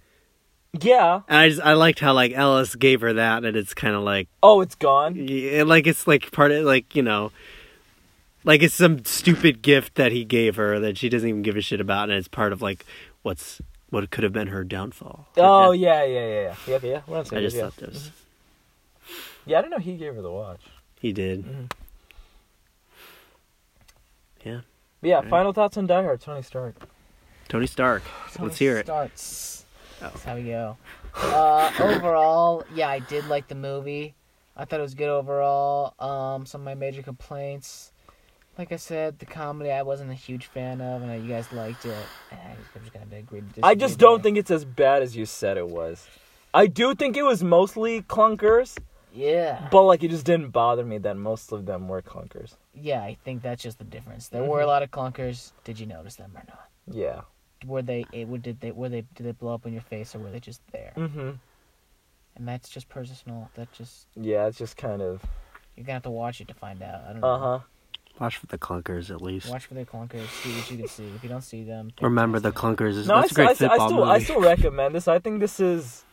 Speaker 3: Yeah.
Speaker 2: And I just I liked how like Ellis gave her that, and it's kind of like
Speaker 3: Oh, it's gone.
Speaker 2: yeah, like it's like part of like you know, like it's some stupid gift that he gave her that she doesn't even give a shit about, and it's part of like what's what could have been her downfall. Her
Speaker 3: Oh
Speaker 2: death.
Speaker 3: yeah, yeah, yeah, yeah. Yeah, okay, yeah. Mm-hmm. What I'm saying
Speaker 2: I
Speaker 3: is,
Speaker 2: just
Speaker 3: yeah. Mm-hmm.
Speaker 2: thought that was
Speaker 3: Yeah, I don't know. He gave her the watch.
Speaker 2: he did.
Speaker 3: Mm-hmm.
Speaker 2: Yeah,
Speaker 3: But yeah. Final thoughts on Die Hard. Tony Stark.
Speaker 2: Tony Stark. Let's hear it. Oh.
Speaker 1: Starts. That's how we go. Uh, overall, yeah, I did like the movie. I thought it was good overall. Um, some of my major complaints, like I said, the comedy I wasn't a huge fan of, and I, you guys liked it. And I just, I'm just gonna agree. to
Speaker 3: I
Speaker 1: disagree
Speaker 3: just don't
Speaker 1: there.
Speaker 3: think it's as bad as you said it was. I do think it was mostly clunkers,
Speaker 1: Yeah,
Speaker 3: but like it just didn't bother me that most of them were clunkers.
Speaker 1: yeah, I think that's just the difference. There
Speaker 3: Mm-hmm.
Speaker 1: were a lot of clunkers. Did you notice them or not?
Speaker 3: Yeah.
Speaker 1: Were they? It, were- did they? Were they? Did they blow up in your face, or were they just there?
Speaker 3: Mm-hmm.
Speaker 1: And that's just personal. That just
Speaker 3: Yeah, it's just kind of
Speaker 1: you're gonna have to watch it to find out. I don't know.
Speaker 3: uh huh.
Speaker 2: Watch for the clunkers at least.
Speaker 1: Watch for the clunkers. See what you can see. If you don't see them, pick
Speaker 2: Remember the
Speaker 1: Disney.
Speaker 2: clunkers. Is,
Speaker 3: No, I, s-
Speaker 2: that's a
Speaker 3: I
Speaker 2: great
Speaker 3: s- I
Speaker 2: football
Speaker 3: still I
Speaker 2: movie.
Speaker 3: still recommend this. I think this is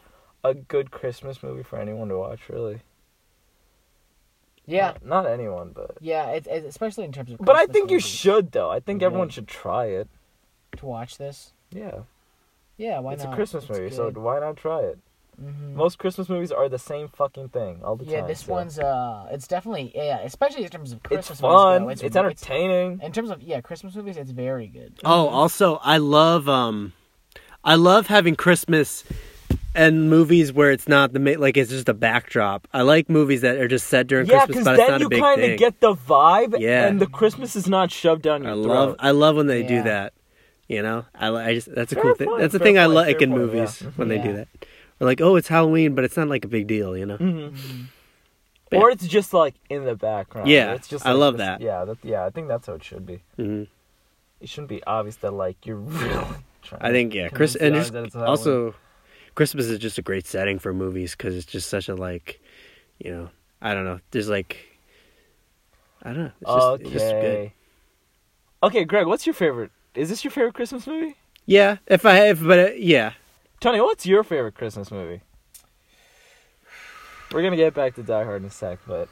Speaker 3: a good Christmas movie for anyone to watch. Really.
Speaker 1: Yeah,
Speaker 3: Not, not anyone, but.
Speaker 1: yeah. It, it- especially in terms of.
Speaker 3: But I
Speaker 1: Christmas
Speaker 3: think you
Speaker 1: movies.
Speaker 3: should though. I think
Speaker 1: Yeah.
Speaker 3: everyone should try it.
Speaker 1: to watch this.
Speaker 3: Yeah.
Speaker 1: Yeah, why
Speaker 3: it's
Speaker 1: not?
Speaker 3: a Christmas movie, so why not try it?
Speaker 1: hmm
Speaker 3: Most Christmas movies are the same fucking thing all the
Speaker 1: yeah,
Speaker 3: time.
Speaker 1: this
Speaker 3: so.
Speaker 1: one's uh, it's definitely yeah, especially in terms of
Speaker 3: it's
Speaker 1: Christmas.
Speaker 3: fun.
Speaker 1: Movies,
Speaker 3: it's,
Speaker 1: though,
Speaker 3: entertaining.
Speaker 1: in terms of yeah, Christmas movies, it's very good.
Speaker 2: Oh, also, I love um, I love having Christmas and movies where it's not the ma- like it's just a backdrop. I like movies that are just set during
Speaker 3: yeah, because
Speaker 2: Christmas, but it's
Speaker 3: then
Speaker 2: not a
Speaker 3: you
Speaker 2: big
Speaker 3: kind
Speaker 2: thing.
Speaker 3: of get the vibe,
Speaker 2: Yeah.
Speaker 3: and the Christmas is not shoved down your
Speaker 2: I
Speaker 3: throat.
Speaker 2: love I love when they
Speaker 1: Yeah.
Speaker 2: do that. You know, I, li- I just that's a
Speaker 3: Fair
Speaker 2: cool thing.
Speaker 3: point,
Speaker 2: That's the
Speaker 3: fair
Speaker 2: thing I
Speaker 3: point,
Speaker 2: like
Speaker 3: fair
Speaker 2: in
Speaker 3: point, yeah.
Speaker 2: movies when they do
Speaker 1: Yeah.
Speaker 2: that. Or like, oh, it's Halloween, but it's not like a big deal. You know, Yeah.
Speaker 3: Or it's just like in the background.
Speaker 2: Yeah,
Speaker 3: it's just
Speaker 2: I
Speaker 3: like
Speaker 2: love
Speaker 3: this-
Speaker 2: that.
Speaker 3: Yeah, that, yeah, I think that's how it should be.
Speaker 2: Mhm.
Speaker 3: It shouldn't be obvious that like you're really. Trying
Speaker 2: I think yeah,
Speaker 3: to
Speaker 2: Chris
Speaker 3: convince
Speaker 2: and
Speaker 3: the audience
Speaker 2: just,
Speaker 3: that it's Halloween.
Speaker 2: also Christmas is just a great setting for movies because it's just such a like, you know, I don't know. There's like, I don't know. It's just,
Speaker 3: okay.
Speaker 2: it's just good.
Speaker 3: Okay, Greg, what's your favorite? Is this your favorite Christmas movie?
Speaker 2: Yeah, if I if but uh, yeah,
Speaker 3: Tony, what's your favorite Christmas movie? We're gonna get back to Die Hard in a sec, but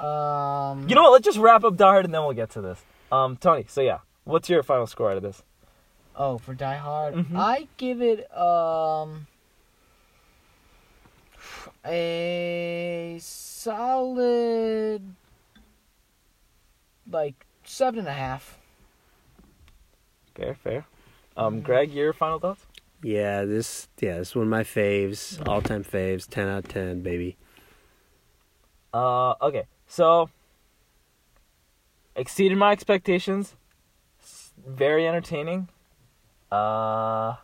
Speaker 1: Um,
Speaker 3: you know what? Let's just wrap up Die Hard and then we'll get to this. Um, Tony, so yeah, what's your final score out of this?
Speaker 1: Oh, for Die Hard,
Speaker 3: Mhm.
Speaker 1: I give it um a solid like seven and a half.
Speaker 3: Fair, fair. Um, Greg, your final thoughts?
Speaker 2: yeah. This yeah, this is one of my faves, all time faves. Ten out of ten, baby.
Speaker 3: Uh, okay, so exceeded my expectations. S- Very entertaining. Uh,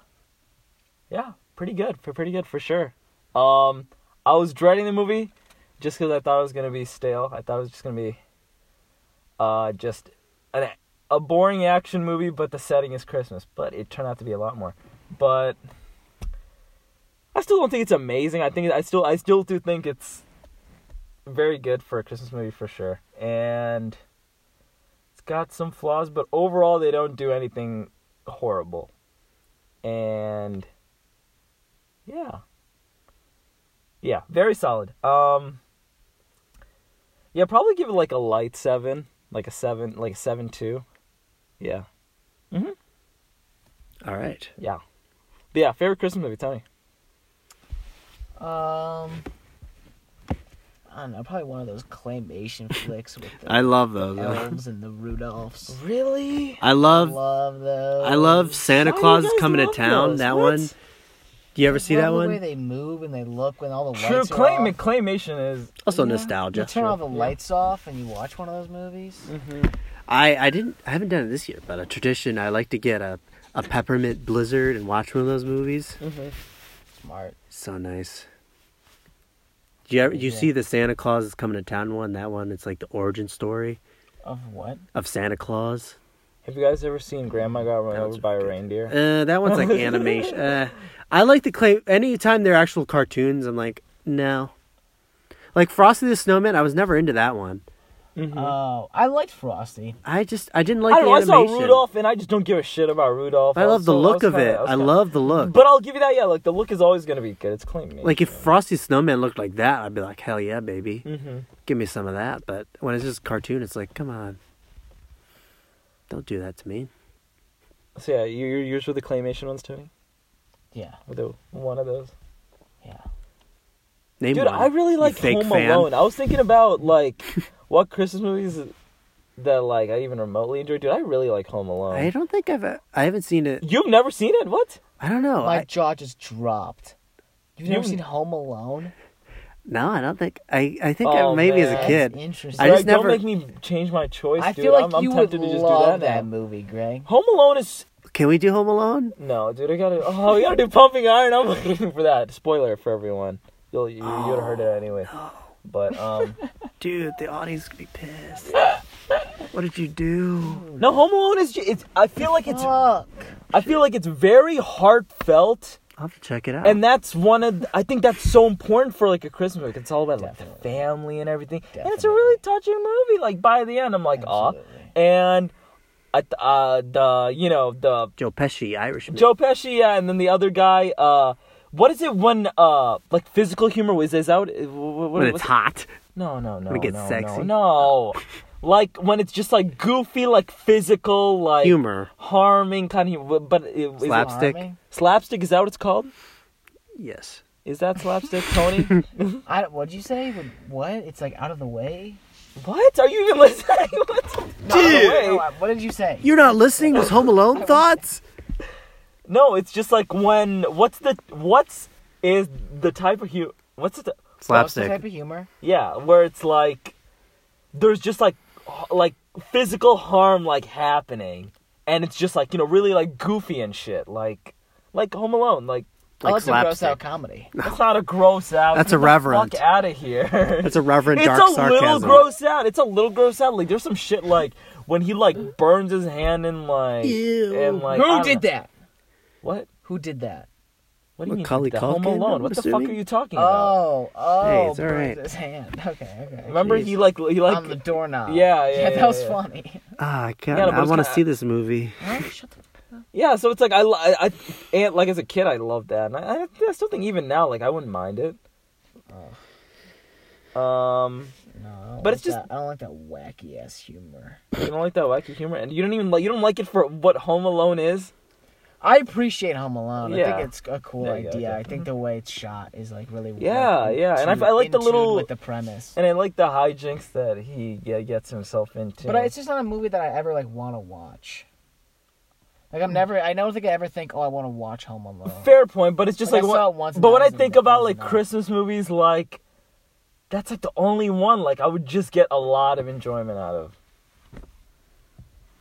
Speaker 3: yeah, pretty good. P- Pretty good for sure. Um, I was dreading the movie just because I thought it was gonna be stale. I thought it was just gonna be, uh, just an, a- a boring action movie, but the setting is Christmas. But it turned out to be a lot more. But I still don't think it's amazing. I think I still I still do think it's very good for a Christmas movie for sure. And it's got some flaws, but overall they don't do anything horrible. And yeah. Yeah, very solid. Um Yeah, probably give it like a light 7, like a 7, like a 7 2. Yeah.
Speaker 2: All right.
Speaker 3: Yeah. But yeah, favorite Christmas movie, Tony.
Speaker 1: Um, I don't know, probably one of those claymation flicks with the
Speaker 2: I love those.
Speaker 1: elves and the Rudolphs.
Speaker 3: Really?
Speaker 2: I love
Speaker 1: Love those.
Speaker 2: I love Santa
Speaker 3: Why do you
Speaker 2: Claus
Speaker 3: guys
Speaker 2: coming to
Speaker 3: love
Speaker 2: town.
Speaker 3: those?
Speaker 2: That
Speaker 3: What?
Speaker 2: one. Do you ever see
Speaker 1: Love
Speaker 2: that
Speaker 1: the way
Speaker 2: one?
Speaker 1: they move and they look when all the
Speaker 3: True
Speaker 1: lights
Speaker 3: claim
Speaker 1: are off.
Speaker 3: claymation is
Speaker 2: Also
Speaker 1: Yeah.
Speaker 2: nostalgia.
Speaker 1: You turn all the
Speaker 3: Yeah.
Speaker 1: lights off and you watch one of those movies.
Speaker 2: Mm-hmm. I I didn't I haven't done it this year, but a tradition I like to get a a peppermint blizzard and watch one of those movies.
Speaker 1: Smart.
Speaker 2: So nice. Do you ever, do you
Speaker 1: Yeah.
Speaker 2: see the Santa Claus is coming to town one? That one it's like the origin story
Speaker 1: Of what?
Speaker 2: of Santa Claus.
Speaker 3: Have you guys ever seen Grandma got run over by a reindeer?
Speaker 2: Uh, that one's like animation. Uh, I like to claim anytime they're actual cartoons. I'm like, no. Like Frosty the Snowman, I was never into that one. Mm-hmm.
Speaker 1: Oh, I liked Frosty.
Speaker 2: I just I didn't Uh, like
Speaker 3: Mm-hmm. I don't know.
Speaker 2: the animation.
Speaker 3: I saw Rudolph, and I just don't give a shit about Rudolph.
Speaker 2: I love the
Speaker 3: was so-
Speaker 2: look
Speaker 3: was
Speaker 2: of
Speaker 3: kinda-
Speaker 2: it.
Speaker 3: was
Speaker 2: I
Speaker 3: kinda-
Speaker 2: love the look.
Speaker 3: But I'll give you that. Yeah, like the look is always gonna be good. It's clean.
Speaker 2: like if Frosty Snowman looked like that, I'd be like, hell yeah, baby,
Speaker 3: Hmm. Mm-hmm.
Speaker 2: give me some of that. But when it's just cartoon, it's like, come on, don't do that to me.
Speaker 3: So yeah, you you- yours were the claymation ones, Tony.
Speaker 1: Yeah,
Speaker 3: Were the one of those.
Speaker 1: yeah.
Speaker 2: Name
Speaker 3: Dude,
Speaker 2: one,
Speaker 3: I really
Speaker 2: you
Speaker 3: like
Speaker 2: fake
Speaker 3: Home
Speaker 2: fan.
Speaker 3: Alone. I was thinking about like what Christmas movies that like I even remotely enjoy. Dude, I really like Home Alone.
Speaker 2: I don't think I've I haven't seen it.
Speaker 3: You've never seen it? What?
Speaker 2: I don't know.
Speaker 1: My
Speaker 2: Oh, I,
Speaker 1: jaw just dropped. You've never
Speaker 3: You-
Speaker 1: seen Home Alone?
Speaker 2: no, I don't think. I I think
Speaker 3: Oh,
Speaker 2: I, maybe as
Speaker 3: man.
Speaker 2: a kid.
Speaker 1: That's interesting.
Speaker 2: I
Speaker 3: Greg,
Speaker 2: just never-
Speaker 3: don't make me change my choice.
Speaker 1: I
Speaker 3: dude.
Speaker 1: feel like
Speaker 3: I'm, I'm
Speaker 1: you would
Speaker 3: tempted to just do
Speaker 1: love
Speaker 3: that,
Speaker 1: that
Speaker 3: now.
Speaker 1: movie, Greg.
Speaker 3: Home Alone is
Speaker 2: Can we do Home Alone?
Speaker 3: no, dude. I gotta. Oh, we gotta do Pumping Iron. I'm looking for that. Spoiler for everyone. You'll you, you'd have heard it anyway. But um,
Speaker 2: Dude, the audience could be pissed. what did you do?
Speaker 3: no, Home Alone is. ju- It's. I feel like it's.
Speaker 1: Fuck.
Speaker 3: I feel like it's very heartfelt.
Speaker 2: I'll have to check it out.
Speaker 3: and that's one of th- I think that's so important for like a Christmas movie. It's all about like the family and everything, and it's a really touching movie. Like by the end, I'm like, ah,
Speaker 1: Absolutely.
Speaker 3: and I th- uh, the you know the
Speaker 2: Joe Pesci, Irishman.
Speaker 3: Joe Pesci, yeah, and then the other guy. Uh, what is it when uh like physical humor was is out? What, what,
Speaker 2: when it's
Speaker 3: what's-
Speaker 2: hot.
Speaker 3: No, no, no,
Speaker 2: it gets
Speaker 3: no,
Speaker 2: sexy.
Speaker 3: no, no. Like when it's just like goofy, like physical, like
Speaker 2: Humor.
Speaker 3: harming kind of, but it, is it-
Speaker 2: Slap- Slapstick.
Speaker 1: Army?
Speaker 3: slapstick is that what it's called?
Speaker 2: Yes.
Speaker 3: Is that slapstick, Tony?
Speaker 1: I, don't- what'd you say? What? It's like out of the way?
Speaker 3: What? Are you even listening? What?
Speaker 1: No, out of the way. No, what did you say?
Speaker 2: You're not listening to Home Alone thoughts?
Speaker 3: No, it's just like when. What's the. What's. Is the type of humor. What's the.
Speaker 1: What's Oh, the
Speaker 2: Slapstick.
Speaker 1: type of humor.
Speaker 3: Yeah, where it's like. There's just like. h- Like physical harm like happening. And it's just like, you know, really like goofy and shit. Like. Like Home Alone. Like.
Speaker 1: Like
Speaker 2: Like
Speaker 1: oh, it's a gross
Speaker 2: slapstick.
Speaker 1: out comedy.
Speaker 3: That's not a gross out.
Speaker 2: That's
Speaker 3: Get the
Speaker 2: irreverent.
Speaker 3: Fuck out of here.
Speaker 2: That's a reverent
Speaker 3: it's
Speaker 2: dark
Speaker 3: a little
Speaker 2: sarcasm.
Speaker 3: gross out. It's a little gross out. Like there's some shit like when he like burns his hand and like
Speaker 2: Ew.
Speaker 3: and like I
Speaker 1: Who
Speaker 3: don't
Speaker 1: did
Speaker 3: know.
Speaker 1: that?
Speaker 3: What?
Speaker 1: Who did that?
Speaker 3: What do you
Speaker 2: Macaulay
Speaker 3: mean? The Home
Speaker 2: Culkin,
Speaker 3: Alone.
Speaker 2: I'm
Speaker 3: what the
Speaker 2: assuming?
Speaker 3: fuck are you talking about?
Speaker 1: Oh, oh.
Speaker 2: Hey, it's all
Speaker 1: burns
Speaker 2: right.
Speaker 1: His hand. Okay, okay.
Speaker 3: Remember he like he like
Speaker 1: on the doorknob.
Speaker 3: Yeah, yeah,
Speaker 1: Yeah, that
Speaker 3: yeah,
Speaker 1: was
Speaker 3: yeah.
Speaker 1: funny.
Speaker 2: Ah, I can't.
Speaker 3: Yeah, no, but
Speaker 2: I
Speaker 3: it's
Speaker 2: want to
Speaker 3: kinda-
Speaker 2: see this movie.
Speaker 1: Huh? Shut the
Speaker 3: yeah. So it's like I li- I, I and like as a kid I loved that, and I, I still think even now like I wouldn't mind it. Um,
Speaker 1: No, I don't
Speaker 3: But
Speaker 1: like
Speaker 3: it's just-
Speaker 1: that- I don't like that wacky ass humor.
Speaker 3: you don't like that wacky humor, and you don't even like you don't like it for what Home Alone is.
Speaker 1: I appreciate Home Alone. I
Speaker 3: Yeah.
Speaker 1: think it's a cool
Speaker 3: There you go,
Speaker 1: idea.
Speaker 3: okay.
Speaker 1: I think the way it's shot is like really
Speaker 3: Yeah,
Speaker 1: like,
Speaker 3: yeah, and I-
Speaker 1: tune-
Speaker 3: I like
Speaker 1: in
Speaker 3: the
Speaker 1: tune
Speaker 3: little-
Speaker 1: with the premise.
Speaker 3: And I like the hijinks that he yeah, gets himself into.
Speaker 1: But I, it's just not a movie that I ever like want to watch. Like
Speaker 2: Hmm.
Speaker 1: I'm never. I don't think I ever think, oh, I want to watch Home Alone.
Speaker 3: fair point, but it's just
Speaker 1: Like,
Speaker 3: like,
Speaker 1: I
Speaker 3: when-
Speaker 1: saw it once and
Speaker 3: but
Speaker 1: that
Speaker 3: when I
Speaker 1: was
Speaker 3: think
Speaker 1: enough, that
Speaker 3: about
Speaker 1: was
Speaker 3: like
Speaker 1: enough.
Speaker 3: Christmas movies, like that's like the only one like I would just get a lot of enjoyment out of.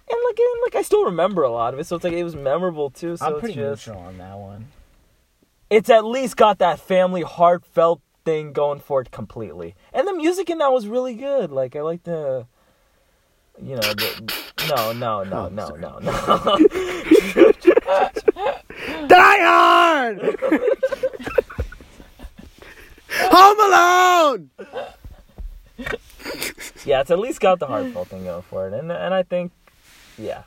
Speaker 3: And like and like I still remember a lot of it, so it's like it was memorable too. So
Speaker 1: I'm
Speaker 3: it's
Speaker 1: pretty
Speaker 3: just
Speaker 1: neutral on that one.
Speaker 3: it's at least got that family heartfelt thing going for it completely. And the music in that was really good. Like I like the you know, the, no, no, no,
Speaker 2: Oh,
Speaker 3: no,
Speaker 2: sorry.
Speaker 3: no, no.
Speaker 2: Die Hard! Home Alone!
Speaker 3: yeah, it's at least got the heartfelt thing going for it, and and I think, yeah,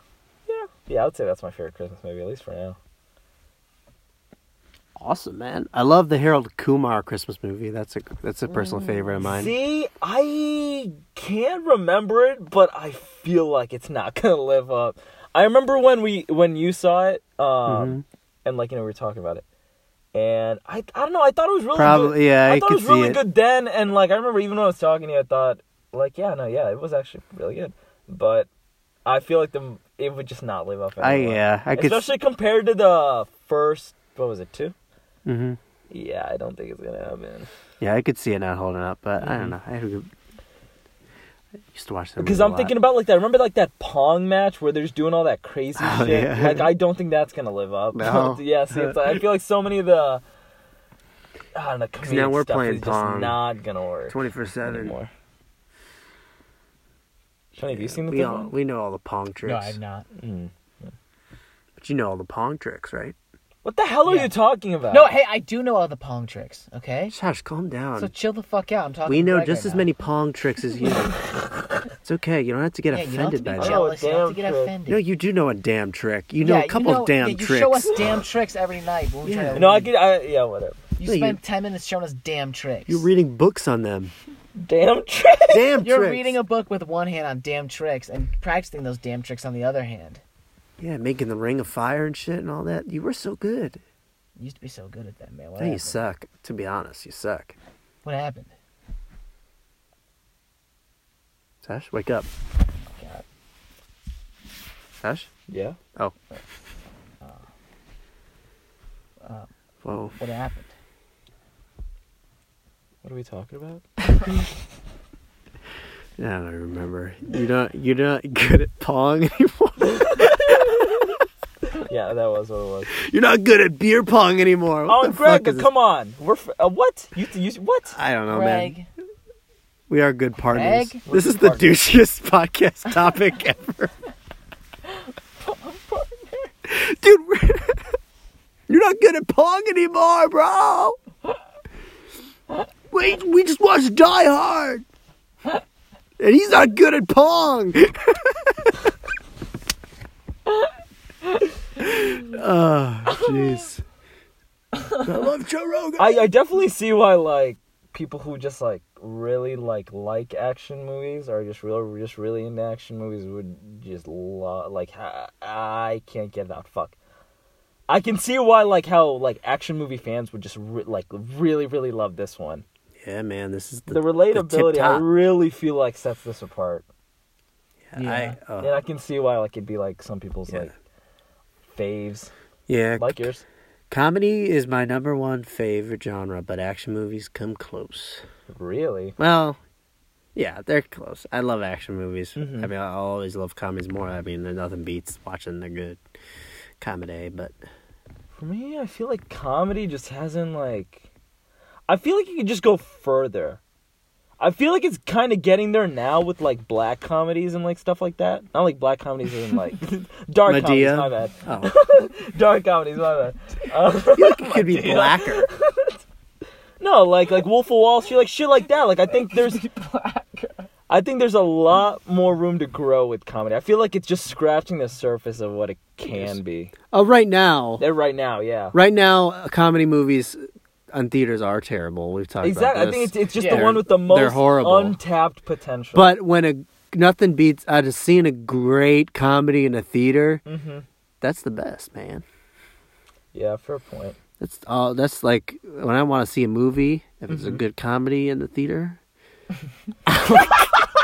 Speaker 3: yeah, yeah, I would say that's my favorite Christmas movie, at least for now.
Speaker 2: Awesome, man. I love the Harold Kumar Christmas movie. That's a that's a personal favorite of mine.
Speaker 3: See, I can't remember it, but I feel like it's not gonna live up. I remember when we when you saw it, um,
Speaker 2: Mm-hmm.
Speaker 3: and like you know we were talking about it, and I I don't know, I thought it was really
Speaker 2: Probably-
Speaker 3: good.
Speaker 2: yeah,
Speaker 3: I,
Speaker 2: I
Speaker 3: thought
Speaker 2: could
Speaker 3: it was really
Speaker 2: see it.
Speaker 3: good then, and like I remember even when I was talking to you, I thought like yeah, no, yeah, it was actually really good, but I feel like the it would just not live up.
Speaker 2: I
Speaker 3: anymore.
Speaker 2: yeah, I could.
Speaker 3: especially compared to the first what was it two
Speaker 2: hmm
Speaker 3: yeah i don't think it's gonna happen
Speaker 2: Yeah, I could see it not holding up, but I don't know. I, had a good- I used to watch that
Speaker 3: because
Speaker 2: movie a
Speaker 3: i'm
Speaker 2: lot.
Speaker 3: thinking about like that remember like that pong match where they're just doing all that crazy
Speaker 2: Oh,
Speaker 3: shit
Speaker 2: yeah.
Speaker 3: like i don't think that's gonna live up
Speaker 2: No.
Speaker 3: yeah see it's like, i feel like so many of the i don't know comedic
Speaker 2: now we're
Speaker 3: stuff
Speaker 2: playing
Speaker 3: is
Speaker 2: pong.
Speaker 3: just not gonna work
Speaker 2: 21st
Speaker 3: anymore Johnny, have you seen the
Speaker 2: We
Speaker 3: third
Speaker 2: all
Speaker 3: one?
Speaker 2: we know all the pong tricks.
Speaker 1: No, I'm not.
Speaker 3: Mm.
Speaker 2: But you know all the pong tricks, right?
Speaker 3: What the hell are
Speaker 1: Yeah.
Speaker 3: you talking about?
Speaker 1: No, hey, I do know all the palm tricks. Okay,
Speaker 2: Josh, calm down.
Speaker 1: so chill the fuck out. I'm talking.
Speaker 2: we
Speaker 1: to
Speaker 2: know
Speaker 1: Greg
Speaker 2: just
Speaker 1: right
Speaker 2: as
Speaker 1: now.
Speaker 2: many pong tricks as you. it's okay. You don't have to get
Speaker 1: Yeah, you don't have to
Speaker 2: offended
Speaker 1: be
Speaker 2: by that.
Speaker 1: jealous. You don't have to get
Speaker 3: Oh, damn
Speaker 1: offended.
Speaker 2: No, you do know a damn trick. You know
Speaker 1: Yeah,
Speaker 2: a couple
Speaker 1: you know,
Speaker 2: damn
Speaker 1: yeah, you
Speaker 2: tricks.
Speaker 1: show us damn tricks every night when we try
Speaker 2: Yeah.
Speaker 1: to
Speaker 3: No, I
Speaker 1: leave.
Speaker 3: could. I, yeah, whatever.
Speaker 1: You
Speaker 2: Yeah, you-
Speaker 1: spend ten minutes showing us damn tricks.
Speaker 2: You're reading books on them.
Speaker 3: Damn trick.
Speaker 2: Damn
Speaker 1: You're
Speaker 2: tricks.
Speaker 1: reading a book with one hand on damn tricks and practicing those damn tricks on the other hand.
Speaker 2: Yeah, making the ring of fire and shit and all that. You were so good.
Speaker 1: You used to be so good at that, man. What
Speaker 2: Now you
Speaker 1: happened?
Speaker 2: suck. To be honest, you suck.
Speaker 1: What happened?
Speaker 2: Sash, wake up.
Speaker 1: God.
Speaker 2: Sash?
Speaker 3: Yeah.
Speaker 2: Oh.
Speaker 1: Uh,
Speaker 2: Whoa.
Speaker 1: What happened?
Speaker 3: What are we talking about?
Speaker 2: I don't remember. You're not you're not good at pong anymore.
Speaker 3: Yeah, that was what it was.
Speaker 2: You're not good at beer pong anymore. What
Speaker 3: oh,
Speaker 2: the
Speaker 3: and Greg,
Speaker 2: fuck is
Speaker 3: but
Speaker 2: this?
Speaker 3: come on. We're f- uh, what? You th- you what?
Speaker 2: I don't know,
Speaker 1: Greg,
Speaker 2: Oh, man. We are good partners.
Speaker 1: Greg?
Speaker 2: This is the douchiest podcast topic ever. Dude, we're... you're not good at pong anymore, bro. We we just watched Die Hard, and he's not good at pong. oh, jeez. I love Joe Rogan.
Speaker 3: I uh, I definitely see why like people who just like really like like action movies are just real just really into action movies would just lo- like ha- I can't get it out. Fuck. I can see why like how like action movie fans would just re- like really really love this one.
Speaker 2: Yeah, man, this is the,
Speaker 3: The relatability
Speaker 2: tip
Speaker 3: I
Speaker 2: top.
Speaker 3: really feel like sets this apart.
Speaker 2: I- oh,
Speaker 3: And I can see why like it'd be like some people's
Speaker 2: Yeah.
Speaker 3: like faves
Speaker 2: yeah,
Speaker 3: like yours.
Speaker 2: Comedy is my number one favorite genre, but action movies come close.
Speaker 3: Really?
Speaker 2: Well, yeah, they're close. I love action movies.
Speaker 3: Mm-hmm.
Speaker 2: I mean, I always love comedies more. I mean, there's nothing beats watching the good comedy, but
Speaker 3: For me, I feel like comedy just hasn't like. I feel like you could just go further. I feel like it's kind of getting there now with like black comedies and like stuff like that. Not like black comedies and like dark comedies.
Speaker 2: Medea.
Speaker 3: My bad.
Speaker 2: oh,
Speaker 3: Dark comedies. My bad. Uh,
Speaker 2: you could be blacker.
Speaker 3: no, like like Wolf of Wall Street, like shit like that. Like I think there's. I think there's a lot more room to grow with comedy. I feel like it's just scratching the surface of what it can be.
Speaker 2: Oh, right now,
Speaker 3: There right now, yeah.
Speaker 2: right now, uh, comedy movies on theaters are terrible. We've talked
Speaker 3: Exactly.
Speaker 2: about
Speaker 3: I
Speaker 2: this.
Speaker 3: think it's, it's just
Speaker 1: Yeah.
Speaker 3: the one with the
Speaker 2: They're- they're
Speaker 3: most
Speaker 2: horrible.
Speaker 3: untapped potential.
Speaker 2: But when a nothing beats out of seeing a great comedy in a theater,
Speaker 3: Mhm.
Speaker 2: that's the best, man.
Speaker 3: yeah, fair point.
Speaker 2: That's all. That's like when I want to see a movie. If it's a
Speaker 1: Mm-hmm.
Speaker 2: good comedy in the theater,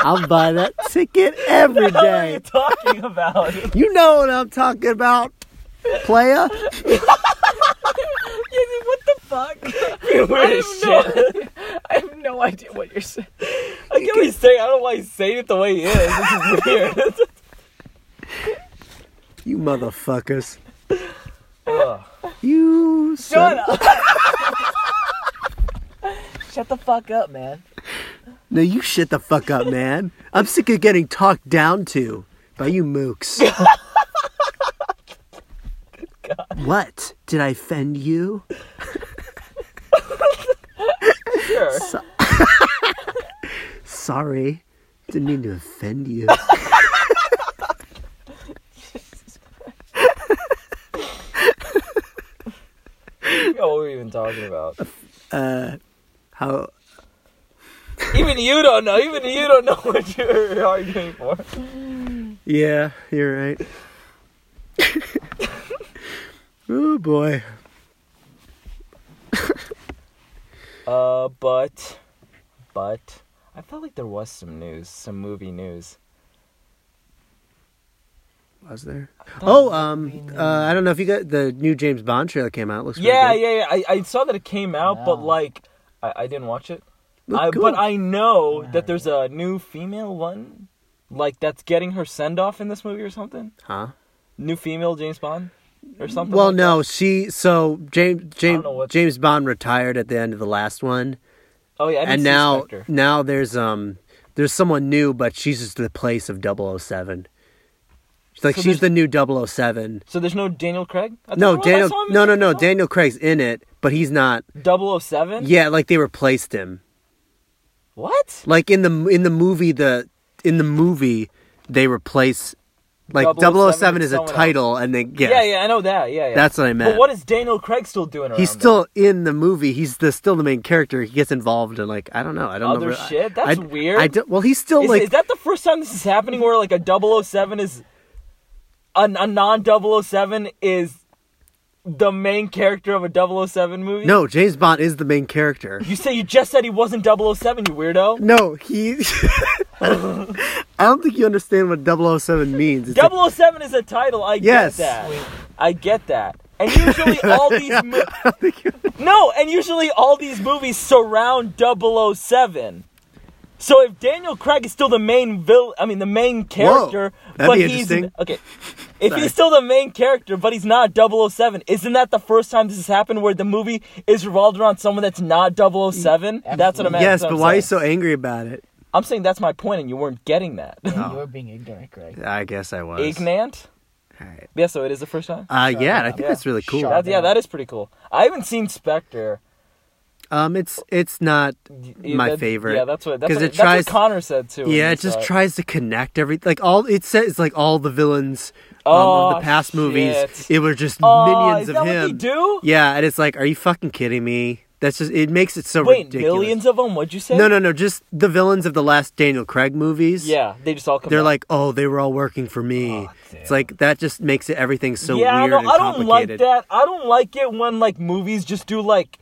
Speaker 2: I'll buy that ticket every
Speaker 3: What are you
Speaker 2: day.
Speaker 3: talking about? you
Speaker 2: You know what I'm talking about, playa.
Speaker 1: What the fuck?
Speaker 3: weird as shit.
Speaker 1: I have no idea what you're saying.
Speaker 3: I get what he's saying. I don't know why he's saying it the way he is. This is weird.
Speaker 2: You motherfuckers.
Speaker 3: Ugh.
Speaker 2: You
Speaker 1: Shut
Speaker 2: son.
Speaker 1: up. Shut the fuck up, man.
Speaker 2: No, you shut the fuck up, man. I'm sick of getting talked down to by you mooks. What did I offend you?
Speaker 3: Sure.
Speaker 2: Sorry, didn't mean to offend you.
Speaker 3: what were we even talking about?
Speaker 2: How
Speaker 3: Even you don't know. Even you don't know what you're arguing for.
Speaker 2: Yeah, you're right. oh boy.
Speaker 3: Uh, but, but I felt like there was some news, some movie news.
Speaker 2: Was there? Oh, um, uh, I don't know if you got the new James Bond trailer came out. Looks
Speaker 3: Yeah,
Speaker 2: really good.
Speaker 3: yeah, yeah. I, I saw that it came out, but
Speaker 1: Wow.
Speaker 3: like I, I didn't watch it.
Speaker 2: Look
Speaker 3: I,
Speaker 2: good.
Speaker 3: But I know that there's a new female one, like that's getting her send off in this movie or something.
Speaker 2: Huh?
Speaker 3: New female James Bond or something.
Speaker 2: Well,
Speaker 3: like
Speaker 2: no, she. So James James
Speaker 3: know what-
Speaker 2: James Bond retired at the end of the last one,
Speaker 3: that. Oh yeah, I didn't
Speaker 2: and
Speaker 3: see
Speaker 2: now
Speaker 3: Spectre.
Speaker 2: now there's um there's someone new, but she's just the place of 007. She's like she's the new 007.
Speaker 3: So there's no Daniel Craig? I thought there
Speaker 2: No,
Speaker 3: was. I
Speaker 2: Daniel.
Speaker 3: saw him in
Speaker 2: No, no,
Speaker 3: the
Speaker 2: no.
Speaker 3: film.
Speaker 2: Daniel Craig's in it, but he's not.
Speaker 3: 007?
Speaker 2: Yeah, like they replaced him.
Speaker 3: What?
Speaker 2: Like in the in the movie, the in the movie they replace like
Speaker 3: 007
Speaker 2: 007,
Speaker 3: is
Speaker 2: is a
Speaker 3: someone else.
Speaker 2: title, and they yeah,
Speaker 3: Yeah, yeah, I know that. Yeah, yeah.
Speaker 2: That's what I meant.
Speaker 3: But what is Daniel Craig still doing around?
Speaker 2: He's
Speaker 3: there?
Speaker 2: still in the movie. He's the still the main character. He gets involved in like I don't know. I don't
Speaker 3: Other
Speaker 2: know. I-
Speaker 3: shit? That's
Speaker 2: I-
Speaker 3: weird.
Speaker 2: I don't- well, he's still
Speaker 3: Is,
Speaker 2: like
Speaker 3: is that the first time this is happening where like a 007 is a, a non 007 is the main character of a 007 movie?
Speaker 2: no. James Bond is the main character.
Speaker 3: You say you just said he wasn't 007, you weirdo.
Speaker 2: No, he. I don't think you understand what 007 means. It's like-
Speaker 3: 007 is a title. I
Speaker 2: Yes.
Speaker 3: get that. I get that. And usually all these mo- No, and usually all these movies surround 007. So if Daniel Craig is still the main villain, I mean the main character,
Speaker 2: That'd
Speaker 3: but
Speaker 2: be
Speaker 3: he's
Speaker 2: interesting.
Speaker 3: okay. If
Speaker 2: Sorry.
Speaker 3: he's still the main character, but he's not 007, isn't that the first time this has happened where the movie is revolved around someone that's not 007? That's what I'm
Speaker 2: yes,
Speaker 3: that's what
Speaker 2: but
Speaker 3: I'm
Speaker 2: why are you
Speaker 3: saying.
Speaker 2: so angry about it?
Speaker 3: I'm saying that's my point, and you weren't getting that.
Speaker 2: Oh.
Speaker 1: You're being ignorant, Greg.
Speaker 2: I guess I was.
Speaker 3: Ignant?
Speaker 2: Alright.
Speaker 3: Yeah, so it is the first time?
Speaker 2: Uh, yeah, I think
Speaker 3: Yeah.
Speaker 2: that's really cool.
Speaker 1: Sharp.
Speaker 3: That- yeah, that is pretty cool. I haven't seen Spectre.
Speaker 2: Um, it's it's not
Speaker 3: Yeah,
Speaker 2: my
Speaker 3: that-
Speaker 2: favorite.
Speaker 3: Yeah, that's what that's
Speaker 2: 'Cause
Speaker 3: what,
Speaker 2: it
Speaker 3: that's what
Speaker 2: tries.
Speaker 3: Connor said too. when
Speaker 2: yeah,
Speaker 3: he
Speaker 2: it just
Speaker 3: saw it.
Speaker 2: tries to connect every like all it says like all the villains um, of
Speaker 3: Oh,
Speaker 2: the past movies.
Speaker 3: shit.
Speaker 2: It were just
Speaker 3: Oh,
Speaker 2: minions
Speaker 3: is
Speaker 2: of
Speaker 3: that
Speaker 2: him.
Speaker 3: What they do?
Speaker 2: Yeah, and it's like, are you fucking kidding me? That's just it makes it so
Speaker 3: Wait,
Speaker 2: ridiculous.
Speaker 3: millions of them? What'd you say?
Speaker 2: No, no, no. Just the villains of the last Daniel Craig movies.
Speaker 3: Yeah, they just all come.
Speaker 2: They're
Speaker 3: out.
Speaker 2: like, oh, they were all working for me. it's like that just makes it everything so
Speaker 3: yeah, I
Speaker 2: weird
Speaker 3: don't,
Speaker 2: and
Speaker 3: I don't like
Speaker 2: complicated.
Speaker 3: that. I don't like it when like movies just do like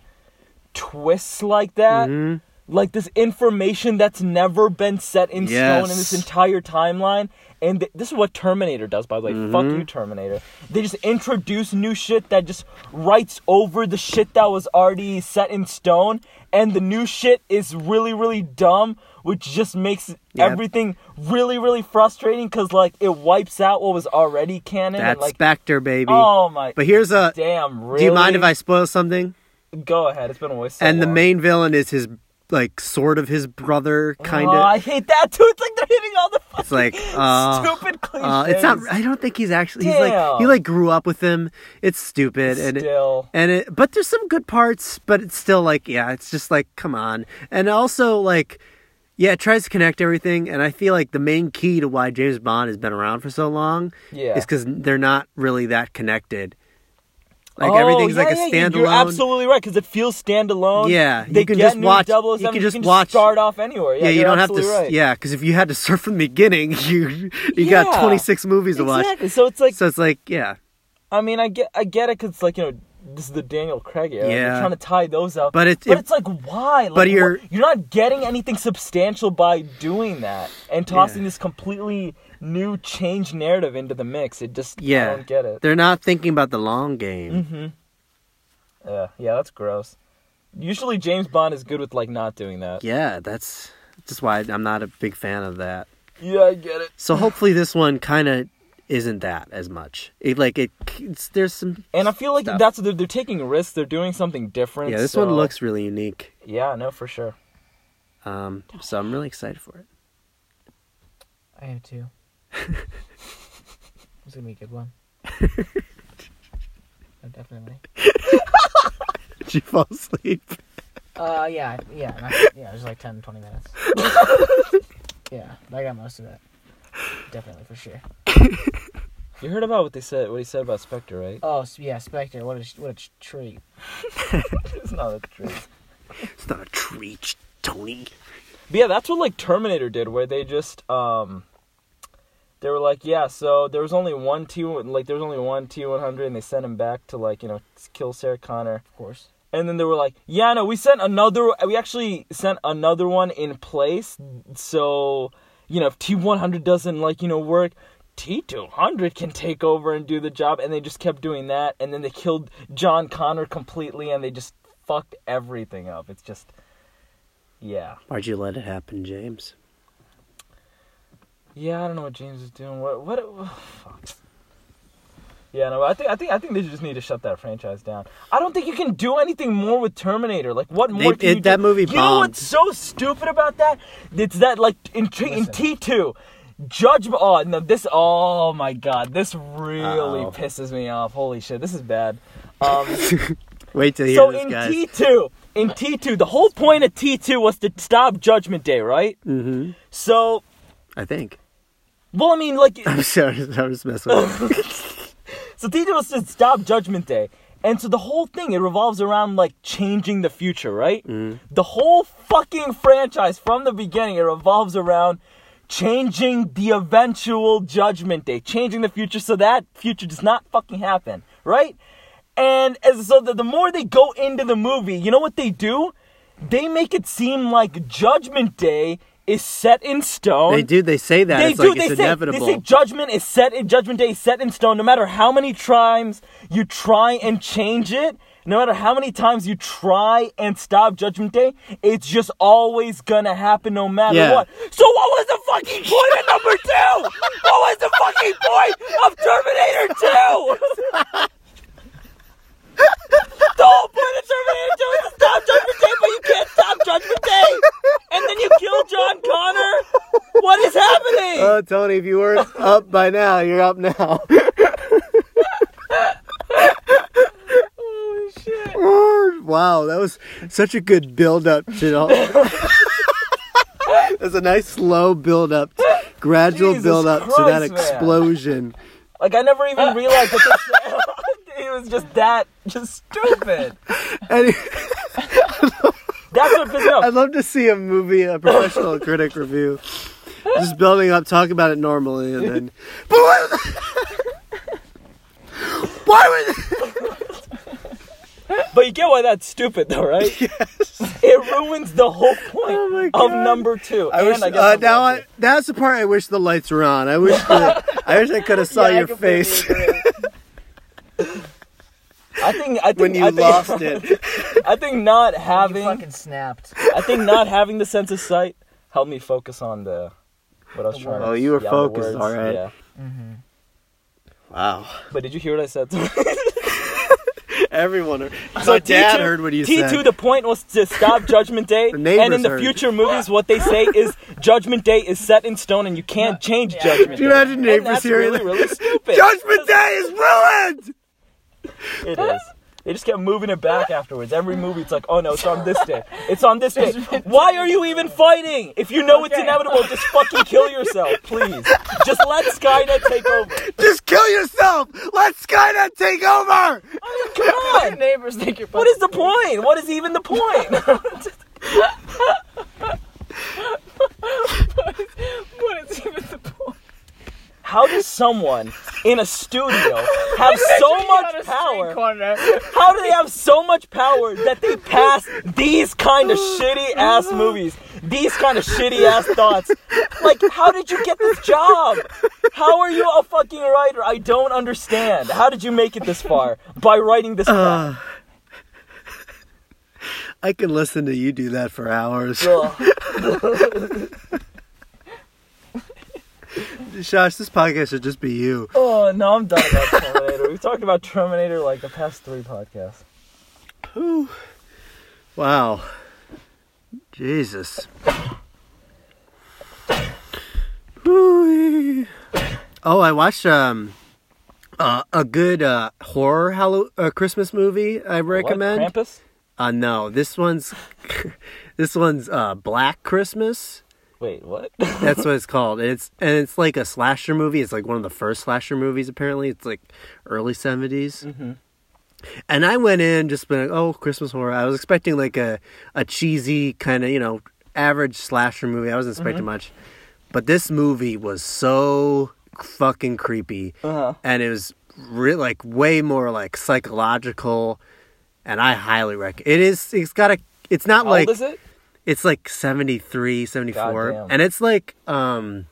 Speaker 3: twists like that.
Speaker 2: Mm-hmm.
Speaker 3: Like this information that's never been set in stone in this
Speaker 2: Yes.
Speaker 3: entire timeline, and th- this is what Terminator does, by the way. Fuck
Speaker 2: Mm-hmm.
Speaker 3: you, Terminator. They just introduce new shit that just writes over the shit that was already set in stone, and the new shit is really, really dumb, which just makes everything really, really frustrating because like it wipes out what was already canon. and,
Speaker 2: That's
Speaker 3: like,
Speaker 2: Spectre, baby.
Speaker 3: Oh my!
Speaker 2: But here's a.
Speaker 3: damn. Really?
Speaker 2: Do you mind if I spoil something?
Speaker 3: go ahead? It's been a waste. So
Speaker 2: and the
Speaker 3: long.
Speaker 2: main villain is his like sort of his brother, kind
Speaker 3: Oh,
Speaker 2: of.
Speaker 3: I hate that too. It's like they're hitting all the
Speaker 2: it's
Speaker 3: fucking
Speaker 2: like uh,
Speaker 3: stupid cliches.
Speaker 2: uh, it's not. I don't think he's actually. He's like he
Speaker 3: Damn.
Speaker 2: like grew up with him. It's stupid and it,
Speaker 3: Still.
Speaker 2: and it. But there's some good parts. But it's still like yeah. It's just like come on. And also like yeah, it tries to connect everything. And I feel like the main key to why James Bond has been around for so long
Speaker 3: Yeah.
Speaker 2: is because they're not really that connected. Like
Speaker 3: Oh,
Speaker 2: everything's
Speaker 3: yeah,
Speaker 2: like a
Speaker 3: yeah,
Speaker 2: standalone.
Speaker 3: You're absolutely right because it feels standalone.
Speaker 2: Yeah,
Speaker 3: they
Speaker 2: you can
Speaker 3: get
Speaker 2: just
Speaker 3: new
Speaker 2: watch-
Speaker 3: 007,
Speaker 2: you can just
Speaker 3: just
Speaker 2: watch-
Speaker 3: start off anywhere. Yeah,
Speaker 2: yeah, you
Speaker 3: you're
Speaker 2: don't have to.
Speaker 3: absolutely
Speaker 2: s
Speaker 3: Right.
Speaker 2: Yeah, because if you had to start from the beginning, you you
Speaker 3: Yeah.
Speaker 2: got 26 movies to watch.
Speaker 3: exactly. So it's like
Speaker 2: So it's like, yeah,
Speaker 3: I mean, I get, I get it because like you know, this is the Daniel Craig era. They're
Speaker 2: Yeah.
Speaker 3: trying to tie those up.
Speaker 2: But it's-
Speaker 3: but it's
Speaker 2: it-
Speaker 3: like why? Like,
Speaker 2: but you're-
Speaker 3: why- you're not getting anything substantial by doing that and tossing this completely new, changed narrative into the mix. It just, yeah, I
Speaker 2: yeah.
Speaker 3: don't get it. Mm-hmm.
Speaker 2: They're not thinking about the long
Speaker 3: Mm.
Speaker 2: game.
Speaker 3: Yeah, yeah, that's gross. Usually James Bond is good with like not doing that.
Speaker 2: Yeah, that's just why I'm not a big fan of that.
Speaker 3: Yeah, I get it.
Speaker 2: So hopefully this one kind of isn't that as much. It like it. It's, there's some.
Speaker 3: And I feel like
Speaker 2: Stuff.
Speaker 3: that's what they're, they're taking risks. They're doing something different.
Speaker 2: Yeah, this
Speaker 3: so-
Speaker 2: one looks really unique.
Speaker 3: Yeah, no, for sure.
Speaker 2: Um, so I'm really excited for it.
Speaker 1: I am too. it's gonna be a good one. Oh, definitely.
Speaker 2: Did you fall asleep?
Speaker 1: Uh, yeah, yeah, and I, yeah. It was like 10, 20 minutes. yeah, I got most of that. Definitely for sure.
Speaker 3: You heard about what they said? What he said about Spectre, right?
Speaker 1: Oh s- yeah, Spectre. What a what a treat.
Speaker 3: it's not the truth.
Speaker 2: It's not a treat, Tony.
Speaker 3: But yeah, that's what like Terminator did, where they just um, they were like, yeah, so there was only one T, like there was only one T one hundred, and they sent him back to like you know kill Sarah Connor,
Speaker 1: Of course.
Speaker 3: and then they were like, yeah, no, we sent another, we actually sent another one in place, so you know if T one hundred doesn't like you know work. T200 can take over and do the job, and they just kept doing that. And then they killed John Connor completely, and they just fucked everything up. It's just, yeah.
Speaker 2: Why'd you let it happen, James?
Speaker 3: Yeah, I don't know what James is doing. What? What? oh, fuck. Yeah, no, I think I think I think they just need to shut that franchise down. I don't think you can do anything more with Terminator. Like what more?
Speaker 2: They-
Speaker 3: can
Speaker 2: it-
Speaker 3: you
Speaker 2: that
Speaker 3: do?
Speaker 2: movie
Speaker 3: You know
Speaker 2: bombed.
Speaker 3: what's so stupid about that? It's that like in T- in T two. Judgment. Oh no! This. Oh my God! This really
Speaker 2: Uh-oh.
Speaker 3: pisses me off. Holy shit! This is bad. Um,
Speaker 2: Wait till you
Speaker 3: so
Speaker 2: hear this,
Speaker 3: in
Speaker 2: guys.
Speaker 3: T two, in T two, the whole point of T two was to stop Judgment Day, right? Mm-hmm. So,
Speaker 2: I think.
Speaker 3: well, I mean, like
Speaker 2: I'm sorry. I was messing with you.
Speaker 3: So Tito was to stop Judgment Day. And so the whole thing, it revolves around like changing the future, right? The whole fucking franchise from the beginning, it revolves around changing the eventual Judgment Day, changing the future so that future does not fucking happen, right? And as, so the, the more they go into the movie, you know what they do? They make it seem like Judgment Day is set in stone
Speaker 2: They do. They say that.
Speaker 3: they
Speaker 2: it's
Speaker 3: do.
Speaker 2: like
Speaker 3: they
Speaker 2: it's
Speaker 3: say
Speaker 2: inevitable.
Speaker 3: they say judgment is set in judgment day is set in stone. No matter how many times you try and change it, no matter how many times you try and stop judgment day, it's just always gonna happen no matter
Speaker 2: Yeah.
Speaker 3: what. So what was the fucking point of number two? What was the fucking point of Terminator Two? The whole point of Terminator 2 is to stop Judgment Day, but you can't stop Judgment Day! And then you kill John Connor? What is happening?
Speaker 2: Oh, Tony, if you weren't up by now, you're up now. Oh, Wow, that was such a good build up to the whole- That's a nice slow build up, gradual
Speaker 3: Jesus
Speaker 2: build up to that
Speaker 3: Christ, man.
Speaker 2: explosion.
Speaker 3: Like I never
Speaker 2: Uh.
Speaker 3: even realized that this, it was just that just stupid.
Speaker 2: And
Speaker 3: That's what pissed me off.
Speaker 2: I'd love to see a movie, a professional critic review. Just building up, talk about it normally, and then. But what? Why would.
Speaker 3: But you get why that's stupid though, right? It ruins the whole point
Speaker 2: Oh my
Speaker 3: of
Speaker 2: God.
Speaker 3: number two.
Speaker 2: I wish
Speaker 3: and I guess
Speaker 2: uh,
Speaker 3: number
Speaker 2: now
Speaker 3: one,
Speaker 2: I, that's the part I wish the lights were on. I wish the, I wish I could have saw
Speaker 1: Yeah, I
Speaker 2: your
Speaker 1: completely
Speaker 2: face
Speaker 1: agree.
Speaker 3: too. I think I think
Speaker 2: when you
Speaker 3: I think,
Speaker 2: lost it.
Speaker 3: I think not
Speaker 1: You
Speaker 3: having
Speaker 1: fucking snapped.
Speaker 3: I think not having the sense of sight helped me focus on the what I was trying. to-
Speaker 2: Oh, you were
Speaker 3: yeah, the
Speaker 2: focused,
Speaker 3: words,
Speaker 2: all right.
Speaker 3: Yeah.
Speaker 2: Wow,
Speaker 3: But did you hear what I said?
Speaker 2: everyone. So Dad heard what you
Speaker 3: T2,
Speaker 2: said.
Speaker 3: T2, the point was to stop Judgment Day.
Speaker 2: The neighbors
Speaker 3: and in the
Speaker 2: heard.
Speaker 3: future movies, what they say is Judgment Day is set in stone and you can't change Judgment
Speaker 2: Do you
Speaker 3: Day.
Speaker 2: imagine
Speaker 3: And
Speaker 2: neighbors
Speaker 3: that's
Speaker 2: hearing
Speaker 3: really,
Speaker 2: that?
Speaker 3: really stupid.
Speaker 2: Judgment Day is ruined.
Speaker 3: it is. They just kept moving it back afterwards. Every movie, it's like, oh no, it's on this day. It's on this day. Why are you even fighting? If you know it's inevitable, just fucking kill yourself, please. Just let Skynet take over.
Speaker 2: Just kill yourself. Let Skynet take over.
Speaker 3: I mean, come on.
Speaker 1: Your neighbors think you're.
Speaker 3: What is the point? What is even the point?
Speaker 4: What is even the point?
Speaker 3: How does someone in a studio have so much power?
Speaker 1: Corner.
Speaker 3: How do they have so much power that they pass these kind of shitty ass movies? These kind of shitty ass thoughts. Like, how did you get this job? How are you a fucking writer? I don't understand. How did you make it this far by writing this crap?
Speaker 2: Uh, I can listen to you do that for hours.
Speaker 3: Ugh.
Speaker 2: Josh, this podcast should just be you.
Speaker 3: Oh, no, I'm done about Terminator. We've talked about Terminator like the past three podcasts.
Speaker 2: Whew. Wow. Jesus. Whoo-wee. oh, I watched um uh, a good uh, horror Hallow- uh, Christmas movie I recommend.
Speaker 3: What? Krampus?
Speaker 2: Uh no, this one's this one's uh Black Christmas.
Speaker 3: Wait, what?
Speaker 2: That's what it's called. And it's and it's like a slasher movie. It's like one of the first slasher movies. Apparently, it's like early 70s
Speaker 3: Mm-hmm.
Speaker 2: And I went in just being like, oh, Christmas horror. I was expecting like a a cheesy kind of you know average slasher movie. I wasn't
Speaker 3: Mm-hmm.
Speaker 2: expecting much, but this movie was so fucking creepy,
Speaker 3: Uh-huh.
Speaker 2: and it was re- like way more like psychological. And I highly recommend. It is. It's got a. It's not
Speaker 3: How
Speaker 2: like
Speaker 3: old is it?
Speaker 2: it's like 73 74
Speaker 3: Goddamn.
Speaker 2: and it's like um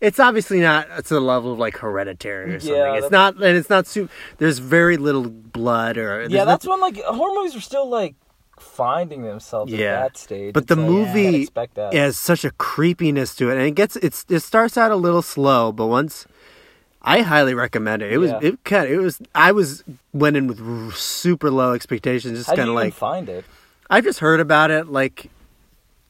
Speaker 2: it's obviously not to the level of like hereditary or something
Speaker 3: Yeah,
Speaker 2: it's
Speaker 3: that's-
Speaker 2: not and it's not su- there's very little blood or
Speaker 3: Yeah,
Speaker 2: there's
Speaker 3: that's
Speaker 2: no-
Speaker 3: when like horror movies are still like finding themselves
Speaker 2: Yeah.
Speaker 3: at that stage.
Speaker 2: but
Speaker 3: It's
Speaker 2: the
Speaker 3: like, I didn't
Speaker 2: movie
Speaker 3: expect that.
Speaker 2: has such a creepiness to it and it gets it's it starts out a little slow but once I highly recommend it. It was
Speaker 3: Yeah.
Speaker 2: it kind it was I was went in with r- super low expectations, just
Speaker 3: How did
Speaker 2: kind
Speaker 3: you
Speaker 2: of
Speaker 3: like,
Speaker 2: like
Speaker 3: even find it?
Speaker 2: I just heard about it. Like,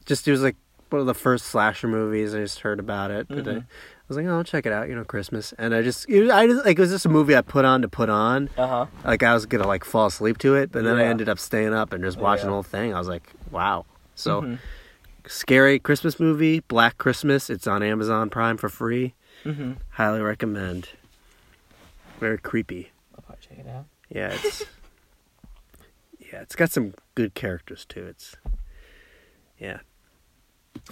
Speaker 2: just it was like one of the first slasher movies. I just heard about it. But I, I
Speaker 3: Mm-hmm.
Speaker 2: was like, oh, I'll check it out. You know, Christmas. And I just, it, was- I just like it was just a movie I put on to put on.
Speaker 3: Uh huh.
Speaker 2: Like I was gonna like fall asleep to it, but then I
Speaker 3: Yeah.
Speaker 2: ended up staying up and just watching the
Speaker 3: Yeah. Mm-hmm.
Speaker 2: whole thing. I was like, wow. So scary Christmas movie, Black Christmas. It's on Amazon Prime for free.
Speaker 3: Mhm.
Speaker 2: Highly recommend. Very creepy.
Speaker 3: I'll probably check it out.
Speaker 2: Yeah, it's yeah, it's got some good characters too. It's yeah.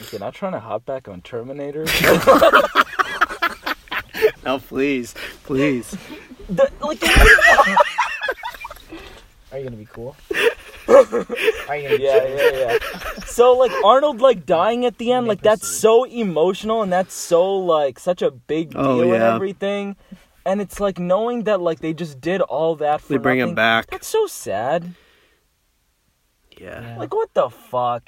Speaker 3: Okay, not trying to hop back on Terminator.
Speaker 2: Oh please, please.
Speaker 3: The- like,
Speaker 1: Are you gonna be cool? Are you gonna be
Speaker 3: yeah, yeah, yeah. So like Arnold like dying at the end, like that's so emotional and that's so like such a big deal
Speaker 2: Oh,
Speaker 3: and
Speaker 2: yeah.
Speaker 3: everything. And it's like knowing that like they just did all that for
Speaker 2: They bring him
Speaker 3: nothing,
Speaker 2: back.
Speaker 3: That's so sad.
Speaker 2: Yeah.
Speaker 3: Like what the fuck?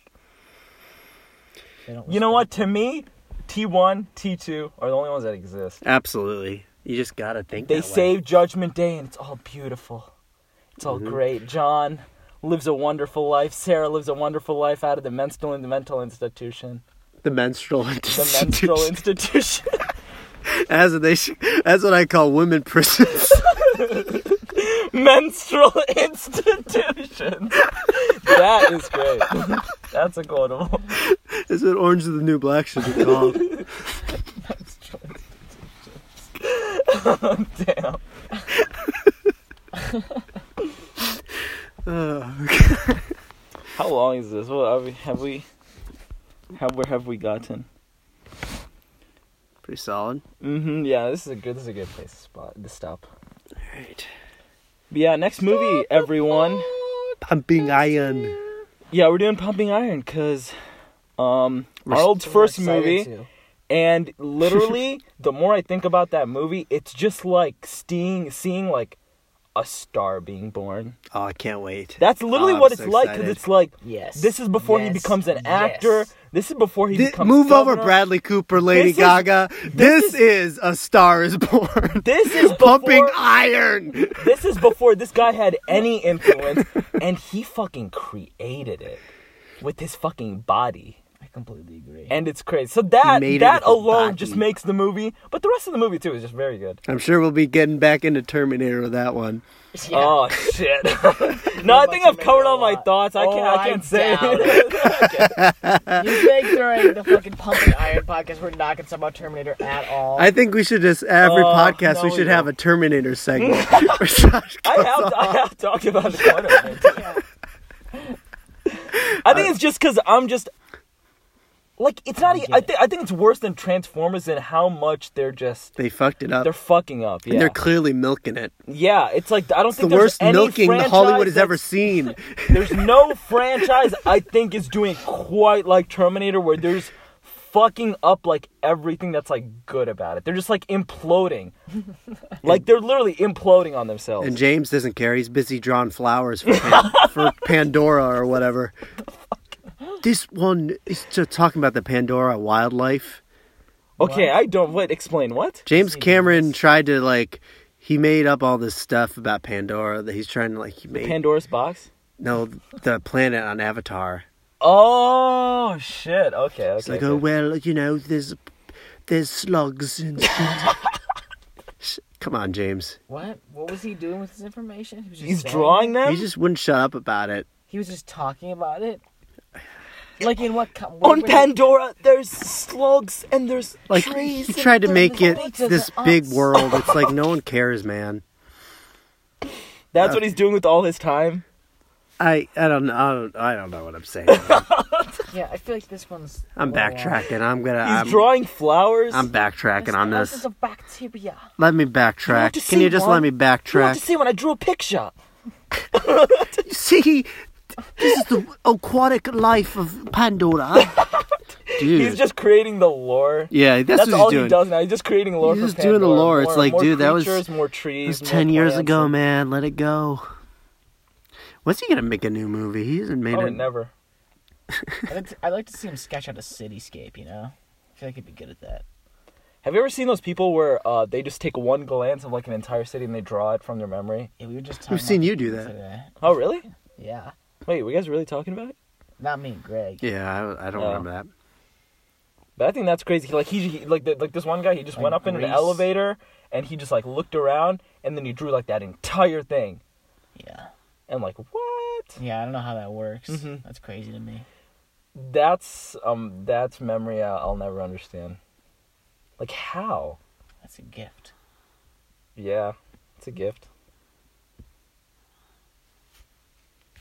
Speaker 1: They don't
Speaker 3: You know what? To me, T1, T2 are the only ones that exist.
Speaker 2: Absolutely. You just gotta think.
Speaker 3: They
Speaker 2: that way.
Speaker 3: save Judgment Day and it's all beautiful. It's all great. John lives a wonderful life. Sarah lives a wonderful life out of the menstrual the mental institution.
Speaker 2: the menstrual
Speaker 3: The menstrual
Speaker 2: institution.
Speaker 3: institution.
Speaker 2: As they sh- that's what I call women prisons.
Speaker 3: menstrual institution. that is great. That's a good one.
Speaker 2: that's what Orange is the New Black should be called. Oh,
Speaker 3: Damn.
Speaker 2: Uh,
Speaker 3: How long is this? What are we, have we? How where have we gotten?
Speaker 2: pretty solid.
Speaker 3: Mm-hmm. Yeah, this is a good. This is a good place to spot to stop.
Speaker 2: Alright.
Speaker 3: But yeah, next movie, everyone.
Speaker 2: Pumping iron.
Speaker 3: Yeah, we're doing Pumping Iron because um,
Speaker 2: We're
Speaker 3: Arnold's
Speaker 1: I'm
Speaker 3: first
Speaker 1: excited
Speaker 3: movie.
Speaker 1: too.
Speaker 3: And literally, the more I think about that movie, it's just like seeing seeing like a star being born.
Speaker 2: Oh, I can't wait.
Speaker 3: That's literally
Speaker 2: Oh, I'm
Speaker 3: what it's
Speaker 2: so
Speaker 3: like because
Speaker 2: excited.
Speaker 3: it's like
Speaker 1: Yes.
Speaker 3: this is before he
Speaker 1: Yes.
Speaker 3: becomes an
Speaker 1: Yes.
Speaker 3: actor. This is before he
Speaker 2: Thi-
Speaker 3: becomes
Speaker 2: move over,
Speaker 3: governor.
Speaker 2: Bradley Cooper, Lady
Speaker 3: This is-
Speaker 2: Gaga. This, is, a Star Is Born.
Speaker 3: This is before,
Speaker 2: Pumping iron.
Speaker 3: This is before this guy had any influence, and he fucking created it with his fucking body.
Speaker 1: I completely agree.
Speaker 3: And it's crazy. So that
Speaker 2: made it
Speaker 3: that
Speaker 2: with his
Speaker 3: alone
Speaker 2: body.
Speaker 3: just makes the movie, but the rest of the movie too is just very good.
Speaker 2: I'm sure we'll be getting back into Terminator with that one.
Speaker 1: Yeah.
Speaker 3: Oh shit! no, I think I've covered all my thoughts. I
Speaker 1: Oh,
Speaker 3: can't. I
Speaker 1: I
Speaker 3: can't say.
Speaker 1: doubt
Speaker 3: uh,
Speaker 1: You think during the fucking Pumping Iron podcast we're not gonna talk about Terminator at all?
Speaker 2: I think we should just every
Speaker 3: Oh,
Speaker 2: podcast we
Speaker 3: no,
Speaker 2: should
Speaker 3: we
Speaker 2: have a Terminator segment. Where Josh
Speaker 3: I
Speaker 2: goes
Speaker 3: have.
Speaker 2: off.
Speaker 3: I have talked about the tournament.
Speaker 1: Yeah.
Speaker 3: I
Speaker 2: Uh,
Speaker 3: think it's just because I'm just like it's not. e- I think I think it's worse than Transformers in how much they're just
Speaker 2: they fucked it up.
Speaker 3: they're fucking up. Yeah,
Speaker 2: And they're clearly milking it.
Speaker 3: yeah. It's like I don't
Speaker 2: The
Speaker 3: think there's
Speaker 2: worst
Speaker 3: any
Speaker 2: milking
Speaker 3: franchise
Speaker 2: Hollywood has ever
Speaker 3: that's-
Speaker 2: seen.
Speaker 3: There's no franchise I think is doing quite like Terminator where there's fucking up like everything that's like good about it. They're just like imploding. like they're literally imploding on
Speaker 1: Oh.
Speaker 3: themselves.
Speaker 2: And James doesn't care. He's busy drawing flowers for, Pan- for Pandora or whatever. This one is just talking about the Pandora wildlife.
Speaker 3: okay, I don't what explain what?
Speaker 2: James Cameron tried to like he made up all this stuff about Pandora that he's trying to like he made
Speaker 3: Pandora's box?
Speaker 2: no the planet on Avatar.
Speaker 3: Oh shit. Okay, okay.
Speaker 2: It's like,
Speaker 3: okay.
Speaker 2: oh well, you know, there's there's slugs and shit. Sh- Come on, James.
Speaker 1: What? What was he doing with this information? He was just
Speaker 3: He's
Speaker 1: saying
Speaker 3: drawing
Speaker 1: it?
Speaker 3: them?
Speaker 2: He just wouldn't shut up about it.
Speaker 1: He was just talking about it. Like in what? Com-
Speaker 3: on
Speaker 1: where-
Speaker 3: Pandora, there's slugs and there's
Speaker 2: Like
Speaker 3: trees.
Speaker 2: he tried to
Speaker 1: and
Speaker 2: make it
Speaker 1: things
Speaker 2: this
Speaker 1: and
Speaker 2: big
Speaker 1: us.
Speaker 2: world. It's like no one cares, man.
Speaker 3: That's what he's doing with all his time.
Speaker 2: I I don't know. I don't, I don't know what I'm saying. man.
Speaker 1: Yeah, I feel like this one's.
Speaker 2: I'm backtracking. I'm gonna.
Speaker 3: He's
Speaker 2: I'm,
Speaker 3: drawing flowers.
Speaker 2: I'm backtracking on
Speaker 1: This
Speaker 2: this.
Speaker 1: is a bacteria.
Speaker 2: Let me
Speaker 3: have
Speaker 2: backtrack.
Speaker 3: to
Speaker 2: Can
Speaker 3: say
Speaker 2: you just
Speaker 3: one.
Speaker 2: let me
Speaker 3: you know what to
Speaker 2: backtrack?
Speaker 3: say when I drew a picture.
Speaker 2: See, this is the aquatic life of Pandora. Dude.
Speaker 3: He's just creating the lore.
Speaker 2: yeah,
Speaker 3: That's,
Speaker 2: that's, what he's
Speaker 3: all
Speaker 2: doing.
Speaker 3: he does now. He's just creating lore.
Speaker 2: He's
Speaker 3: for
Speaker 2: just doing the
Speaker 3: Pandora.
Speaker 2: lore. It's
Speaker 3: More-
Speaker 2: like,
Speaker 3: more
Speaker 2: dude, that was-
Speaker 3: creatures, more trees.
Speaker 2: It was
Speaker 3: more
Speaker 2: 10 years
Speaker 3: plants.
Speaker 2: ago, man. Let it go. When's he gonna make a new movie? He hasn't made
Speaker 3: Probably
Speaker 2: it.
Speaker 3: Oh, never.
Speaker 1: I'd like, to, I'd like to see him sketch out a cityscape. You know, I feel like he'd be good at that.
Speaker 3: Have you ever seen those people where uh, they just take one glance of like an entire city and they draw it from their memory?
Speaker 1: Yeah, we were just.
Speaker 2: We've
Speaker 1: talking
Speaker 2: seen
Speaker 1: about
Speaker 2: you do that.
Speaker 1: today.
Speaker 3: Oh, really?
Speaker 1: Yeah,
Speaker 3: Wait, were you guys really talking about it?
Speaker 1: not me, and Greg.
Speaker 2: Yeah, I, I don't
Speaker 3: Yeah.
Speaker 2: remember that.
Speaker 3: But I think that's crazy. He, like he, he like the, like this one guy, he just
Speaker 1: Like
Speaker 3: went up in an
Speaker 1: Grease.
Speaker 3: elevator and he just like looked around and then he drew like that entire thing.
Speaker 1: Yeah.
Speaker 3: And like what?
Speaker 1: Yeah, I don't know how that works.
Speaker 3: Mhm.
Speaker 1: That's crazy to me.
Speaker 3: That's um that's memory I- I'll never understand. Like how?
Speaker 1: That's a gift.
Speaker 3: Yeah, it's a gift.